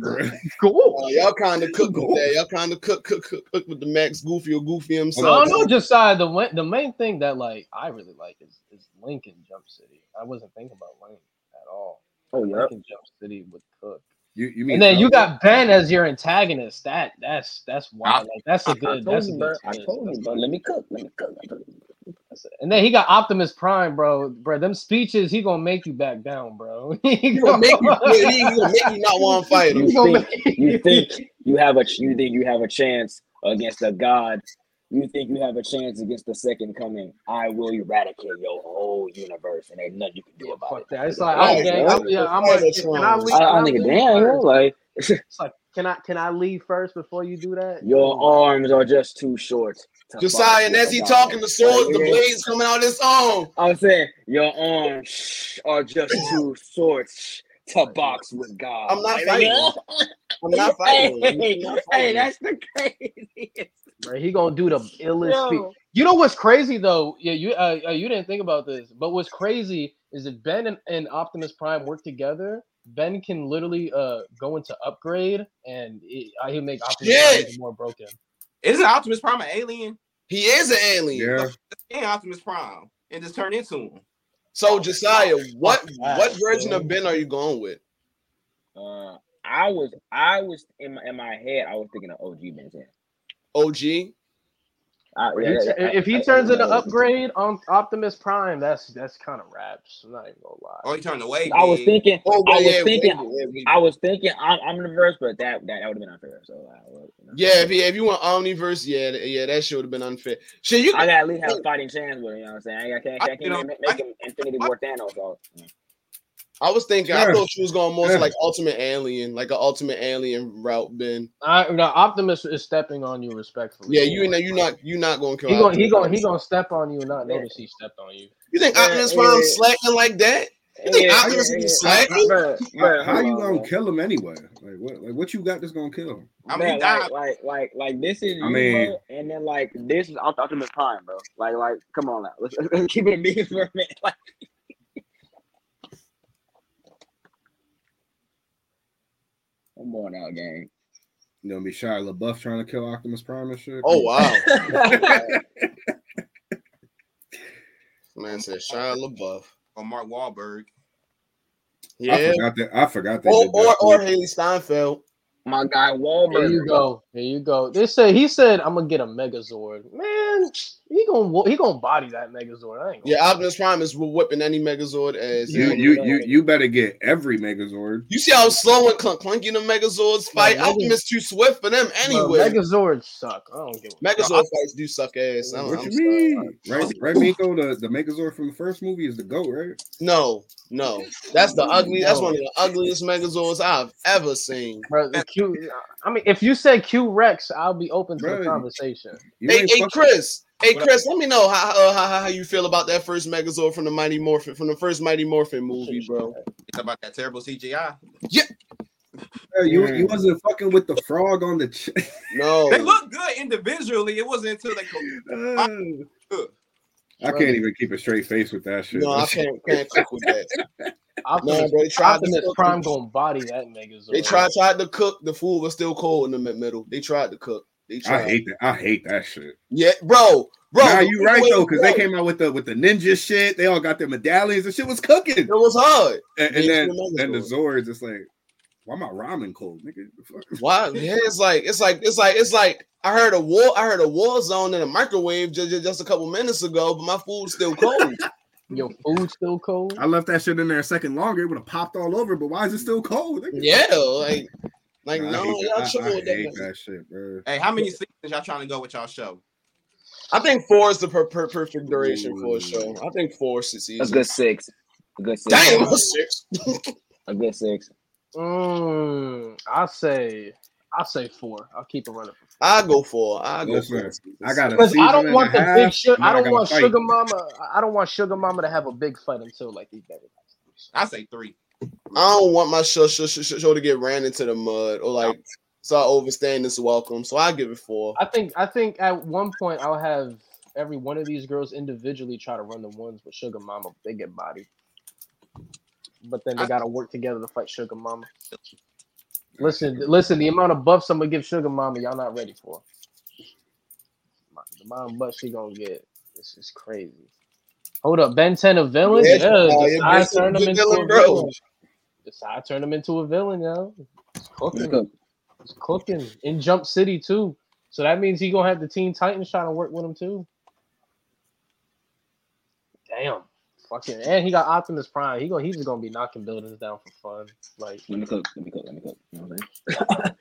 S2: [laughs]
S4: bro.
S2: Cool.
S1: Oh, y'all kind of cook with that. Y'all kind of cook, cook, cook, cook with the Max Goofy or Goofy
S2: I
S1: himself.
S2: don't know, Josiah. The wa- the main thing that like I really like is, is Lincoln Jump City. I wasn't thinking about Lane at all.
S8: Oh yeah.
S2: Lincoln Jump City would cook.
S4: [laughs] You you mean
S2: And then you
S4: South-
S2: got Ben as your antagonist. That that's that's wild. Like that's
S8: I,
S2: a
S8: I
S2: good.
S8: told
S2: That's a
S8: you,
S2: good.
S8: bro. I
S2: series.
S8: told
S2: That's
S8: you,
S2: a
S8: bro. Let me cook. Let me cook. Let me
S4: [laughs]
S8: cook.
S2: That's it. And then he got Optimus Prime, bro. Bro, them speeches, he gonna make you back down, bro. [laughs] he
S1: He gonna make you, yeah, he, he gonna make you not want to fight [laughs] him.
S2: [laughs]
S8: You
S2: He gonna
S8: think
S2: make-
S8: you think you have a you think you have a chance against the God? You think you have a chance against the second coming? I will eradicate your whole universe, and ain't nothing you can do
S2: [laughs] Yeah,
S8: about
S2: fuck
S8: it.
S2: that. It's like,
S1: Right,
S2: oh, gang,
S1: right.
S2: I'm, yeah, I'm like,
S1: That's
S2: can I
S1: wrong.
S2: leave?
S8: I,
S2: Can I
S8: I'm
S2: leave
S8: thinking, damn,
S2: first?
S8: yo, like
S2: It's like, can I can I leave first before you do that?
S8: your arms are just too short. To fight
S1: Josiah, and
S8: with
S1: as he
S8: God.
S1: talking, the swords, the
S8: Like,
S1: blades coming out of his arm.
S8: I'm saying your arms are just too short to box with God.
S1: I'm not
S8: Like,
S1: fighting.
S8: nigga,
S1: I'm not fighting. him. I'm
S8: Hey,
S1: not
S8: hey,
S1: fighting. him.
S8: that's the craziest.
S2: Bro, he gonna do the illest. speech.
S8: Yo.
S2: You know what's crazy though? Yeah, you uh, uh, you didn't think about this, but what's crazy is if Ben and, and Optimus Prime work together, Ben can literally uh go into upgrade and it, uh, he'll make Optimus Prime
S1: Shit.
S2: even more broken.
S6: Isn't Optimus Prime an alien?
S1: He is an alien.
S4: Yeah,
S6: And Optimus Prime, and just turn into him.
S1: So Josiah, what
S2: God,
S1: what version
S2: dude.
S1: of Ben are you going with?
S8: Uh, I was, I was in my, in my head, I was thinking of OG Benson.
S1: OG?
S8: I,
S2: Bro,
S8: yeah,
S2: he
S8: yeah,
S2: tu-
S8: yeah,
S2: if
S8: I-
S2: he
S8: I-
S2: turns
S8: I-
S2: into
S8: I was-
S2: upgrade on Optimus Prime, that's that's kind of raps. I'm not even gonna lie.
S6: Oh, he turned away.
S8: I was
S6: big.
S8: thinking,
S1: Oh,
S8: I
S1: well,
S8: was
S1: yeah,
S8: thinking,
S1: yeah, yeah,
S8: I was thinking, I'm, I'm the verse, but that, that, that would have been unfair. So, I, would- you know.
S1: yeah. If, he, if you want Omniverse, yeah, th- yeah, that shit would have been unfair. Shit, you
S8: I gotta at least have a fighting chance with him. You know what I'm saying? I, got- I can't, I
S6: I-
S8: can't
S6: you know,
S8: make,
S6: I-
S8: make him Infinity War Thanos. All.
S1: I was thinking, I
S4: Sure.
S1: thought she was going more to
S4: Sure.
S1: like Ultimate Alien, like an Ultimate Alien route, Ben.
S2: I, no, Optimus is stepping on you respectfully.
S1: Yeah, you and you not you not going to
S2: He
S1: kill.
S2: gonna
S1: Optimus.
S2: he gonna he gonna step on you and not
S8: Yeah.
S2: notice he stepped on you.
S1: You think
S8: Yeah,
S1: Optimus
S8: yeah,
S1: Prime
S8: yeah.
S1: slacking like that? You think
S8: Yeah,
S1: Optimus
S8: yeah,
S1: is
S8: yeah.
S1: slacking?
S8: Bruh,
S4: how,
S8: bruh,
S4: how
S8: hold
S4: you
S8: on,
S4: gonna
S8: bruh.
S4: kill him anyway? Like what? Like what you got that's gonna kill him?
S6: I mean,
S8: Man,
S6: he
S8: like,
S6: died.
S8: like, like, like, this is
S4: I
S8: you,
S4: mean-
S8: bro, and then like this is Opt- Optimus Prime, bro. Like, like, come on now, let's, [laughs] let's keep it a beat for a minute. Like, come on now, gang.
S4: You gonna be Shia LaBeouf trying to kill Optimus Prime and shit?
S1: Oh wow,
S2: [laughs]
S8: Bruh,
S1: man said Shia LaBeouf.
S6: Or Mark Wahlberg.
S1: [laughs] Yeah,
S4: I forgot that. I forgot they
S1: or
S4: did
S1: or,
S4: that.
S1: or Haley Steinfeld.
S8: My guy
S2: There
S8: Wahlberg.
S2: you go. There you go. They said he said I'm gonna get a Megazord. Man, he gonna wo- he gonna body that Megazord. I ain't gonna
S1: Yeah, Optimus Prime is whipping any Megazord as
S4: you you you you better get every Megazord.
S1: You see how slow and clunk, clunky the Megazords fight.
S2: Mega-
S1: Optimus too swift for them
S2: Bro,
S1: anyway.
S2: Megazords suck. I don't give
S1: [laughs]
S2: a
S1: Megazord fights do suck ass. I'm,
S4: What
S1: Oh, I'm
S4: you
S1: sorry.
S4: mean? Right, right, Miko. The, the Megazord from the first movie is the goat, right?
S1: No, no, that's the ugly. That's one of the ugliest Megazords I've ever seen.
S2: bro. The Q. I mean, if you said Q Rex, I'll be open to
S4: Bro.
S2: the conversation.
S4: You
S1: Hey,
S4: ain't
S1: hey,
S4: fuck-
S1: Chris. Hey,
S6: What up?
S1: Chris. Let me know how, uh, how how how you feel about that first Megazord from the Mighty Morphin from the first Mighty Morphin movie, bro.
S6: It's about that terrible CGI.
S4: bro, you, you
S1: Mm.
S4: wasn't fucking with the frog on the. Ch- [laughs]
S1: No,
S6: They look good individually. It wasn't until they.
S4: Ah. I can't even keep a straight face with that shit.
S1: no, I can't can't cook with that.
S2: Optimus,
S1: No, bro, they tried to
S2: Optimus
S1: cook.
S2: Prime gonna body that Megazord.
S1: They tried tried to cook. The food was still cold in the mid- middle. They tried to cook. They
S4: I
S1: tried.
S4: hate that. I hate that shit.
S1: Yeah, bro, bro.
S4: nah,
S1: the
S4: you
S1: only
S4: right
S1: way-
S4: though, because they
S1: bro,
S4: came out with the with the ninja shit. They all got their medallions. The shit was cooking.
S1: It was hard.
S4: And,
S1: They
S4: and then
S1: threw another
S4: and the
S1: Zord.
S4: Zords, it's like, why my ramen cold, nigga? The fuck?
S1: Wow, yeah, it's like it's like it's like it's like I heard a war. I heard a war zone in a microwave just, just a couple minutes ago, but my food's still cold.
S2: Your food still cold.
S4: I left that shit in there a second longer. It would have popped all over. But why is it still cold? nigga?
S1: yeah, like like
S4: Nah, I
S1: no,
S4: hate that.
S1: y'all
S4: I, I
S1: tripping with
S4: hate
S1: that.
S4: that shit, bro.
S6: Hey, how many seasons y'all trying to go with y'all show?
S1: I think four is the per- per- perfect duration for a
S4: Ooh.
S1: show. I think four is
S8: That's
S1: easy.
S8: good six. A good six.
S1: Damn.
S8: A good six.
S2: Mm, I say, I say four. I'll keep it running.
S1: I go for. I go
S4: Yes,
S1: for.
S4: sir. I got a
S2: Because I
S4: season
S2: don't
S4: and
S2: want
S4: a
S2: the
S4: half,
S2: big sugar.
S4: and
S2: I
S4: then
S2: don't
S4: gotta
S2: want
S4: fight.
S2: sugar mama. I don't want sugar mama to have a big fight until like these better.
S6: I say three.
S1: I don't want my show, show, show, show to get ran into the mud or like so I overstand this welcome. So I give it four.
S2: I think. I think at one point I'll have every one of these girls individually try to run the ones with sugar mama. They get body. But then they
S6: I-
S2: gotta work together to fight sugar mama. Listen, listen. The amount of buffs I'm gonna give sugar mama, y'all not ready for. The amount of buffs she gonna get, this is crazy. Hold up, Ben 10 a villain?
S1: Yes,
S2: yeah,
S1: uh,
S2: just
S1: Ben
S2: I
S1: 10
S2: turn
S1: is
S2: him
S1: a
S2: into
S1: villain,
S2: a
S1: bro.
S2: villain. Just I turn him into a villain, yo. He's
S8: Let's
S2: cooking.
S8: go.
S2: He's cooking in Jump City too. So that means he gonna have the Teen Titans trying to work with him too. Damn, fucking, and he got Optimus Prime. He gonna he's just gonna be knocking buildings down for fun. Like
S8: Let me cook. Let me cook. Let me cook. You know what I'm saying?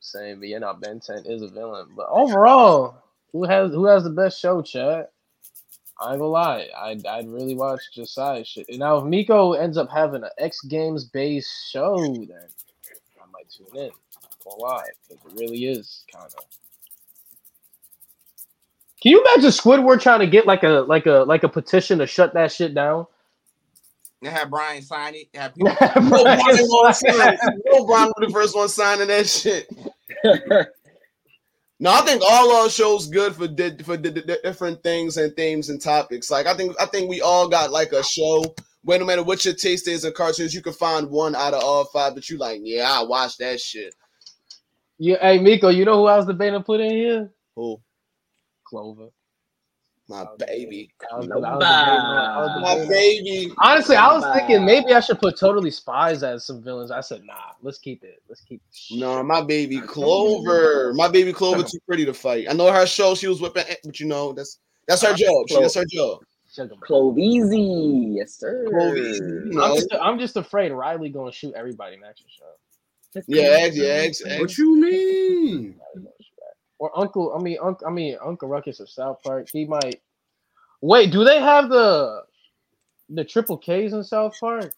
S2: saying, but you know, Ben 10 is a villain. But overall, who has who has the best show, Chad? I ain't gonna lie, I'd, I'd really watch Josiah shit. And now if Miko ends up having an X Games based show, then I might tune in. Gonna lie, because it really is kind of. Can you imagine Squidward trying to get like a like a like a petition to shut that shit [laughs] down?
S6: Then have Brian sign it. Have people
S1: No Brian
S2: [laughs]
S1: won't
S2: Brian's
S1: sign.
S2: like-
S1: No Brian was the first one signing that shit. No, I think all our shows good for di- for di- di- different things and themes and topics. Like I think I think we all got like a show where no matter what your taste is in cartoons, you can find one out of all five that you like. Yeah, I watch that shit.
S2: yeah, hey Miko, you know who I was debating to put in here?
S1: Who?
S2: Clover.
S1: Oh, My baby.
S2: I was, I was debating that. I was
S8: Nah.
S1: My
S2: debating that.
S1: baby.
S2: Honestly, I was
S8: Bye.
S2: thinking maybe I should put Totally Spies as some villains. I said, nah, let's keep it. Let's keep.
S1: No, my baby Clover. My baby Clover too pretty to fight. I know her show. She was whipping, ass, but you know that's that's her job. She, that's her job.
S2: Sugar Mama.
S8: Cloveezy. Yes, sir.
S1: Cloveezy, you know.
S2: I'm just, I'm just afraid Riley gonna shoot everybody in action show.
S1: Yeah, eggs, yeah, eggs,
S4: What
S1: eggs.
S4: you mean?
S2: Riley gonna shoot that. Or Uncle, I mean, Uncle, I mean Uncle Ruckus of South Park. He might. Wait, do they have the the triple K's in South Park?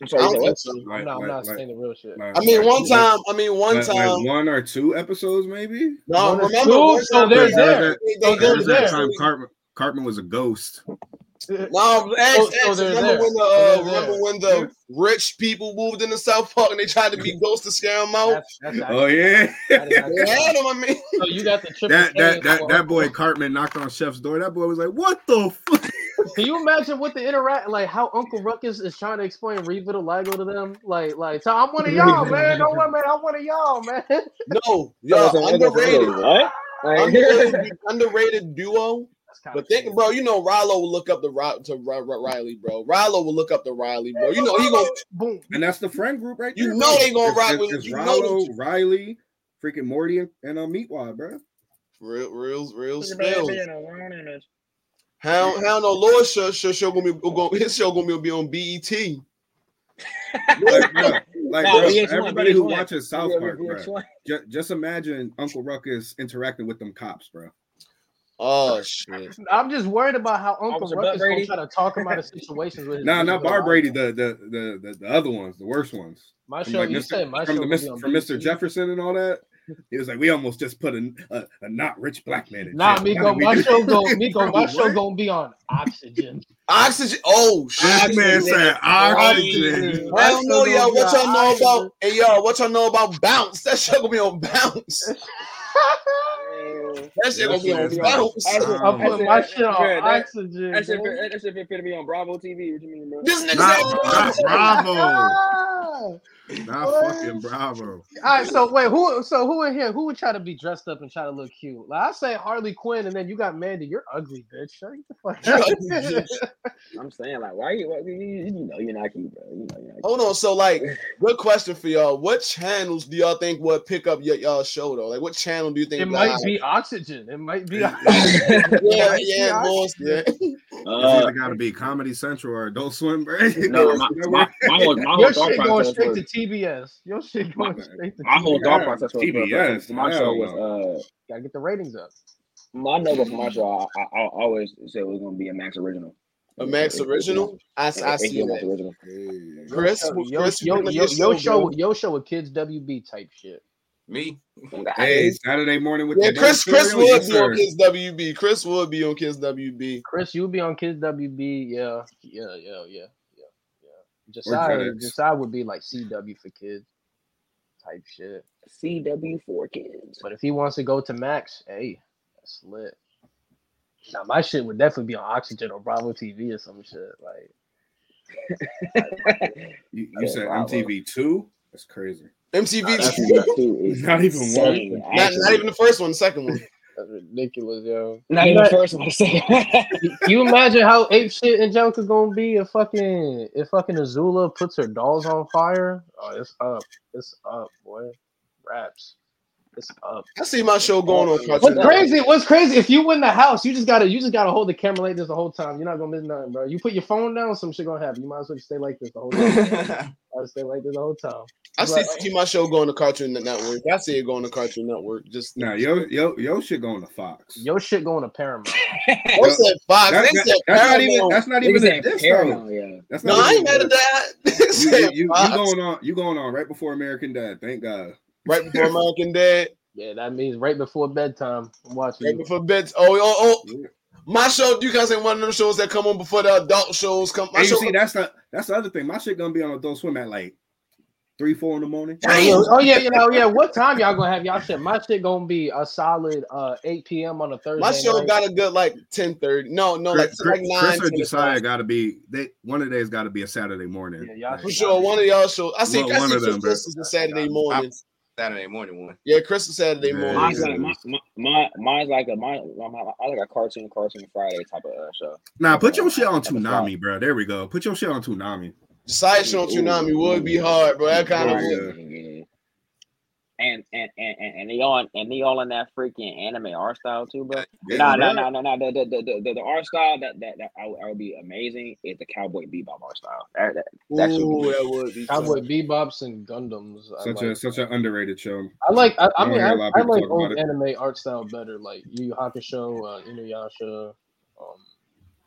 S8: I'm
S1: I
S8: sorry. You said
S1: don't
S8: what?
S1: think so.
S4: Like,
S2: no, I'm
S4: like,
S2: not
S4: like,
S2: saying the real shit.
S4: like,
S1: I mean,
S4: like
S1: one
S4: two-
S1: time. I mean, one
S4: like, like
S1: time.
S4: one or two episodes, maybe.
S1: No,
S2: One or
S1: remember
S2: two?
S1: one
S2: So
S1: time
S2: they're
S1: they-
S2: there.
S1: They,
S2: So
S1: they,
S2: they're
S4: There was that
S2: there.
S4: time Cartman, Cartman was a ghost.
S1: No,
S2: So-
S1: X,
S2: so
S1: X.
S2: they're
S1: remember
S2: there.
S1: when the
S2: So
S1: uh,
S2: they're
S1: remember
S2: there.
S1: when the rich people moved into South Park and they tried to be [laughs] ghosts to scare them out?
S2: That's, that's
S4: Oh
S2: actually,
S4: yeah,
S2: I did not
S1: They
S2: see
S1: had
S2: that.
S1: them. I mean,
S2: So you got the triple
S4: that that
S2: K's
S4: that
S2: for
S4: that boy
S2: Uncle-
S4: Cartman knocked on Chef's door. That boy was like, "What the fuck?"
S2: Can you imagine what the interact like how Uncle Ruckus is trying to explain Revitaligo to them? Like, like so I'm one of y'all, man. Don't worry, man. I'm one of y'all, man. [laughs] That's
S1: [laughs] no,
S8: Someone
S1: y'all
S8: said, what?
S1: underrated,
S8: What? Like, [laughs]
S4: [laughs]
S1: underrated, underrated duo.
S2: kind
S1: But think, bro, you know Rilo will look up the Ri- to Ri- Ri- Riley, bro. Rilo will look up the Riley, bro. You know he gonna,
S2: boom.
S4: And that's the friend group right
S1: You
S4: there.
S1: know
S4: bro.
S1: they gonna
S4: It's-
S1: rock
S4: it's-
S1: with-
S4: it's
S1: you know
S4: Rallo, Riley, freaking Morty, and, and uh,
S2: [laughs]
S4: Meatwad, bro.
S1: real, real, real
S8: Look at that
S1: spill.
S8: being alone in it.
S1: How how no Lord show show, show gonna be gonna, [laughs] his show gonna be on E BET.
S4: Like, bro, like,
S8: Nah,
S4: bro,
S8: VH1,
S4: everybody who
S8: VH1.
S4: watches South
S8: Yeah,
S4: Park, bro,
S8: VH1.
S4: ju- just imagine Uncle Ruckus interacting with them cops, bro.
S1: Oh shit.
S2: I'm just worried about how Uncle
S8: Officer Butt
S2: Ruckus gonna
S8: Brady.
S2: try to talk him out of situations with his
S4: Nah, not Bar
S2: Revitaligo.
S4: Brady, the the, the the the other ones, the worst ones.
S2: My
S4: From
S2: show,
S4: like
S2: you
S4: Mr.
S2: said my
S4: From
S2: show
S4: the
S2: will be
S4: Mr.
S2: on
S4: From Mr.
S2: BET.
S4: Jefferson and all that. He was like, we almost just put a a, a not rich black man in jail.
S2: Nah,
S4: How
S2: Miko,
S4: did we
S2: my
S4: do
S2: show
S4: [laughs]
S2: go,
S4: this?"
S2: Miko, my
S4: Bro,
S2: show
S4: what?
S2: gonna be on [laughs] oxygen.
S1: Oxygen. Oh
S4: This
S1: shit.
S4: man said
S2: Oxygen.
S4: oxygen.
S2: My
S1: I don't
S2: show
S1: know,
S2: gonna
S1: y'all.
S2: be
S1: What
S2: on
S1: y'all know
S2: oxygen.
S1: [laughs] about? Hey, y'all. What y'all know about bounce? That shit gonna be on bounce. That shit gonna
S4: This
S1: be
S4: man
S1: on
S4: said,
S1: bounce.
S8: Actually,
S2: I
S4: um,
S2: put
S8: actually,
S2: my shit on
S8: yeah, that-
S2: oxygen.
S8: That shit,
S2: bro.
S8: fit- that shit fit to be on Bravo TV. What you mean, bro?
S1: This nigga
S4: not,
S1: said
S4: not
S1: bounce.
S4: Bravo,
S2: All
S4: not fucking Bravo.
S2: right, so wait, who? So who in here? Who would try to be dressed up and try to look cute? Like I say, Harley Quinn, and then you got Mandy. You're ugly, bitch. Shut the fuck [laughs] up.
S8: I'm saying, like, why you, why, you, you you know, you're not cute, bro. You know, you're not cute.
S1: Hold on. So, like, good question for y'all. What channels do y'all think would pick up y- y'all show though? Like, what channel do you think?
S2: it
S1: y'all-
S2: might be oxygen. It might be.
S1: Yeah,
S2: might be
S1: yeah, boss. Yeah. Oh.
S4: It's
S8: Uh,
S4: either got to be Comedy Central or Adult Swim, [laughs] bro.
S8: no, my, my, my whole, my whole
S2: Your
S8: thought
S2: shit going
S8: process
S2: straight
S8: was
S2: to TBS. Your shit
S8: My-
S2: going straight to.
S8: my whole
S2: TBS.
S8: thought
S4: Yeah,
S8: process was
S4: TBS,
S8: for, for my
S4: hell
S8: show
S4: no.
S8: was
S2: Gotta get the ratings up.
S8: uh my number for my show. I, I, I always said it was gonna be a Max original.
S1: A Max original? I, I
S8: Thank
S1: see
S8: you, Max
S1: that.
S8: Original.
S5: Yeah.
S1: Chris,
S2: Yo, yo,
S1: Chris,
S2: yo,
S1: like
S2: yo,
S1: your
S2: yo
S1: show,
S2: show,
S1: bro.
S2: yo show a kids WB type shit.
S6: Me,
S4: Hey, Saturday morning with
S1: Yeah,
S4: the
S1: Chris,
S4: damn
S1: Chris
S4: cereal,
S1: would
S4: yes,
S1: be on
S4: sir.
S1: Kids WB. Chris would be on Kids WB.
S2: Chris, you be on kids WB, yeah, yeah, yeah, yeah, yeah, yeah.
S4: Or
S2: Josiah,
S4: Dreads.
S2: Josiah would be like CW for kids type shit.
S8: CW four kids.
S2: But if he wants to go to Max, hey, that's lit. Now my shit would definitely be on Oxygen or Bravo TV or some shit. Like
S4: You, you said
S8: Bravo.
S4: MTV two? That's crazy.
S1: MTV,
S8: That's
S1: two.
S8: two
S4: [laughs]
S8: is
S4: Not even
S8: insane,
S4: one.
S1: not, not
S8: actually.
S1: even the first one, the second one.
S2: that's ridiculous, yo.
S8: Not
S2: You
S8: even
S2: know-
S8: the first one.
S2: [laughs]
S8: second. [laughs]
S2: Can you imagine how ape shit Angelica's gonna be if fucking if fucking Azula puts her dolls on fire? Oh, it's up. It's up, boy. Raps. It's up.
S1: I see my show going on Cartoon
S2: What's
S1: Network.
S2: crazy? What's crazy? If you win the house, you just gotta you just gotta hold the camera like this the whole time. You're not gonna miss nothing, bro. You put your phone down, some shit gonna happen. You might as well just stay like this the whole
S6: [laughs]
S2: time. Gotta stay like this the whole time.
S1: I see,
S2: Like,
S1: see my show going to Cartoon Network. I see it going to Cartoon Network. Just
S4: Now yo yo yo shit going to Fox.
S2: Your shit going to Paramount.
S7: [laughs]
S1: I said Fox.
S4: That-
S1: They
S4: that-
S1: said
S4: that's not
S1: Paramount.
S4: even that's not even
S8: Niggas
S4: a
S8: ain't
S4: diss though.
S8: Paramount, Oh, yeah.
S4: That's
S1: no,
S4: not
S1: I
S4: even
S1: ain't
S4: a
S1: mad at
S4: diss.
S1: that. [laughs] They
S4: You,
S1: said
S4: you- you- you
S1: Fox.
S4: going on you going on right before American Dad. Thank God.
S1: right before American Dad,
S2: Yeah, that means right before bedtime. I'm watching
S1: right
S2: you.
S1: before bed. Oh, oh, oh.
S4: Yeah.
S1: My show, you guys ain't one of them shows that come on before the adult shows come. My
S4: And you
S1: show,
S4: see, that's the that's the other thing. My shit gonna be on Adult Swim at like three, four in the morning.
S2: Oh yeah, oh yeah, you know, yeah. What time y'all gonna have y'all shit? My shit gonna be a solid uh 8 p.m. on a Thursday.
S1: my show
S2: night.
S1: got a good like ten thirty. No, no, like,
S4: Chris,
S1: like nine.
S4: Chris or
S1: 10
S4: Josiah
S1: o'clock.
S4: gotta be they one of the days gotta be a Saturday morning.
S2: Yeah, y'all
S4: Like,
S1: For sure, one of y'all shows. I see.
S4: One-
S1: I
S4: one
S1: see
S4: of them,
S1: Chris
S4: bro.
S1: Chris's is Saturday morning.
S6: [laughs] Saturday morning one.
S1: Yeah, Chris is Saturday
S4: Yeah,
S1: morning.
S8: Mine's
S4: yeah.
S8: like my, my, my mine's like a my, my, my I like a cartoon cartoon Friday type of uh, show.
S4: Nah, put your shit on
S8: That's a problem.
S4: Toonami, bro. There we go. Put your shit on Toonami.
S1: Josiah show on Toonami would be hard, bro. That kind of
S4: Right.
S1: would.
S4: yeah.
S8: Yeah. And and and and and they all and they all in that freaking anime art style too, bro.
S4: Yeah,
S8: Nah, nah,
S4: bro.
S8: nah, nah, nah. The the the, the, the, the art style that that, that I, would, I would be amazing is the Cowboy Bebop art style. That, that, that should
S1: Ooh,
S8: be
S1: that would be. tough.
S2: Cowboy Bebops and Gundams. I
S4: Such
S2: like.
S4: a such an underrated show.
S2: I like. I, I
S4: don't
S2: mean,
S4: hear
S2: I,
S4: a lot of
S2: I
S4: people
S2: like
S4: talk about
S2: old
S4: it.
S2: anime art style better, like Yu Yu Hakusho, uh, Inuyasha. Um,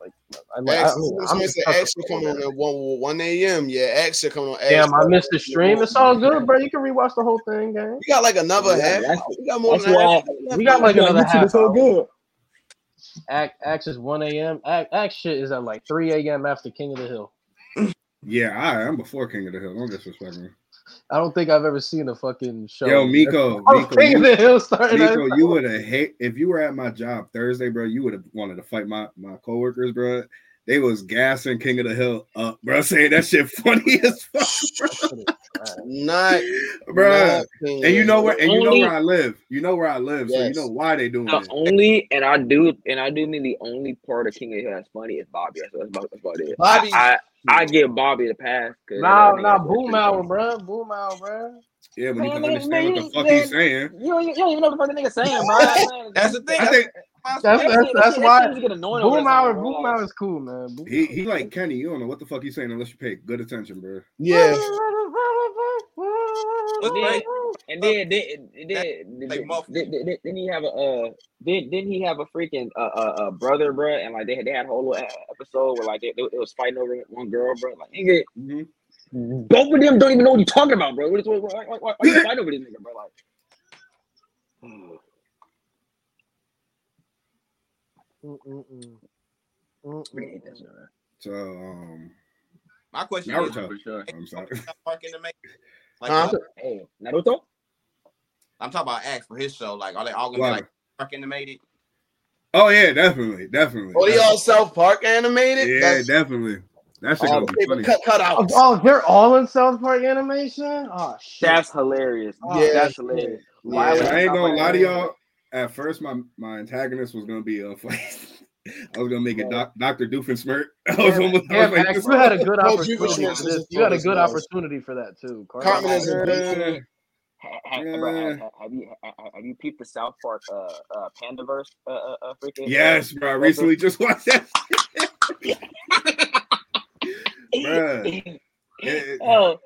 S2: like I like. I,
S1: Action,
S2: mean,
S1: someone
S2: I'm
S1: said
S2: stuck
S1: action
S2: with
S1: coming
S2: old
S1: on
S2: anime.
S1: at 1, 1 a.m. Yeah, action coming on.
S2: Damn, I
S1: action.
S2: missed the stream. It's all good, bro. You can rewatch the whole thing, gang.
S1: We got like another
S8: Yeah,
S1: half.
S8: that's-
S1: hour. We got more
S8: That's
S1: than half.
S8: why
S1: hour left,
S2: We
S1: man.
S2: got like another
S8: YouTube is
S2: half
S8: so
S2: hour.
S8: good.
S2: Act, Act is 1 a.m. Act, Act shit is at like 3 a.m. after King of the Hill.
S4: Yeah, I, I'm before King of the Hill. Don't disrespect me.
S2: I don't think I've ever seen a fucking show.
S4: Yo, Miko,
S2: Oh,
S4: Miko,
S2: King of
S4: you,
S2: the Hill started.
S4: Miko,
S2: at-
S4: you would have hate if you were at my job Thursday, bro. You would have wanted to fight my my coworkers, bro. They was gassing King of the Hill up, bro. Saying that shit [laughs] funny as fuck,
S2: That shit is trash.
S1: Not,
S4: bro. Bruh.
S1: not King
S4: And you
S1: of
S4: know
S1: the-
S4: where, and you know
S8: Only-
S4: where I live. You know where I live, so you
S1: Yes.
S4: know why they doing
S8: The
S4: it.
S8: only and I do and I do mean the only part of King of Hill that's funny is Bobby. That's, that's, about, that's about it.
S1: Bobby.
S8: I, I I give Bobby the pass. 'cause
S2: Nah,
S8: that nigga
S2: nah,
S8: was
S2: boom
S8: pretty
S2: out,
S8: funny.
S2: bro. Boom out, bro.
S4: Yeah, when you
S8: Man,
S4: can
S8: man,
S4: understand what
S8: man,
S4: the fuck
S8: man.
S4: he's saying.
S8: You, don't- you don't even know what the fuck the nigga saying, bro. Like, man,
S6: That's the thing.
S4: I think
S2: That's
S8: That
S2: that's,
S8: shit, that
S2: that's
S8: shit,
S2: why
S8: that shit used to get annoying over
S2: boom
S8: time,
S2: out,
S8: bro.
S2: boom
S8: Like, oh,
S2: out is cool, man.
S4: [laughs]
S2: Boom
S4: he
S2: out.
S4: he like Kenny. You don't know what the fuck he's saying unless you pay good attention, bro.
S1: Yeah.
S6: What's
S8: Yeah.
S6: crazy?
S8: and then then and then
S6: Like
S8: then,
S6: muffled.
S8: then, then, then he have a uh then then he have a freaking uh, uh, uh brother, bro, and like they had they had a whole little e-, episode where like they, they, they was fighting over one girl, bro. Like nigga,
S4: Mhm.
S8: both of them don't even know what you're talking about, bro. What is, what, why, why, why are you fighting over this nigga, bro? Like,
S2: Mm-mm-mm.
S8: really hate that
S2: Mm-mm-mm.
S8: shit, man.
S4: So um,
S6: My question is,
S4: Naruto.
S8: For sure.
S4: I'm sorry. [laughs]
S6: Park in the make. Like,
S1: Huh?
S6: what-
S8: Hey, Naruto.
S6: I'm talking about Axe for his show. Like, are they all gonna
S4: Why?
S6: be like Park animated?
S4: Oh yeah, definitely, definitely.
S1: Oh, they
S4: definitely.
S1: all South Park animated?
S4: Yeah,
S1: That's
S4: definitely. That shit
S1: all
S4: gonna
S1: the
S4: be
S1: paper
S4: funny.
S1: cut, cut
S2: Oh,
S1: out.
S2: oh, they're all in South Park animation. Oh shit.
S8: That's hilarious.
S2: Oh,
S1: Yeah.
S8: That's
S2: shit.
S8: hilarious. Why
S1: Yeah.
S8: would
S4: And
S8: they
S4: I ain't
S8: stop
S4: gonna
S8: on
S4: lie to
S8: that?
S4: y'all. At first, my my antagonist was gonna be uh, [laughs] I was gonna make it doc, Doctor Doofenshmirtz. [laughs] I was
S2: Damn,
S4: almost. I
S2: damn,
S4: was like,
S2: Ax, you
S4: [laughs]
S2: had a good
S1: Oh,
S2: opportunity
S1: Jewish
S2: for
S1: Muslims
S2: this.
S1: is
S2: You had a
S1: Muslims,
S2: good
S1: yes.
S2: opportunity for that too. Cartman.
S1: Cartman
S8: Have
S1: is a
S8: you
S1: beast.
S8: peeped
S4: Yeah.
S8: the have, have, have, have you have, have you peeped the South Park uh, uh Pandaverse uh, uh, uh freaking?
S4: yes, bro. I recently just watched
S8: [laughs]
S4: that. Bruh. It-
S8: oh,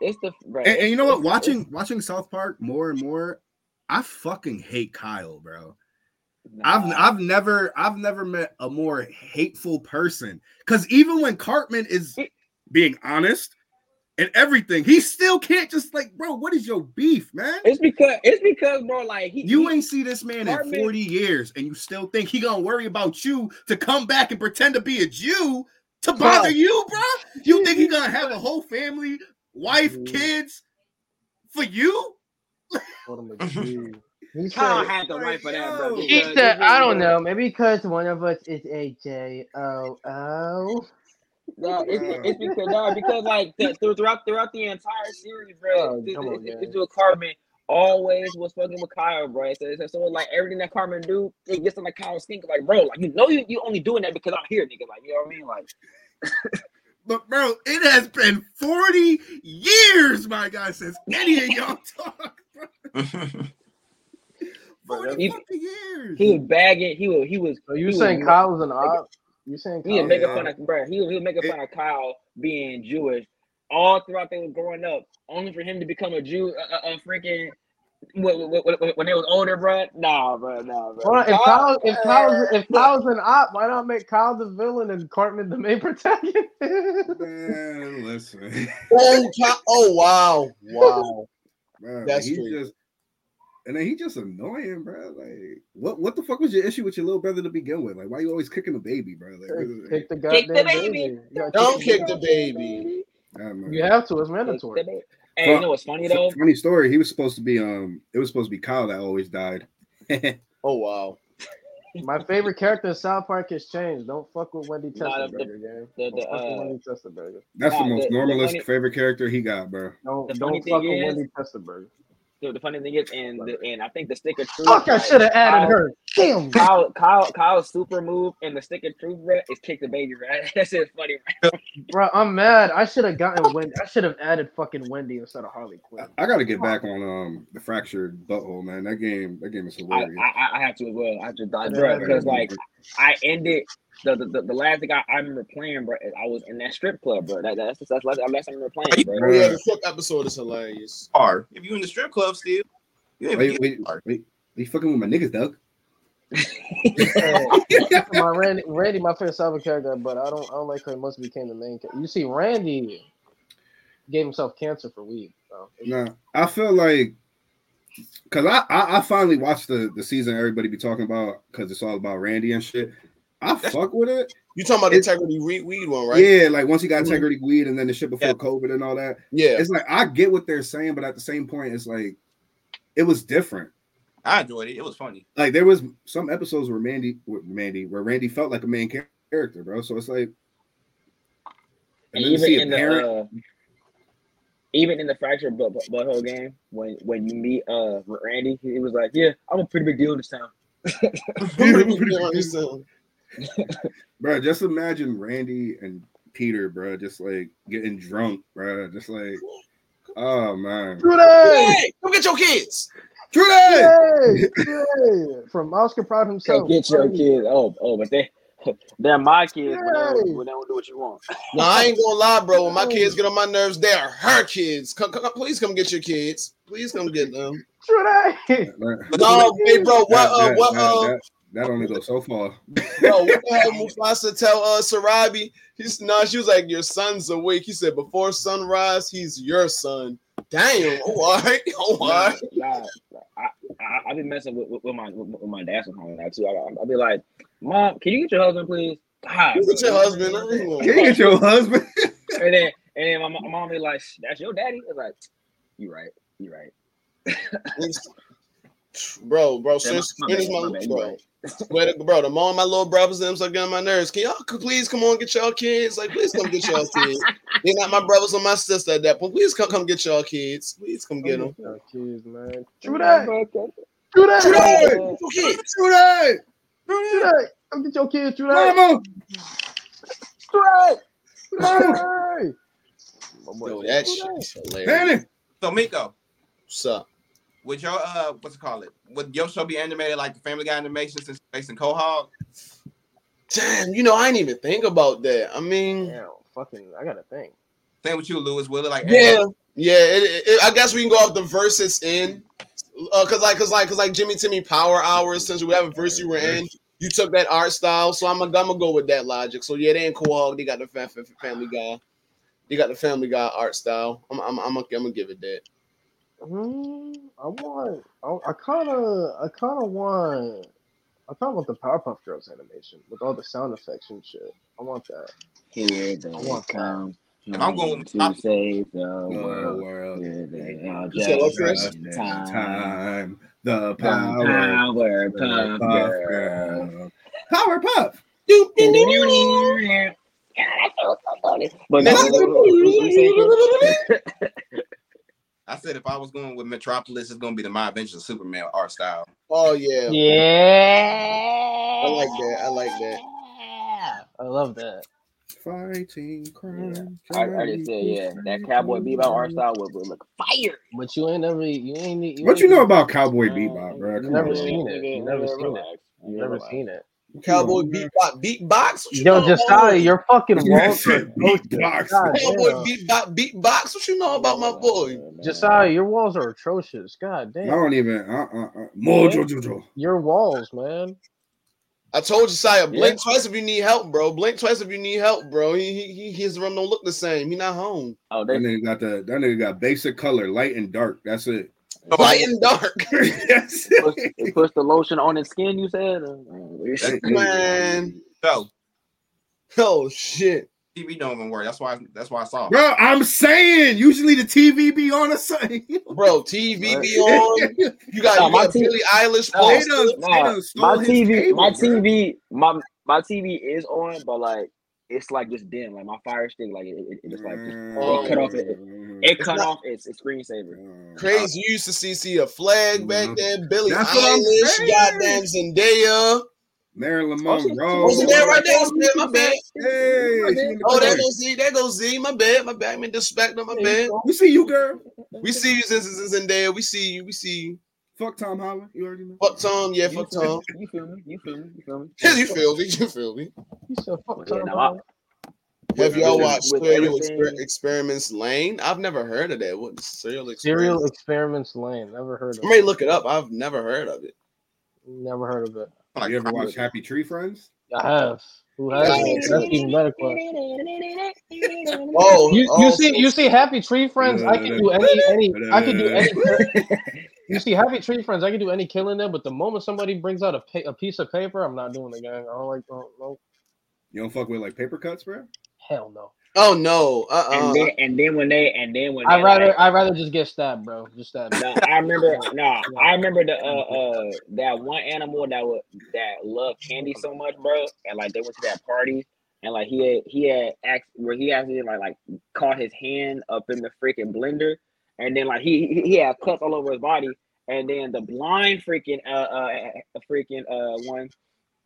S8: it's the bro.
S4: And, and you know what?
S8: it's- it's-
S4: Watching watching South Park more and more, I fucking hate Kyle, bro. I've I've never I've never met a more hateful person. Cause even when Cartman is being honest and everything, he still can't just like, bro, what is your beef, man?
S8: It's because it's because bro, like he,
S4: You
S8: he-
S4: ain't see this man in
S8: Cartman-
S4: 40 years, and you still think he gonna worry about you to come back and pretend to be a Jew to bother you, bro? You think he gonna have a whole family, wife, kids for you?
S2: He
S8: I don't
S2: said,
S8: have the right for that, bro.
S4: He
S2: he
S8: because
S2: said,
S8: it's
S2: I don't
S8: really-
S2: know. Maybe because one of us is a J O O.
S8: No, it's, be- it's because no, because like th- through- throughout throughout the entire series, bro,
S2: Oh,
S8: it's,
S2: come on,
S8: it's,
S2: guys.
S8: it's what Carmen always was fucking with Kyle, bro. So, so, so like everything that Carmen do, it gets on the Kyle's skin. Like, bro, like you know you, you only doing that because I'm here, nigga. Like, you know what I mean? Like,
S4: But bro, it has been 40 years, my guy, since any of y'all talk.
S1: Bro,
S4: 40
S1: that's-
S8: You-
S4: fucking years.
S8: he was
S2: Mm-hmm.
S8: bagging, he was he was.
S2: So you
S8: he
S2: saying
S8: was,
S2: Kyle was an op? You saying
S8: He was
S2: Kyle?
S8: making
S4: Yeah.
S8: fun of bro. He was, he was making fun of Kyle being Jewish all throughout they were growing up, only for him to become a Jew, a, a, a freaking. When, when, when- when they was older, bro, nah, bro, nah, bro.
S2: Hold on, if
S8: Kyle-
S2: Kyle's if Kyle's if Kyle's an op, why not make Kyle the villain and Cartman the main [laughs] protagonist?
S4: Man, listen.
S8: [laughs]
S1: Oh, Ky- oh wow, wow.
S4: Bro,
S1: That's
S4: he
S1: true.
S4: just and then he just annoying, bro. Like, what what the fuck was your issue with your little brother to begin with? Like, why you always kicking the baby, bro? Like, what is it?
S2: Kick the
S8: Kick the
S2: goddamn
S8: baby.
S2: baby. You gotta
S1: Don't
S2: the
S1: kick the baby.
S4: I don't know.
S2: You have to. It's
S8: Kick the
S2: mandatory.
S8: baby. Hey, you know what's funny though?
S4: F- Funny story. He was supposed to be um. It was supposed to be Kyle that always died.
S1: Oh wow.
S2: My favorite character in South Park has changed. Don't fuck with Wendy
S8: Nah, the-
S2: Testerberger, gang.
S8: the-
S2: Don't
S8: the,
S2: fuck with
S8: uh,
S2: Wendy Testerberger.
S4: That's the
S8: Nah,
S4: most
S8: the- the
S4: normalist
S8: funny-
S4: favorite character he got, bro.
S2: Don't
S8: the funny
S2: don't fuck
S8: thing
S2: with
S8: is-
S2: Wendy Testerberger.
S8: The, the funny thing is, and the, and I think the stick of truth.
S2: Fuck! I
S8: like,
S2: should have added
S8: Kyle-
S2: her. Damn.
S8: Kyle, Kyle, Kyle's super move and the stick of truth, bro, is kick the baby, bro. [laughs] That's just funny, bro.
S2: Bro, I'm mad. I should have gotten Wendy. I should have added fucking Wendy instead of Harley Quinn.
S4: I, I got to get back on um the fractured butthole, man. That game, that game is
S8: I,
S4: hilarious.
S8: I, I have to as well. I have to die,
S2: Yeah,
S8: bro,
S2: I
S8: because
S2: know.
S8: like I ended the the, the, the last thing I, I remember playing, bro. is I was in that strip club, bro. That, that's that's that's last, last time I remember playing, bro.
S1: Oh, yeah,
S4: Bruh.
S1: the fifth episode is hilarious.
S6: Car. If you in the strip club still, you ain't
S4: Wait,
S6: forget-
S4: wait, wait. You fucking with my niggas, Doug. [laughs]
S2: my Randy, Randy, my favorite South Park character, but I don't, I don't like her. Must became the main. Character. You see, Randy gave himself cancer for weed. So.
S4: Nah, uh, I feel like because I, I I finally watched the the season everybody be talking about because it's all about Randy and shit. I fuck with it.
S1: You talking about
S4: It-
S1: integrity re- weed one, right?
S4: Yeah, like once he got integrity weed and then the shit before
S6: Yeah.
S4: COVID and all that.
S1: Yeah.
S4: It's like I get what they're saying, but at the same point, it's like it was different.
S6: I enjoyed it. It was funny.
S4: Like there was some episodes where Mandy, where Mandy, where Randy felt like a main char- character, bro. So it's like, and
S8: And
S4: then to see
S8: even
S4: a
S8: in the
S4: parent.
S8: uh, even in the fractured butt, butt, butthole game, when when you meet uh Randy, he was like, "Yeah, I'm a pretty big deal in this town."
S1: [laughs]
S4: bro. Just imagine Randy and Peter, bro, just like getting drunk, bro. Just like, oh man,
S2: Today,
S1: Hey, go get your kids.
S4: Trudy.
S2: today, today, from Oscar Proud
S8: Go
S2: himself.
S8: get your
S2: Randy.
S8: kids. Oh, oh, but they they're my kids, but they don't, but they don't do what you want.
S1: No, I ain't gonna lie, bro. When my kids get on my nerves, they are her kids. Come, come, please come get your kids. Please come get them.
S2: Today.
S4: That,
S1: No, hey, bro. What? Uh,
S4: that-
S1: what?
S4: that-
S1: Uh,
S4: that- that only goes so far.
S1: Bro, what the hell Mufasa tell uh Sarabi? He's no, she was like, Your son's awake. He said, Before sunrise, he's your son. Damn, [laughs] oh, all right, oh, all
S8: Nah,
S1: right.
S8: nah, I, I I be messing with, with, with my with, with my dad sometimes now too. I, I'll be like, Mom, can you get your husband, please? God,
S1: You get
S8: bro."
S1: your husband. I ain't
S4: Can you
S1: gonna-
S4: get your husband?
S8: And then and then my, mo- my mom be like, "That's your daddy." It's like, you right, you right.
S1: Bro, bro,
S8: Yeah, my-
S1: since
S8: my
S1: soon as
S8: bad,
S1: my,
S8: my bad, you
S1: bro,
S8: right.
S1: swear to- bro, the moment my little brothers and them start getting on my nerves, can y'all c- please come on get y'all kids? Like, please come get y'all kids. They're not my brothers or my sister at that point. Please come, come get y'all kids. Please come get them.
S2: Oh, jeez, man. Today, today,
S1: Today,
S8: Today.
S4: Trudy,
S2: today. Come get your kids today.
S4: mama.
S8: Right.
S2: Today. My boy
S1: Yo,
S2: said,
S1: that
S2: "Today."
S1: shit's hilarious.
S4: Penny.
S6: So Miko,
S1: What's up?
S6: would your uh what's it called it? Would your show be animated like the Family Guy animation since it's based in Quahog?
S1: Damn, you know, I didn't even think about that. I mean, yeah,
S2: Damn, fucking, I gotta think.
S6: Same with you, Lewis. Will it like
S1: yeah. it, it- I guess we can go off the versus in Uh, cause like, cause like, cause like Jimmy Timmy Power Hour. Since whatever verse you were in, you took that art style. So I'm gonna I'm gonna go with that logic. So yeah, they ain't Quahog. They got the fa- fa- Family Guy. They got the Family Guy art style. I'm I'm I'm gonna, I'm gonna give it that.
S7: Mm, I want. I I kind of. I kind of want. I kind of want the Powerpuff Girls animation with all the sound effects and shit. I want that.
S8: Here they
S7: I want that.
S8: come.
S6: If I'm going with
S8: to
S6: Poppy-
S8: save the
S4: World,
S8: world.
S4: world.
S8: Here they are,
S1: You said what,
S8: just
S1: Chris?
S8: in
S4: in
S8: time.
S4: time. The power.
S8: Power
S4: of Puff
S8: Puff Girls.
S4: Girl. Power Puff.
S7: [laughs]
S8: But
S1: Next
S8: no, let me say it again.
S6: [laughs] I said if I was going with Metropolis, it's gonna be the My Adventures of Superman art style.
S1: Oh yeah,
S2: Yeah.
S1: I like that. I like that.
S2: I love that.
S4: Fighting crime.
S8: I, I just said, yeah, that Cowboy Bebop art style would, would look fire.
S2: But you ain't never you ain't you
S4: What
S2: ain't-
S4: you know about Cowboy
S8: Man,
S4: Bebop, bro?
S8: nigga,
S4: Come
S2: never
S4: on, bro.
S8: nigga,
S2: seen it.
S8: nigga,
S2: You never
S8: nigga,
S2: seen it.
S8: relax.
S2: You've
S8: Nigga,
S2: never
S8: relax.
S2: seen it.
S1: Cowboy beatbox, beatbox. What you
S2: Yo,
S1: know about
S2: Josiah,
S1: him?
S2: you're
S4: [laughs]
S2: fucking
S4: That
S2: wrong.
S4: shit beatbox.
S1: Cowboy
S2: God
S1: beatbox, beatbox. What you know about my boy?
S8: Man.
S2: Josiah, your walls are atrocious. God
S4: I
S2: damn.
S4: don't even. Uh, uh, uh. Mojo Jojo.
S2: Your walls, man.
S1: I told you, Sire, blink
S8: Yeah.
S1: twice if you need help, bro. Blink twice if you need help, bro. He, he, he his room don't look the same. He not home.
S8: Oh, they [laughs]
S4: That nigga got the. That nigga got basic color, light and dark. That's it. [laughs]
S8: Oh,
S1: Light and dark,
S4: That's
S8: puts,
S4: it.
S8: it puts the lotion on his skin. You said, Uh,
S1: man.
S6: So
S1: Oh shit.
S6: TV don't even work. That's why. That's why I saw. it.
S4: Bro, I'm saying usually the TV be on a [laughs] Sunday.
S8: Oh,
S1: Bro, TV
S8: Right.
S1: be on. You got,
S8: [laughs] Nah,
S1: you
S8: my
S1: got
S8: T-
S1: Billie Eilish
S8: Nah,
S1: posted.
S4: done- they
S8: nah,
S4: done stole
S8: my
S4: his
S8: TV,
S4: cable,
S8: my
S4: bro.
S8: TV, my my TV is on, but like it's like just dim. Like my Fire Stick, like it, it, it just like just, it cut off. It, it, it
S1: It's
S8: cut
S1: not-
S8: off. It's it's screensaver.
S1: Crazy, you used to see see a flag back
S8: Mm-hmm.
S4: Mhm.
S1: there. Billy
S4: That's what I'm
S1: Eilish,
S4: saying.
S1: goddamn Zendaya.
S4: Marilyn
S8: Oh, she-
S4: Monroe.
S1: Oh,
S8: she-
S1: see that right
S8: she-
S1: there? That's my bad.
S4: Hey, she in the
S1: Oh, there
S4: corner.
S1: go Z. There go Z. My bad. My bad. I mean, disrespect on my bad.
S4: We see you, girl.
S1: We see you, Zinzin Zendaya. We see you. We see you.
S4: Fuck Tom Holland. You already know.
S1: Fuck Tom. Yeah,
S8: You
S1: fuck Tom. [laughs]
S8: feel me? You feel me? You feel me? You feel me?
S1: you feel me? You feel me?
S2: You said fuck
S8: Yeah,
S2: Tom
S8: no, I-
S2: Holland.
S1: Have
S8: With-
S1: y'all
S8: with-
S1: watched
S8: with
S1: Serial Exper-
S8: everything-
S1: Experiments Lane? I've never heard of that. What Serial
S2: Serial
S1: Experiments?
S2: experiments lane. Never heard of
S1: I may
S2: it.
S1: look it up. I've never heard of it.
S2: Never heard of it.
S6: Like,
S4: You ever
S6: crap.
S4: watch Happy Tree Friends?
S2: I have. Who
S1: Guys,
S2: hasn't? That's even better question.
S7: [laughs]
S1: oh,
S2: You, you
S1: oh,
S2: see you see Happy Tree Friends. I can do any any I can do any you see Happy Tree Friends, I can do any killing there, but the moment somebody brings out a, pa- a piece of paper, I'm not doing it, gang. I don't like no, no
S4: You don't fuck with like paper cuts, bro.
S2: hell no.
S1: oh no. Uh uh
S8: And then and then when they and then when
S2: I'd
S8: they like
S2: rather I'd rather just get stabbed, bro. Just stab me.
S8: uh, No, I remember. No, I remember the uh, uh that one animal that was that loved candy so much, bro. And like they went to that party, and like he had he had act where he actually like like caught his hand up in the freaking blender, and then like he he, he had cuts all over his body, and then the blind freaking uh uh uh, freaking uh one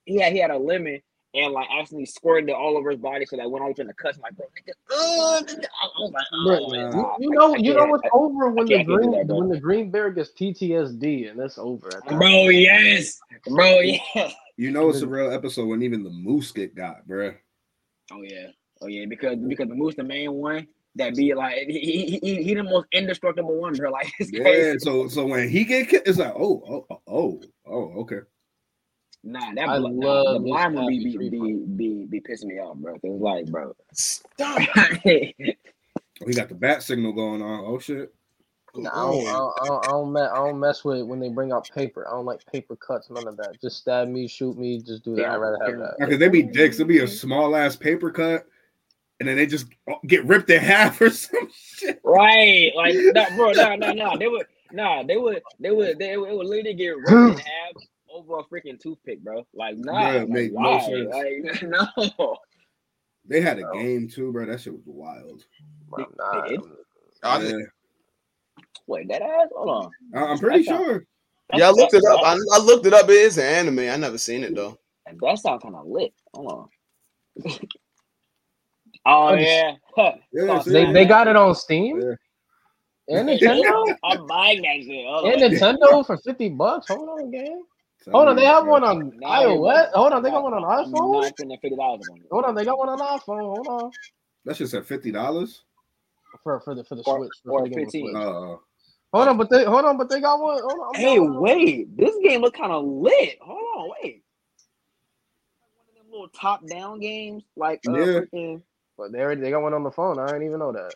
S8: he had he had a lemon. And like actually squirted it all over his body, so that went all up in the cuts. I'm like, bro, nigga, ugh, nigga. I was like,
S2: Bro,
S8: oh, man,
S2: you,
S8: nah,
S2: you
S8: I-
S2: know
S8: I
S2: you know
S8: can't-
S2: what's over when the
S8: can't do
S2: green
S8: that, bro.
S2: when the green bear gets PTSD and that's over at that.
S8: Bro, yes, bro, yeah.
S4: You know it's a real episode when even the moose get got, bro.
S8: [laughs]
S4: [laughs]
S8: Oh yeah, oh yeah, because because the moose the main one that be like he he, he, he the most indestructible one, bro. [laughs] Like it's
S4: Yeah.
S8: crazy.
S4: So so when he get killed, it's like oh oh oh oh okay.
S8: Nah, that
S2: I
S8: bl- nah, the
S2: love this
S8: blind one be
S2: Happy
S8: be,
S2: Tree
S8: be be be pissing me off, bro. 'Cause It's like, bro, [laughs]
S1: Stop.
S4: Oh, he got the bat signal going on. Oh shit.
S2: Nah, I don't, I don't, I don't, I don't, me- I don't mess with when they bring out paper. I don't like paper cuts, none of that. Just stab me, shoot me, just do that. I'd
S8: Yeah,
S2: rather have
S8: yeah.
S2: that.
S4: Because they be dicks. It'll be a small ass paper cut, and then they just uh, get ripped in [laughs] half or some shit.
S8: right? Like, nah, bro, nah, nah, nah. They would, nah, they would, they would, they would, it would literally get ripped in half over a freaking toothpick, bro. Like, nah,
S4: Bruh,
S8: like
S4: make no
S8: why?
S4: sense.
S8: like, [laughs] no.
S4: They had a game too, bro. That shit was wild.
S2: Bro, I'm not.
S8: It-
S6: I
S4: Yeah.
S6: think
S8: Wait, that ass? Hold on.
S4: I- I'm pretty
S8: That's not-
S4: sure.
S8: That's-
S1: Yeah, I looked
S8: that-
S1: it up. I,
S8: that-
S1: I looked it up. It is an anime. I never seen it though.
S8: And that sound kind of lit. Hold on. Oh
S2: I'm just-
S8: yeah. [laughs] Huh.
S4: Yeah,
S8: Saw
S4: see?
S2: They, they got it on Steam
S4: Yeah.
S2: and [laughs]
S8: Nintendo?
S2: Nintendo
S8: I'm buying that shit. Hold
S2: and
S8: on.
S2: Nintendo for fifty bucks. Hold on, gang.
S4: Tell
S2: Hold on,
S4: me,
S2: they have
S4: bro.
S2: one on
S8: Now you're
S2: iOS. Hold on, they got
S8: Nah,
S2: one on
S8: I'm
S2: iPhone.
S8: not spending fifty dollars on it.
S2: Hold on, they got one on iPhone. Hold on
S4: That shit said fifty dollars.
S2: for for the for the
S8: Or
S2: Switch for, for
S8: or
S2: the game on
S8: fifteen.
S2: Switch.
S4: Uh,
S2: Hold on, but they hold on, but they got one. Hold on, I'm
S8: Hey,
S2: down with-
S8: wait. This game look kind of lit. Hold on, wait. One of them little top down games, like uh,
S1: Yeah.
S8: freaking.
S2: But they already they got one on the phone. I didn't even know that.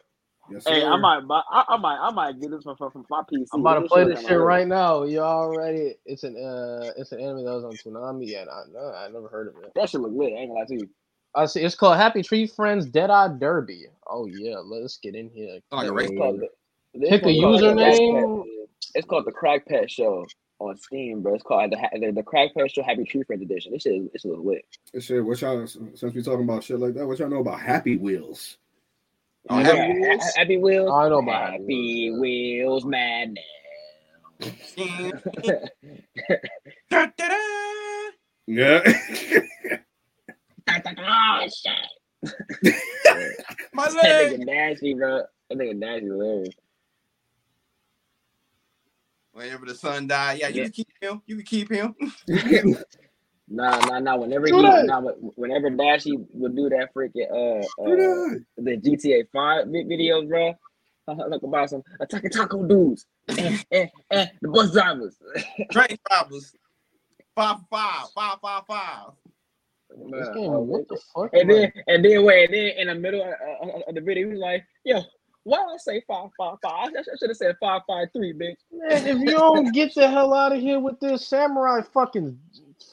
S4: Yes,
S8: Hey, I
S4: sir.
S8: might, buy, I, I might, I might get this one from, from my PC.
S9: I'm about to play
S8: look
S9: this
S8: kinda
S9: shit
S8: lit.
S2: Right now, you already it's an uh it's an anime that was on Toonami. Yeah, I no, I never heard of it.
S8: That shit look lit. I ain't gonna lie to you.
S2: I see. It's called Happy Tree Friends Dead Eye Derby. Oh yeah, let's get in here.
S6: Like a
S2: Kill
S6: race
S8: It's
S2: it.
S8: called the, this
S2: Pick a
S8: one's called the Crack
S2: username.
S8: Pet- It's called the Crack Pet Show on Steam, bro. It's called the Ha- the, the Crack Pet Show Happy Tree Friends Edition. This shit, is- this shit look lit.
S4: This shit, what y'all since we talking about shit like that, what y'all know about Happy Wheels?
S6: Oh,
S8: You
S6: Happy
S8: know, ha-
S6: Wheels?
S8: ha- Happy Wheels.
S2: I know about
S8: Happy Wheels, man. [laughs]
S6: game.
S4: [laughs] Yeah.
S8: oh, shit.
S6: [laughs] My
S8: That
S6: leg.
S8: nigga nasty, bro. That nigga nasty, hilarious.
S6: Whenever the sun dies, yeah, you
S8: Yeah.
S6: can keep him. You can keep him. [laughs]
S8: Nah, nah, nah. Whenever he,
S2: Do that.
S8: nah, wh- whenever Dashy would do that freaking uh, uh [laughs] the GTA Five vi- videos, bro. [laughs] I look about some attack taco dudes [laughs] and, and, and the bus drivers. [laughs]
S6: Train drivers. Five for five. Five five five.
S2: This
S8: Bruh,
S2: game,
S8: oh,
S2: what the
S8: man.
S2: fuck? am
S8: and
S2: I-
S8: then and then wait, and then in the middle of, of, of the video, he was like, "Yo, why I say five five five? I, should have said five five three, bitch."
S2: Man, if you don't get the hell out of here with this, samurai fucking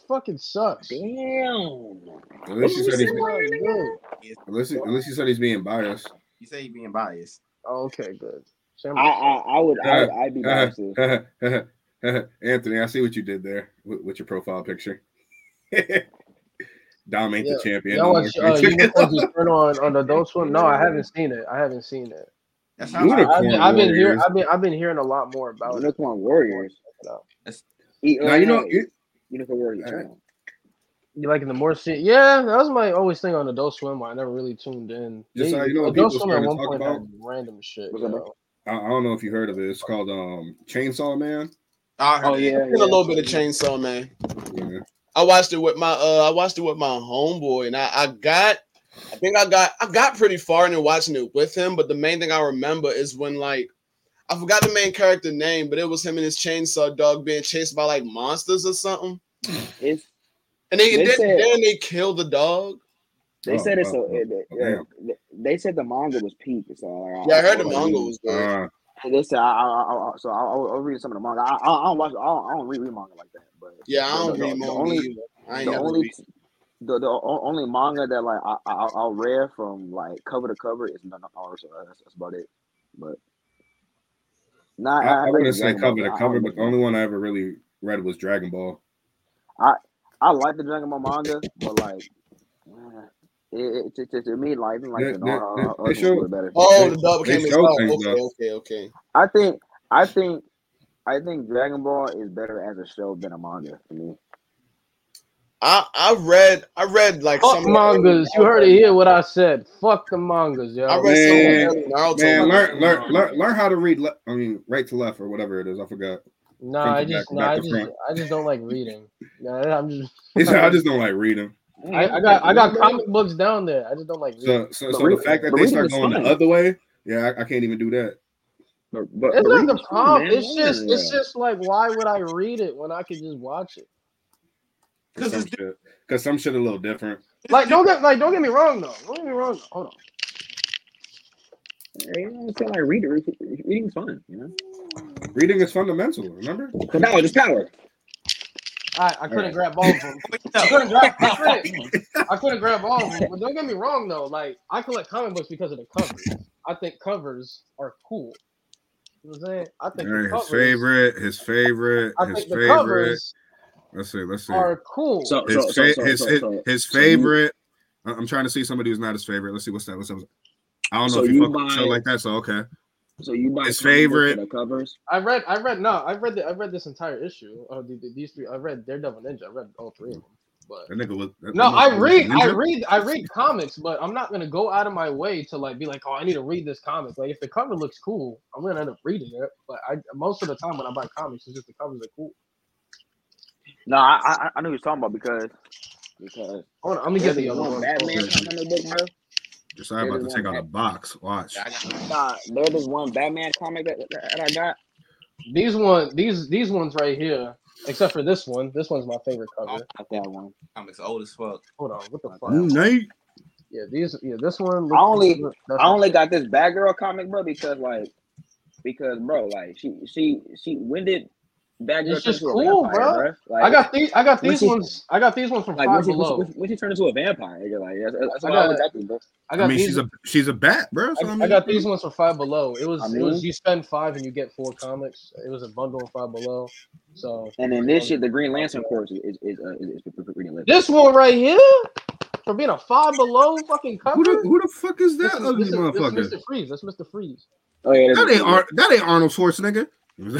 S2: fucking sucks.
S8: Damn.
S4: unless you said he's
S2: Samurai is good.
S4: unless, he- unless you said he's being biased.
S6: You say you being biased.
S2: Oh, okay, good.
S8: I
S2: Samurai.
S8: I, I would I would I'd be biased. too.
S4: [laughs] Anthony, I see what you did there with, with your profile picture. [laughs] Dom ain't the
S2: Yeah.
S4: champion.
S2: Y'all
S4: no
S2: watch
S4: more.
S2: uh, Unicorns is Turn on [laughs] on the Adult Swim? No, I haven't seen it. I haven't seen it.
S6: That sounds like
S2: I've
S4: Unicorn
S2: been, I've been hearing
S4: Warriors.
S2: I've been I've been hearing a lot more about it.
S8: Unicorn Warriors. E-
S4: [laughs] Now you know
S8: uh,
S4: you-
S8: Unicorn Warriors.
S4: Alright.
S8: channel.
S2: You like in the more shit? Yeah, that was my always thing on Adult Swim. I never really tuned in.
S4: Just
S2: They-
S4: so you know what
S2: Adult
S4: people
S2: Swim at
S4: started
S2: one
S4: talking
S2: point
S4: about?
S2: had random shit.
S8: What's up, bro?
S2: yo.
S4: I, I don't know if you heard of it. It's called um Chainsaw Man.
S6: I heard
S8: Oh
S6: of
S8: yeah,
S1: Been a
S8: yeah.
S1: little bit of
S8: yeah.
S1: Chainsaw Man.
S4: Yeah.
S1: I watched it with my uh I watched it with my homeboy and I, I got I think I got I got pretty far in watching it with him, but the main thing I remember is when like I forgot the main character name, but it was him and his chainsaw dog being chased by like monsters or something.
S8: It's
S1: And they,
S8: They
S1: then,
S8: said-
S1: then they killed the dog.
S8: They
S4: Oh,
S8: said it's
S4: oh,
S8: a. it-
S4: oh,
S8: it- uh, th- they said the manga was peak. So like,
S1: Yeah, I heard the
S8: like,
S1: manga was
S4: damn.
S1: good.
S4: Uh,
S8: and They said I, I, I, I so I, I'll, I'll read some of the manga. I, I, I don't watch. I don't, I don't read, read manga like that. But
S1: Yeah, I
S8: the,
S1: don't
S8: the,
S1: read
S8: the, the
S1: manga
S8: only
S1: either. I ain't
S8: the
S1: never
S8: only
S1: read.
S8: the, the o- only manga that like I, I I- I'll read from like cover to cover is none of ours. So that's, that's about it. But nah,
S4: I, I
S8: I, I
S4: wouldn't
S8: used to
S4: say
S8: think about
S4: cover
S8: that.
S4: to
S8: I, I
S4: cover,
S8: don't
S4: but
S8: look
S4: the
S8: at.
S4: only one I ever really read was Dragon Ball.
S8: I like the Dragon Ball manga, but like, eh, it, it, to, to me, like even like
S4: They,
S8: the
S4: they,
S8: Naruto
S4: they, they
S8: was
S4: show
S8: better.
S1: Oh,
S4: They-
S1: the dog
S4: they
S1: became his
S4: show
S1: dog.
S4: things,
S1: Okay,
S4: though.
S1: okay, okay.
S8: I think I think I think Dragon Ball is better as a show than a manga for me.
S1: I I read I read like
S2: Fuck
S1: some
S2: mangas. You heard it here what I said. Fuck the mangas, yo.
S1: I read some
S4: Man,
S1: early Naruto.
S4: Man,
S1: ones.
S4: learn,
S1: [laughs]
S4: learn, learn, learn how to read. Le- I mean, right to left or whatever it is. I forgot. [laughs]
S2: Nah,
S4: front
S2: I
S4: to
S2: just
S4: back,
S2: nah,
S4: back
S2: I
S4: to
S2: just
S4: front.
S2: I just don't like reading. Nah, [laughs] I'm
S4: [laughs]
S2: just
S4: It's, I just don't like reading.
S2: I, I got I got comic books down there. I just don't like reading.
S4: So, so,
S8: But
S4: so
S8: read-
S4: the fact that
S8: but
S4: they
S8: reading
S4: start
S8: is
S4: going the
S8: fun.
S4: other way, yeah, I, I can't even do that.
S8: But,
S4: uh,
S8: but
S2: It's
S8: but
S2: not
S8: reading
S2: the
S8: is fun,
S2: problem.
S8: man.
S2: It's just
S8: Yeah.
S2: it's just like why would I read it when I could just watch it?
S4: Cause
S6: 'Cause
S4: some
S6: it's
S4: shit, cause some shit a little different.
S2: Like don't get like don't get me wrong though. Don't get me wrong. Hold on.
S8: Yeah, you know what I'm saying? Like reading, reading- reading's fun. You know,
S4: Reading is fundamental. Remember?
S8: so knowledge is power.
S2: I, I couldn't
S4: right.
S2: grab all of them. I couldn't grab I couldn't, I couldn't grab all of them. But don't get me wrong though. Like I collect comic books because of the covers. I think covers are cool. You know what I'm saying? I think the
S4: his
S2: covers
S4: favorite, his favorite,
S2: I
S4: his
S2: think the
S4: favorite.
S2: covers
S4: Let's see, let's see.
S2: are cool.
S8: So
S4: His
S8: so so
S4: fa-
S8: so
S4: his,
S8: so
S4: his
S8: so
S4: his
S8: so you
S4: favorite. I- I'm trying to see somebody who's not his favorite. Let's see what's that. What's that? I don't know
S8: so
S4: if you
S8: you
S4: fuck with the show
S8: buy
S4: like that. So okay,
S8: so you buy
S4: His
S8: comic books
S4: favorite-
S8: for the covers.
S2: I read, I read, no, I read, the, I read this entire issue. Oh, the, the- these three, I read Daredevil Ninja. I read all three of them. But
S4: that nigga was. that-
S2: no,
S4: that
S2: I
S4: motherfucker was a
S2: read, I
S4: ninja?
S2: read, I read comics, but I'm not gonna go out of my way to like be like, oh, I need to read this comic. Like, if the cover looks cool, I'm gonna end up reading it. But I, most of the time when I buy comics, it's just the covers are cool.
S8: No, I I, I knew what you're talking about because because
S2: Hold on, let me get the
S8: there's this
S2: other
S8: one
S2: one.
S8: Batman
S4: Sure.
S8: comic book. Murph.
S4: Josiah about
S8: There's this
S4: to
S8: one
S4: take out
S8: Bat.
S4: a box. Watch.
S6: I got
S8: Nah, there's this one Batman comic that, that, that I got.
S2: These one, these these ones right here, except for this one. This one's my favorite cover.
S7: Not that one.
S6: I'm as old as fuck.
S2: Hold on, what the
S4: New
S2: fuck?
S4: Nate.
S2: Yeah, these. Yeah, this one.
S7: I only-
S2: that's-
S7: I only got this bad girl comic, bro, because like, because bro, like she she she when did bad girl
S2: It's
S7: turn
S2: just
S7: into
S2: cool,
S7: a vampire, bro? Like,
S2: I got these. I got
S7: when
S2: these
S7: she-
S2: ones. I got these ones from
S7: like
S2: Five
S7: when she, when, she,
S2: Below.
S7: when, she, when she turned into a vampire, nigga, like that's, that's
S2: I
S7: what I
S2: got-
S7: was at, bro.
S2: I
S4: I
S2: got
S4: mean,
S2: these.
S4: she's a she's a bat, bro. So,
S2: I,
S4: I,
S2: I
S4: mean,
S2: got these ones for Five Below. It was
S7: I
S2: it was
S7: mean-
S2: you spend five and you get four comics. It was a bundle of Five Below. So
S7: And then this shit, the Green Lantern course is is is, uh, is, is pretty lit.
S2: this one right here, for being a Five Below fucking cover.
S4: Who the, who the fuck is that
S2: this is,
S4: ugly
S2: this is,
S4: motherfucker?
S2: This is Mr. Freeze. That's Mr. Freeze.
S7: Oh yeah,
S4: that ain't Ar- that ain't Arnold Schwarzenegger.
S7: [laughs] on the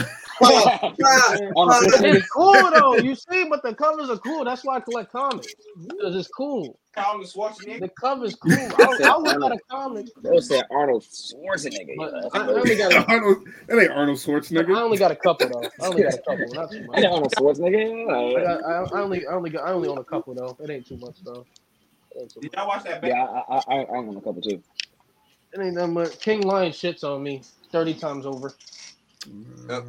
S2: It's cool though. You see, but the covers are cool. That's why I collect comics. Cause it's cool.
S6: Colin Schwarzenegger.
S2: The cover's cool. I, I look at a comic,
S7: Bro said Arnold Schwarzenegger.
S2: but
S7: That's
S2: I,
S8: uh,
S2: I
S7: crazy.
S2: only got a,
S4: [laughs] Arnold, that ain't Arnold
S2: I
S4: Schwarzenegger.
S2: only got a couple though. I only got a couple. Not too
S7: I
S2: much.
S7: know Arnold
S2: I,
S7: Schwarzenegger. yeah,
S2: got, I, I only I only got, I only own a couple though. It ain't too much though. It ain't too
S6: Did
S2: much.
S6: y'all watch that?
S7: Yeah, I I I, I own a couple too.
S2: It ain't that much. King Lion shits on me thirty times over.
S7: Yeah,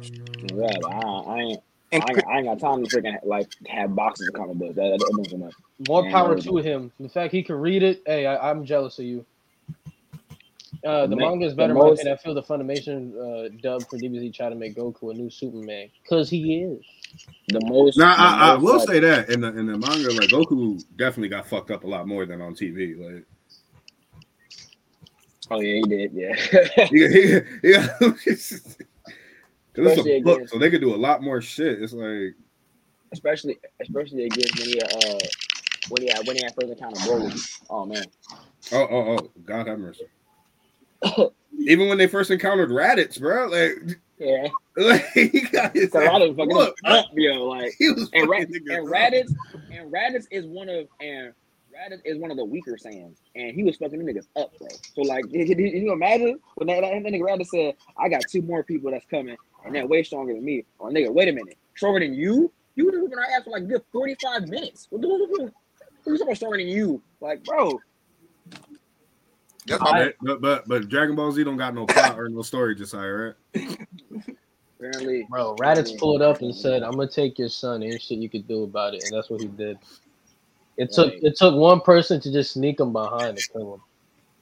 S7: but I, I ain't. I
S6: And
S7: ain't, I ain't got time to freaking like have boxes of comic books. That, that, that means so much.
S2: More
S7: Man,
S2: power
S7: that
S2: to him. The fact he can read it, hey, I, I'm jealous of you. Uh, the
S7: Man,
S2: manga is
S7: the
S2: better,
S7: most-
S2: and I feel the Funimation uh, dub for DBZ try to make Goku a new Superman because he is.
S7: The most.
S4: Now
S7: the
S4: I, I
S7: most,
S4: will
S7: like-
S4: say that in the in the manga, like Goku definitely got fucked up a lot more than on TV. Like
S7: Oh yeah, he did. Yeah.
S4: [laughs] yeah, yeah. [laughs] Because it's
S7: Especially
S4: a book,
S7: against-
S4: so they could do a lot more shit. It's like
S7: especially especially against when he uh when he had when he had first encountered Broly. Oh man.
S4: oh oh oh, God have mercy. Even when they first encountered Raditz, bro, like, [laughs]
S7: Yeah.
S4: like he got his
S7: Cause a lot
S4: ass
S7: of fucking
S4: whooped, bro.
S7: up, yo, like
S4: [laughs] He was
S7: and, Ra-
S4: fucking niggas
S7: and
S4: up.
S7: Raditz and Raditz is one of and Raditz is one of the weaker Saiyans, and he was fucking the niggas up, bro. So like, [laughs] did, did- did you imagine when that, that nigga Raditz said, "I got two more people that's coming, and they're way stronger than me." Or nigga, wait a minute, stronger than you? You were whooping our ass for like a good forty-five minutes. What the- Who's someone stronger than you? Like, bro,
S4: But,
S6: That's my
S4: that- but but but Dragon Ball Z don't got no plot or no story, Josiah, right?
S7: apparently,
S2: Bro, Raditz pulled up and said, "I'm gonna take your son. Ain't shit you could do about it." And that's what he did. It took
S7: Right.
S2: it took one person to just sneak him behind to kill him,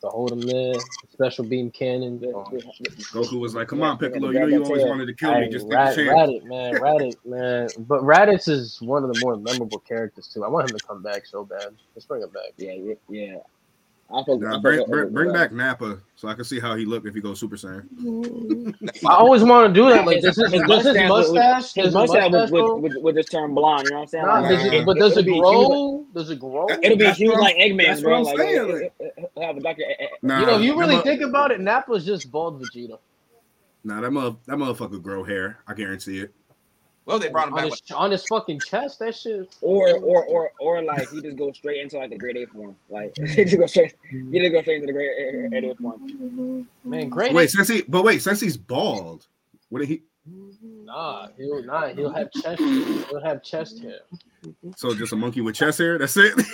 S2: to hold him there. Special beam cannon.
S7: [laughs] the-
S2: Oh,
S7: the- the-
S4: Goku was like, "Come on,
S7: Yeah,
S4: Piccolo,
S7: grab
S4: you know
S7: that
S4: you always
S7: tail.
S4: wanted to kill me.
S2: Hey,
S4: Just take a
S2: Rad-
S4: chance."
S2: Raditz, man, Raditz, man. But Raditz is one of the more memorable characters too. I want him to come back so bad. Let's bring him back.
S7: yeah, yeah, yeah. I fuck, I
S4: Nah,
S7: fuck
S4: bring,
S7: with-
S4: bring,
S7: with
S4: bring
S7: Raditz.
S4: back Nappa so I can see how he look if he goes Super Saiyan.
S2: I always want to do that. Like,
S7: His-
S2: does his,
S7: his
S2: does his
S7: mustache was-
S2: mustache,
S7: His
S2: does his
S7: mustache
S2: mustache,
S7: was with,
S2: go-
S7: with, with this term blonde, you know what I'm saying?
S2: Nah,
S7: Like,
S2: does
S7: it-
S2: it,
S7: it-
S2: but does
S7: it'll
S2: it
S7: be huge-
S2: grow? Does it grow?
S4: That-
S7: It'll be
S4: That's
S7: huge
S4: what I'm-
S7: like
S4: that's
S7: Eggman,
S4: what
S7: bro.
S4: I'm
S7: Like, it-
S4: saying,
S7: it- it- it'll have a Dr. E- E-
S4: Nah,
S2: You know, if you
S4: that
S2: really
S4: mu-
S2: think about it, Napa's just bald Vegeta.
S4: nah, that mother, that motherfucker grow hair. I guarantee it.
S6: well, they brought him
S2: on
S6: back.
S2: his,
S6: with-
S2: on his fucking chest. That shit.
S7: or or or or like he just goes straight into like the grade A form. Like [laughs] he just goes straight he just goes straight into the grade A, A- A- A form. Mm.
S2: Man, great.
S4: Wait, since he, but wait, since he's bald, what did he?
S2: Nah, he'll not. He'll have chest. He'll have chest hair.
S4: So just a monkey with chest hair. That's it. [laughs]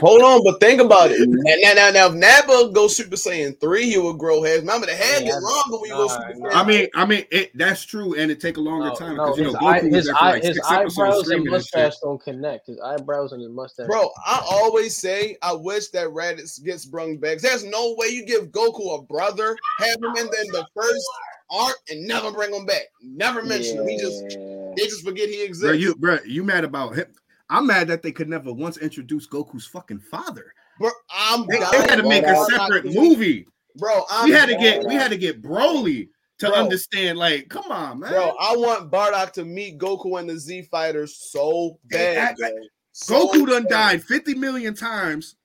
S1: Hold on, but think about it. Now, now, now, now if Nappa goes Super Saiyan three, he will grow hair. Remember, the hair
S2: Yeah,
S1: get longer when you go
S2: nah,
S1: Super
S2: nah.
S1: Saiyan.
S4: I mean, I mean, it, that's true, and it take a longer
S2: No,
S4: time
S2: no,
S4: because you know
S2: his, eye,
S4: Goku was
S2: his,
S4: there for
S2: eye,
S4: like
S2: his
S4: six episodes
S2: eyebrows and
S4: screaming and shit.
S2: mustache don't connect. His eyebrows and his mustache.
S1: Bro, I always say I wish that Raditz gets brung back. There's no way you give Goku a brother, have him in the, in the first arc, and never bring him back. Never mention him. He just they just forget he exists.
S4: Bro, you, bro, you mad about him? I'm mad that they could never once introduce Goku's fucking father.
S1: Bro, I'm
S4: They, they
S1: dying.
S4: had to make a
S1: bro.
S4: separate movie.
S1: Bro, I'm
S4: We had to
S1: dying.
S4: get, we had to get Broly to
S1: Bro.
S4: understand. Like, come on, man.
S1: Bro, I want Bardock to meet Goku and the Z Fighters so
S4: They
S1: bad.
S4: act like-
S1: bro. So
S4: Goku done
S1: bad.
S4: died 50 million times.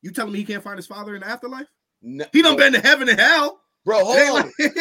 S4: You telling me he can't find his father in the afterlife?
S1: No,
S4: He done
S1: bro,
S4: been to heaven and hell.
S1: bro, hold
S4: It ain't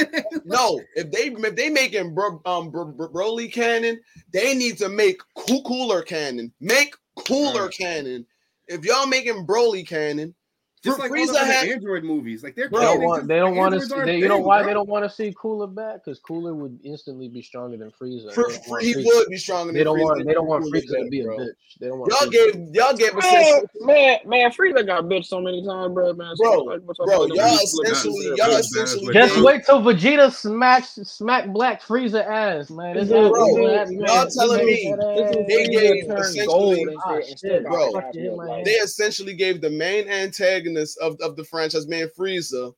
S1: on.
S4: like- [laughs]
S1: No, if they if they making bro, um bro, bro, Broly cannon, they need to make cool,
S2: Mm.
S1: cooler cannon. Make cooler cannon. If y'all making Broly cannon,
S4: Just like all
S1: Frieza
S4: the other
S1: had-
S4: Android movies, like they're
S2: They don't
S4: creating
S2: want.
S4: just-
S2: They don't
S4: like,
S2: want
S4: Androids
S2: to.
S4: are a
S2: They, you know
S4: thing,
S2: why
S4: bro.
S2: they don't want to see Cooler back? Because Cooler would instantly be stronger than Frieza.
S1: Fr-
S2: They don't
S1: Fr-
S2: want
S1: he
S2: Frieza-
S1: would be stronger.
S2: They
S1: than
S2: don't want.
S1: Frieza
S2: They don't want
S1: if he was
S2: Frieza to
S1: that,
S2: be a
S1: bro.
S2: bitch. They don't want.
S1: Y'all
S2: Frieza.
S1: gave y'all gave
S8: Man,
S1: essentially,
S8: man, man, Frieza got bitch so many times, bro.
S1: Bro,
S8: Man, stop talking about
S1: bro.
S8: that.
S1: Y'all
S4: Frieza
S1: essentially,
S4: does,
S1: y'all
S4: does,
S1: essentially.
S4: does,
S2: Just
S1: gave-
S2: wait till Vegeta smash smack Black Frieza ass, man. It's
S8: This is-
S1: Bro,
S8: this
S2: happening.
S8: is-
S2: man.
S1: y'all telling
S8: this is-
S1: me
S8: this is
S1: they gave
S8: Frieza turned
S1: essentially-
S8: gold and
S2: Ah,
S8: shit, and still
S2: shit,
S8: got
S1: bro.
S8: shot in the
S2: Fucking
S8: leg.
S1: They essentially gave the main antagonist of, of the franchise, man Frieza,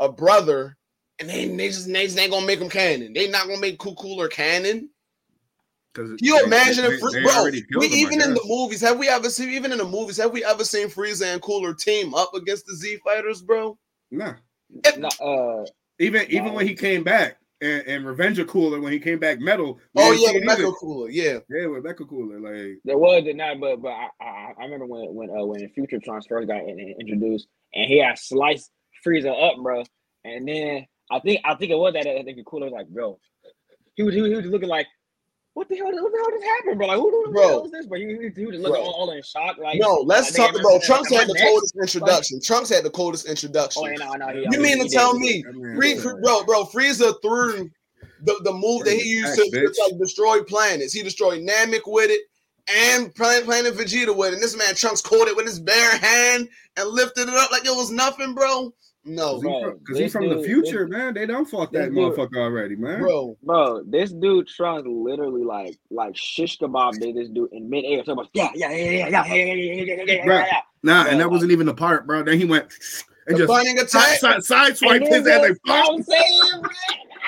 S1: a brother, and they they just they, they ain't gonna make him canon. They not gonna make Cooler canon.
S4: Because
S1: Can you imagine if Fri-
S4: they,
S1: bro?
S4: already killed
S1: We
S4: him, I
S1: even in the
S4: guess.
S1: movies have we ever seen even in the movies have we ever seen Frieza and Cooler team up against the Z Fighters, bro?
S4: Nah.
S8: Nah, uh,
S4: Even even
S8: Nah.
S4: when he came back and, and Revenge of Cooler when he came back metal. we
S1: Oh
S4: didn't
S1: yeah,
S4: see it either.
S1: Mecha Cooler, yeah.
S4: Yeah, Rebecca Cooler. Like
S8: there was a night, but but I, I I remember when when uh, when Future Trunks first got in, introduced, and he had sliced Frieza up, bro. And then I think I think it was that I think it was like, bro, he was he was, he was looking like, what the hell? What the hell just happened, bro? Like, who, who, who
S1: Bro.
S8: the hell is this? But he, he, he was looking
S1: Bro.
S8: all, all in shock, like,
S1: No, let's
S8: I think
S1: talk
S8: I
S1: about
S8: remember
S1: Trunks
S8: that.
S1: had the
S8: Am I
S1: coldest introduction. Trunks had the coldest
S8: oh
S1: introduction.
S8: yeah, no, no, he,
S1: You mean to
S8: he
S1: tell
S8: did.
S1: me,
S4: that man
S1: Free,
S4: said,
S1: bro, bro, Frieza threw the, the move that he used to, to
S4: Bitch.
S1: like destroy planets. He destroyed Namek with it and Planet Planet Vegeta with it. And this man Trunks caught it with his bare hand and lifted it up like it was nothing, bro. No,
S4: Cause he
S8: Bro,
S4: from, cause he
S8: this
S4: from the
S8: dude-
S4: future, man. They done fought
S8: this
S4: that
S8: dude-
S4: motherfucker already, man.
S1: bro,
S8: Bro, this dude Trunks literally like like shish kebab did this dude in midair. So much, yeah, yeah, yeah, yeah, yeah, yeah, yeah, yeah, yeah, yeah, yeah,
S4: Bro,
S8: yeah, yeah.
S4: Nah,
S8: Bro,
S4: and that
S8: like-
S4: wasn't even the part, bro. Then he went and
S1: the
S4: just
S1: burning attack.
S4: side, side,
S8: And
S4: sideswiped his
S8: then-
S4: ass. Like, fuck.
S8: I'm saying, bro.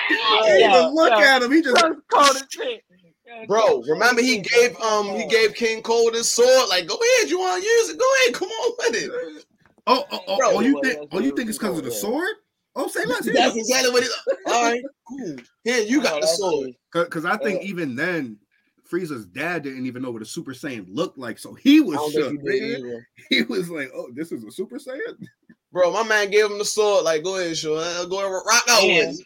S4: He
S8: Yeah,
S4: didn't even look
S8: yeah.
S4: at him. He just
S8: Trunks cold as shit. Yeah,
S1: Bro,
S8: Trunks cold
S1: remember
S8: as
S1: he
S8: shit,
S1: gave
S8: bro.
S1: um he gave King Cole his sword. Like, go ahead, you want to use it? Go ahead, come on with it.
S4: oh oh oh.
S8: Bro,
S4: oh you
S8: what-
S4: think?
S8: that's
S4: Oh, you
S8: what
S4: think it's because of the
S8: we call it, yeah.
S4: sword? Oh, say less. here.
S1: That's exactly what it. All right, cool. Here, you
S8: Oh,
S1: got the
S8: that's
S1: sword.
S8: it.
S4: Because I think
S8: Uh,
S4: even then, Frieza's dad didn't even know what a Super Saiyan looked like, so he
S1: I
S4: was
S1: don't
S4: shook.
S1: think you did
S4: nigga.
S1: either.
S4: [laughs] He was like, "Oh, this is a Super Saiyan."
S1: Bro, my man gave him the sword. Like, go ahead, sure. Go ahead, rock out
S8: Yeah.
S1: with it.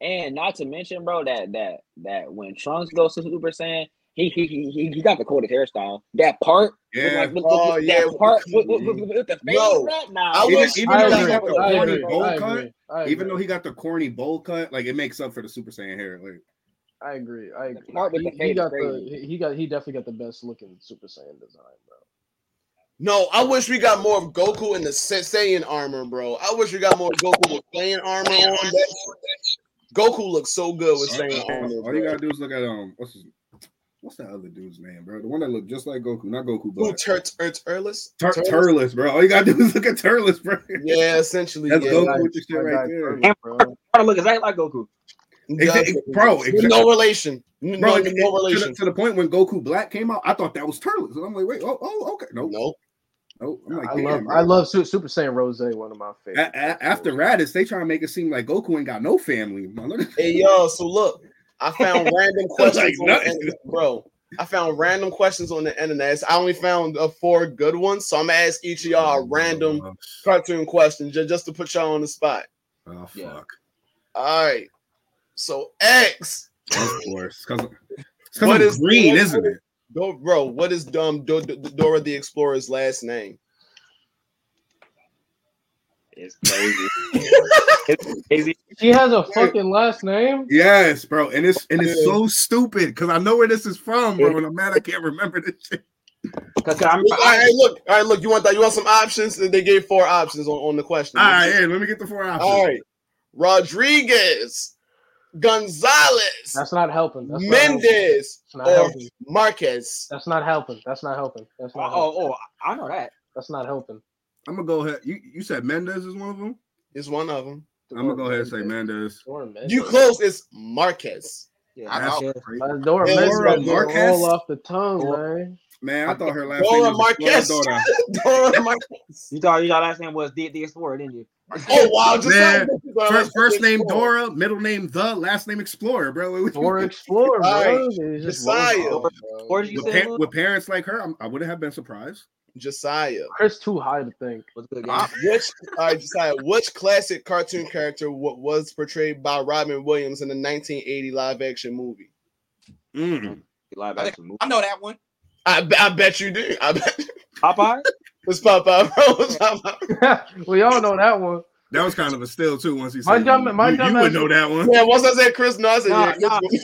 S8: And not to mention, bro, that that that when Trunks goes to Super Saiyan, he he he he- he got the coldest hairstyle. That part, with,
S4: Yeah.
S8: like with,
S1: Oh,
S8: with, with
S1: yeah,
S8: that
S1: with the
S8: part
S1: cut,
S8: with, with, with,
S4: mhm.
S8: with, with the face,
S1: No.
S8: bro.
S1: I
S8: Nah, bro.
S4: Even,
S1: was-
S4: even
S2: I
S4: though he
S2: agree.
S4: got the
S2: I
S4: corny
S2: agree. I
S4: bowl cut,
S2: agree. I agree.
S4: even though he got the corny bowl cut, like it makes up for the Super Saiyan hair. Like,
S2: I agree. I agree.
S8: part with
S2: he,
S8: the
S2: he
S8: fade
S2: got
S8: is
S2: the he- he got he definitely got the best looking Super Saiyan design, bro.
S1: No, I wish we got more of Goku in the Sa- Saiyan armor, bro. I wish we got more Goku with Saiyan armor on. That- Goku looks so good with Saiyan armor.
S4: uh, all you
S1: Bro.
S4: gotta do is look at um, what's his, what's that other dude's name, bro? The one that looked just like Goku, not Goku,
S1: Who
S4: but
S1: Turts Ertz
S4: [laughs]
S1: Erlis?
S4: Tur-
S1: Turtles?
S4: Turles, bro. All you gotta do is look at Turles, bro.
S1: Yeah, essentially.
S4: That's
S1: yeah.
S4: Goku
S2: Guy-
S4: with the shit
S2: my
S4: right
S2: guy
S4: there.
S2: Curtis, bro.
S8: Trying to look exactly like Goku.
S4: Exa-
S1: Does-
S4: bro, exa-
S1: no relation. No,
S4: Bro,
S1: no,
S4: it- it- to, the,
S1: relation.
S4: to the point when Goku Black came out, I thought that was Turles. And I'm like, wait, oh, oh, okay. Nope.
S1: Nope.
S4: Nope. I'm like,
S2: I
S4: damn.
S2: love
S4: bro.
S2: I love Su- Super Saiyan Rose, one of my
S4: A-
S2: favorites.
S4: a- after Raditz, they try to make it seem like Goku ain't got no family. My nigga.
S1: Hey y'all, so look,
S4: [laughs]
S1: I found random questions
S4: Like,
S1: on the
S4: nothing.
S1: internet, bro. I found random questions on the internet. I only found uh, four good ones, so I'm gonna ask each of
S4: [laughs]
S1: y'all a
S4: Oh,
S1: random cartoon question ju- just to put y'all on the spot.
S4: Oh fuck.
S6: Yeah.
S1: All right. So X,
S4: Of course. Cause, it's
S1: What
S4: cause
S1: is-
S4: it's green,
S1: what-
S4: isn't it?
S1: Do- bro, what is dumb Do- Do- Dora the Explorer's last name?
S8: It's crazy.
S2: She has a fucking last name.
S4: Yes, bro. And it's and it's
S1: Yeah.
S4: so stupid because I know where this is from, bro. And I'm mad I can't remember this
S1: [laughs]
S4: shit.
S8: Cause, 'cause I remember,
S1: All right, hey, look, all right, look. You want that? You want some options? They gave four options on, on the question.
S4: All right, yeah, let me get the four options.
S1: All right. Rodriguez, Gonzalez,
S2: That's not helping. That's not helping.
S1: Mendez,
S2: It's not
S1: or
S2: helping.
S1: Marquez.
S2: That's not helping. That's not helping. That's
S8: oh,
S2: not helping.
S8: oh, oh, I know that.
S2: That's not helping.
S4: I'm gonna go ahead. You you said Mendez is one of them.
S1: is one of them.
S4: I'm gonna go ahead and say Mendez.
S2: Dora Mendez.
S1: You close is Marquez.
S8: Yeah,
S6: I
S4: That's
S6: know.
S4: crazy.
S2: Uh, Dora
S1: Dora
S2: Mendez got the
S4: Marquez?
S2: roll off the tongue,
S4: Dora-
S2: man.
S4: Man, I thought her last
S1: Dora
S4: name was
S1: Marquez.
S4: Dora.
S1: [laughs] Dora Marquez.
S8: you thought you thought last name was the the Explorer, didn't you?
S1: Oh wow! Just
S4: Man,
S1: like- Dora
S4: First,
S1: Marquez
S4: first name
S1: Explorer.
S4: Dora, middle name The, last name Explorer, bro. [laughs]
S2: Dora Explorer, bro.
S1: Alright,
S2: It's just
S1: Josiah.
S2: rolls off, bro.
S8: Or did you
S4: With,
S8: say
S4: pa-
S8: Lil?
S4: with parents like her, I'm, I wouldn't have been surprised.
S1: Josiah.
S2: Chris too high to think. [laughs]
S8: What's good,
S6: I-
S8: guys?
S1: Which all right, Josiah? Which classic cartoon character wa- was portrayed by Robin Williams in the 1980 live-action movie?
S4: Mm.
S8: Live action movie.
S6: I know that one.
S1: I, be- I bet you do. I bet.
S8: Popeye?
S1: [laughs] It's Popeye, bro. It's Popeye.
S2: we all know that one.
S4: That was kind of a still too. Once he
S2: My
S4: said,
S2: dumb-
S4: you-
S2: my
S4: you,
S2: dumb
S4: you
S2: ass-
S4: would know that one.
S1: Yeah, once I said Chris, no, I said
S5: Nah,
S1: yeah. Chris
S5: nah.
S1: Rock.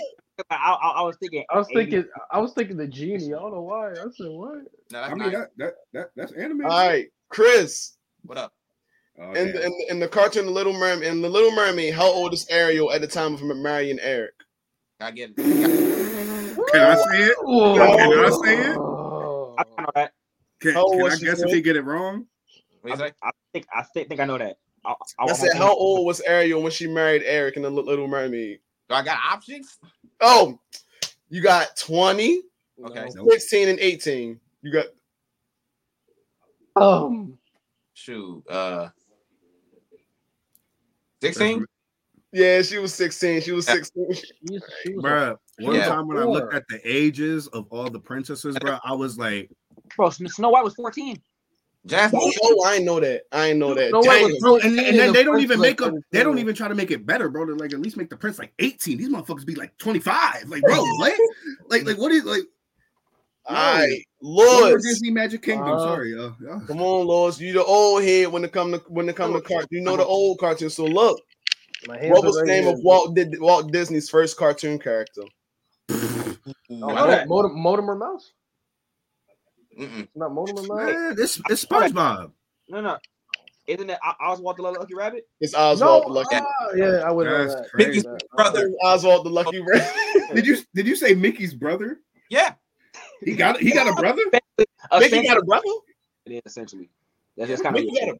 S5: I, I, I was thinking.
S2: I was thinking, I was thinking the genie. I don't know why. I said what?
S6: No, that's
S4: I mean
S6: not.
S4: that, that that that's
S1: [laughs]
S4: anime.
S1: All right, Chris.
S6: What up?
S4: Oh,
S1: In
S4: damn.
S1: the, in, the, in the cartoon The Little Mermaid, in The Little Mermaid, how old is Ariel at the time of marrying Eric?
S6: I get [laughs] it.
S4: Can I say it? Can I say it?
S2: Oh.
S5: I think I know that.
S4: Can,
S1: How old
S4: can I
S1: was she,
S4: guess if
S1: Chris?
S4: he get it wrong?
S6: What you say?
S5: I think I think, think I know that. I,
S1: I said, how old was Ariel when she married Eric in The Li- Little Mermaid?
S6: Do I got options?
S1: Oh, you got 20,
S6: Okay.
S4: Nope.
S1: 16, and 18. You got
S2: Um,
S6: Shoot. Uh, sixteen.
S1: Yeah, she was 16. She was 16.
S2: she, she was a-
S4: Bruh, one
S6: Yeah.
S4: time when I
S2: Four.
S4: looked at the ages of all the princesses, bruh, I was like,
S5: Bro, Snow White was 14.
S6: Jasmine.
S1: Oh, oh, I ain't know that. I ain't know that.
S2: No, wait,
S1: Dang.
S2: wait.
S4: bro, and, and then they don't
S2: Prince
S4: even
S2: was
S4: make up.
S2: like
S4: They don't
S2: 22.
S4: even try to make it better, bro. They're like, at least make the prince like eighteen. These motherfuckers be like twenty five. Like, bro, what? like, like, what is like?
S1: All right,
S4: One more
S1: Lords.
S4: Disney Magic Kingdom.
S2: Uh,
S4: Sorry, uh, uh,
S1: Come on, Lords. You the old head when it come to when it come to cartoon. You know the old cartoon. So look,
S2: Oh. My hands
S1: what
S2: are
S1: was the
S2: right
S1: name
S2: here.
S1: of Walt did Walt Disney's first cartoon character?
S6: Ooh,
S2: Oh,
S6: I
S2: Mort-
S6: don't-
S2: Mort- Mortimer Mouse?
S6: mm-mm.
S2: Not Mortimer Mouse?
S4: man, this it's SpongeBob.
S5: No, no. Isn't it O- Oswald the Lucky Rabbit?
S1: It's
S2: No,
S1: Oswald the Lucky.
S2: ah, yeah, I would know
S4: That's
S2: that. uh,
S4: crazy.
S6: Mickey's-
S2: Brother.
S6: Brother.
S1: It's Oswald the Lucky Rabbit.
S4: Did you did you say Mickey's brother?
S6: Yeah.
S4: He got he got a brother.
S1: [laughs] Mickey got a brother.
S5: Essentially. essentially. That's just kind of
S1: Mickey got a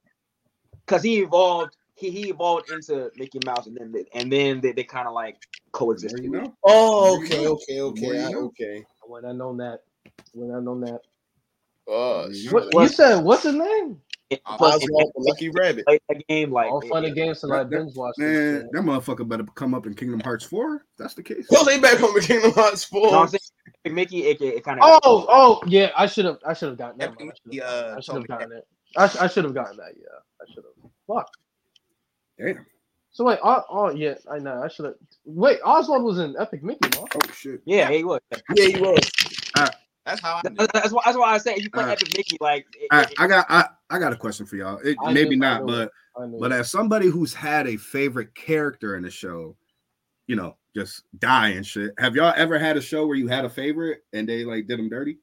S5: because he evolved. He, he evolved into Mickey Mouse, and then they- and then they, they kind of like
S4: There
S5: coexisted.
S4: you
S5: with-
S4: know.
S1: Oh, okay, okay,
S4: The more
S1: okay,
S4: you
S1: I-
S4: know.
S1: okay.
S2: I would have known that. Would have known that.
S1: Oh,
S4: The
S1: shit.
S4: more
S2: What, you said, what's his name?
S5: and-
S6: Uh,
S5: plus, and-
S1: Oswald the Lucky
S5: [laughs]
S1: Rabbit.
S5: played that game like
S2: All fun and games till I
S4: That- that-
S2: binge watched this.
S4: Man,
S2: shit.
S4: that motherfucker better come up in Kingdom Hearts four. That's the case.
S1: Well, they back on the Kingdom Hearts
S5: You know what
S1: four.
S5: I'm saying? Mickey, it, it kind
S2: Oh,
S5: of.
S2: oh, yeah. I should have. I should have gotten that.
S6: Every- uh,
S2: I should have
S6: told me
S2: gotten it. I, sh- I should have gotten that. Yeah, I should have. Fuck.
S4: Damn.
S2: So wait. Oh, oh yeah. I know. I should have. Wait. Oswald was in Epic Mickey. Mouse.
S4: Oh shit.
S5: Yeah, he was.
S1: Yeah, you was.
S6: That's how
S5: [laughs]
S6: I knew.
S5: That's, that's why, that's why I said you play
S4: Uh,
S5: Epic Mickey, like it,
S4: All right,
S5: it-
S4: I got I, I got a question for y'all. It,
S2: I
S4: maybe
S2: knew- I
S4: not,
S2: knew
S4: but
S2: I knew.
S4: but as somebody who's had a favorite character in the show, you know, just die and shit. Have y'all ever had a show where you had a favorite and they like did them dirty?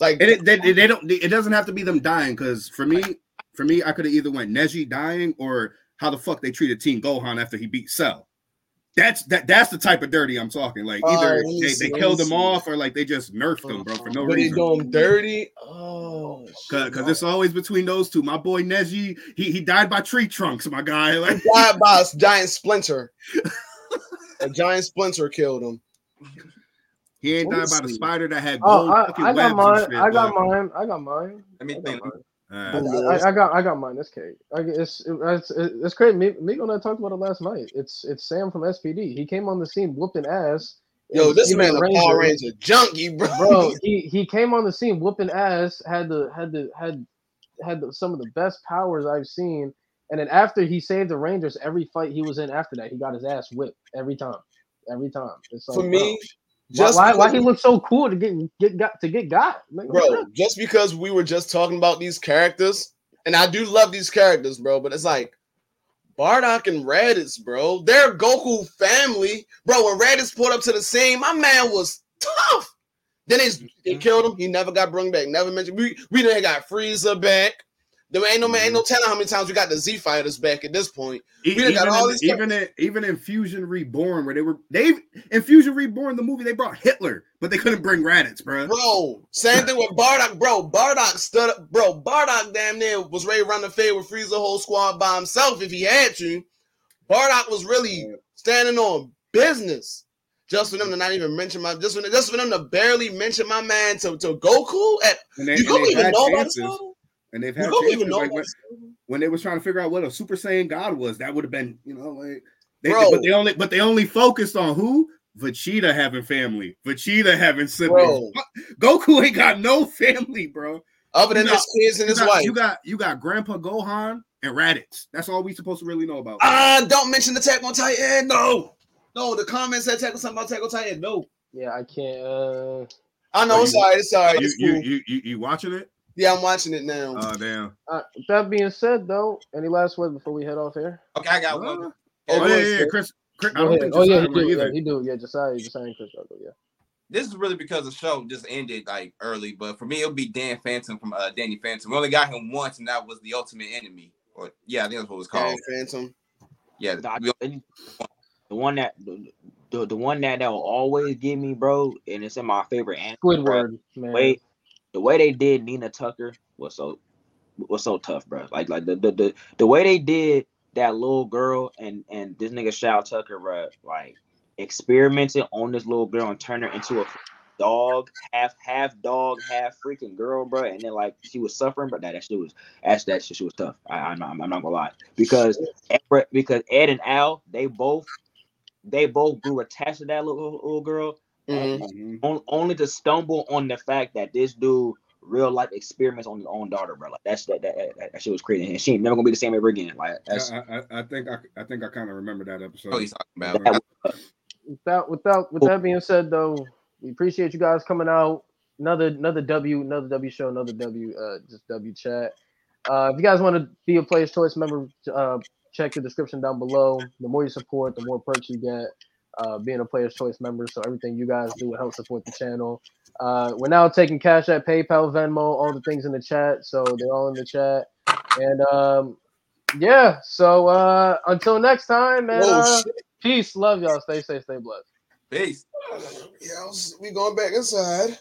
S1: Like
S4: And it, they, they- they don't. It doesn't have to be them dying because for me, for me, I could have either went Neji dying or how the fuck they treated Team Gohan after he beat Cell. That's that. That's the type of dirty I'm talking. Like
S1: Oh,
S4: either
S1: let me
S4: they,
S1: see,
S4: they
S1: let
S4: killed
S1: me
S4: him
S1: see.
S4: off or like they just nerfed him, bro, for no
S1: But they
S4: reason.
S1: do them dirty. Oh, shit.
S4: Because it's always between those two. My boy Neji, he, he died by tree trunks, my guy. [laughs] Like,
S1: died by a giant splinter.
S2: [laughs]
S1: a giant splinter killed him.
S4: he ain't
S1: Let me
S4: died by the
S1: see.
S4: spider that had
S2: Oh,
S4: gold
S2: I,
S4: fucking
S2: I
S4: webs
S2: got
S4: and
S2: mine.
S4: shit,
S2: I got
S4: like,
S2: mine. I got mine.
S6: Let me
S2: I got
S6: think.
S2: mine.
S4: uh,
S1: Boom.
S2: I, I- I got I got mine. This cake. I, it's it's it's great. Me, Meek and I talked about it last night. It's it's Sam from SPD. He came on the scene whooping ass.
S1: Yo,
S2: in
S1: this
S2: Demon
S1: man a
S2: Ranger.
S1: Power Ranger junkie, bro.
S2: bro. He he came on the scene whooping ass. Had the had the had had the, some of the best powers I've seen. And then after he saved the Rangers, every fight he was in after that, he got his ass whipped every time. Every time. It's like
S1: [laughs] For me,
S2: bro,
S1: just
S2: why, why
S1: because-
S2: why he looked so cool to get get got to get got, Like, what's
S1: bro, just because we were just talking about these characters, and I do love these characters, bro, but it's like Bardock and Raditz, bro. They're Goku family, bro. When Raditz pulled up to the scene, my man was tough. Then they, they killed him. He never got brung back. Never mentioned. We we done got Frieza back. There ain't no man, ain't no telling how many times we got the Z fighters back at this point.
S4: e-
S1: we done
S4: even,
S1: got all
S4: in,
S1: these
S4: even, in, even in Fusion Reborn, where they were, they in Fusion Reborn, the movie, they brought Hitler, but they couldn't bring Raditz, bro.
S1: Bro, same thing with Bardock, bro. Bardock stood up, bro. Bardock damn near was ready to run the fade with Frieza whole squad by himself if he had to. Bardock was really standing on business. Just for them to not even mention my just for, just for them to barely mention my man to, to Goku at
S4: And they,
S1: you
S4: and
S1: don't
S4: they've
S1: even
S4: had
S1: know about this
S4: chances,
S1: level?
S4: and they've
S1: You
S4: had
S1: don't
S4: chances.
S1: even know
S4: like,
S1: about
S4: when,
S1: this level?
S4: when they was trying to figure out what a Super Saiyan God was, that would have been, you know, like they,
S1: Bro.
S4: but they only but they only focused on who Vegeta having family, Vegeta having siblings.
S1: Bro.
S4: What? Goku ain't got no family, bro.
S1: Other than
S4: You
S1: his kids and
S4: You
S1: his
S4: got,
S1: wife.
S4: you got you got Grandpa Gohan and Raditz. That's all we supposed to really know about.
S1: Ah, don't mention Attack on Titan. No. No, the comments that tackle something about Attack on Titan. No.
S2: Yeah, I can't. Uh,
S1: I know,
S4: Oh,
S1: it's
S4: you-
S1: all right, it's all right.
S4: Oh, you,
S1: it's
S4: you,
S1: cool.
S4: you you you watching it?
S1: Yeah, I'm watching it now.
S8: Oh damn.
S2: Uh, with that being said, though, any last words before we head off here?
S6: Okay, I got one.
S8: Oh,
S1: Oh,
S8: yeah,
S1: wait,
S8: yeah, yeah, Chris. Chris I
S2: Go
S8: don't
S2: ahead.
S8: think
S2: oh yeah,
S8: Josiah
S2: he
S8: right
S2: do. Yeah,
S8: either.
S2: he do. Yeah, Josiah, Josiah, and Chris Jericho. Yeah.
S6: This is really because the show just ended like early, but for me it'll be Dan Phantom from uh, Danny Phantom. We only got him once, and that was the Ultimate Enemy. Or yeah, I think that's what it was
S1: Dark
S6: called.
S1: Phantom.
S6: Yeah,
S5: The,
S6: we-
S5: and the one that the, the one that that will always give me, bro, and it's in my favorite anime. bro.
S2: Squidward, man.
S5: Wait, the way they did Nina Tucker was so was so tough, bro. Like like the the the, the way they did that little girl and and this nigga Shao Tucker, bro, like experimenting on this little girl and turn her into a dog, half half dog, half freaking girl, bro. And then like she was suffering, but that, that shit was that's that shit, she was tough. I, I'm, not, I'm not gonna lie because Ed, because Ed and Al they both they both grew attached to that little little girl.
S1: Mhm.
S8: Mhm.
S5: On, only to stumble on the fact that this dude real life experiments on his own daughter, bro. Like that's that that, that, that shit was crazy, and she ain't never gonna be the same ever again. Like that's
S8: Yeah, I, I, I think I, I think I kind of remember that episode.
S6: what he's talking about.
S5: that,
S2: Without, without, with that being said, though, we appreciate you guys coming out. Another, another W, another W show, another W, uh, just W chat. Uh, if you guys want to be a Players Choice member, uh, check the description down below. The more you support, the more perks you get. Uh, being a Players Choice member, so everything you guys do helps support the channel. Uh, we're now taking cash at PayPal, Venmo, all the things in the chat, so they're all in the chat. And um, yeah, so uh, until next time, man.
S1: Whoa,
S2: uh,
S1: shit.
S2: Peace. Love y'all. Stay safe. Stay blessed.
S6: Peace.
S1: Mm-hmm. Yeah, I was- we going back inside.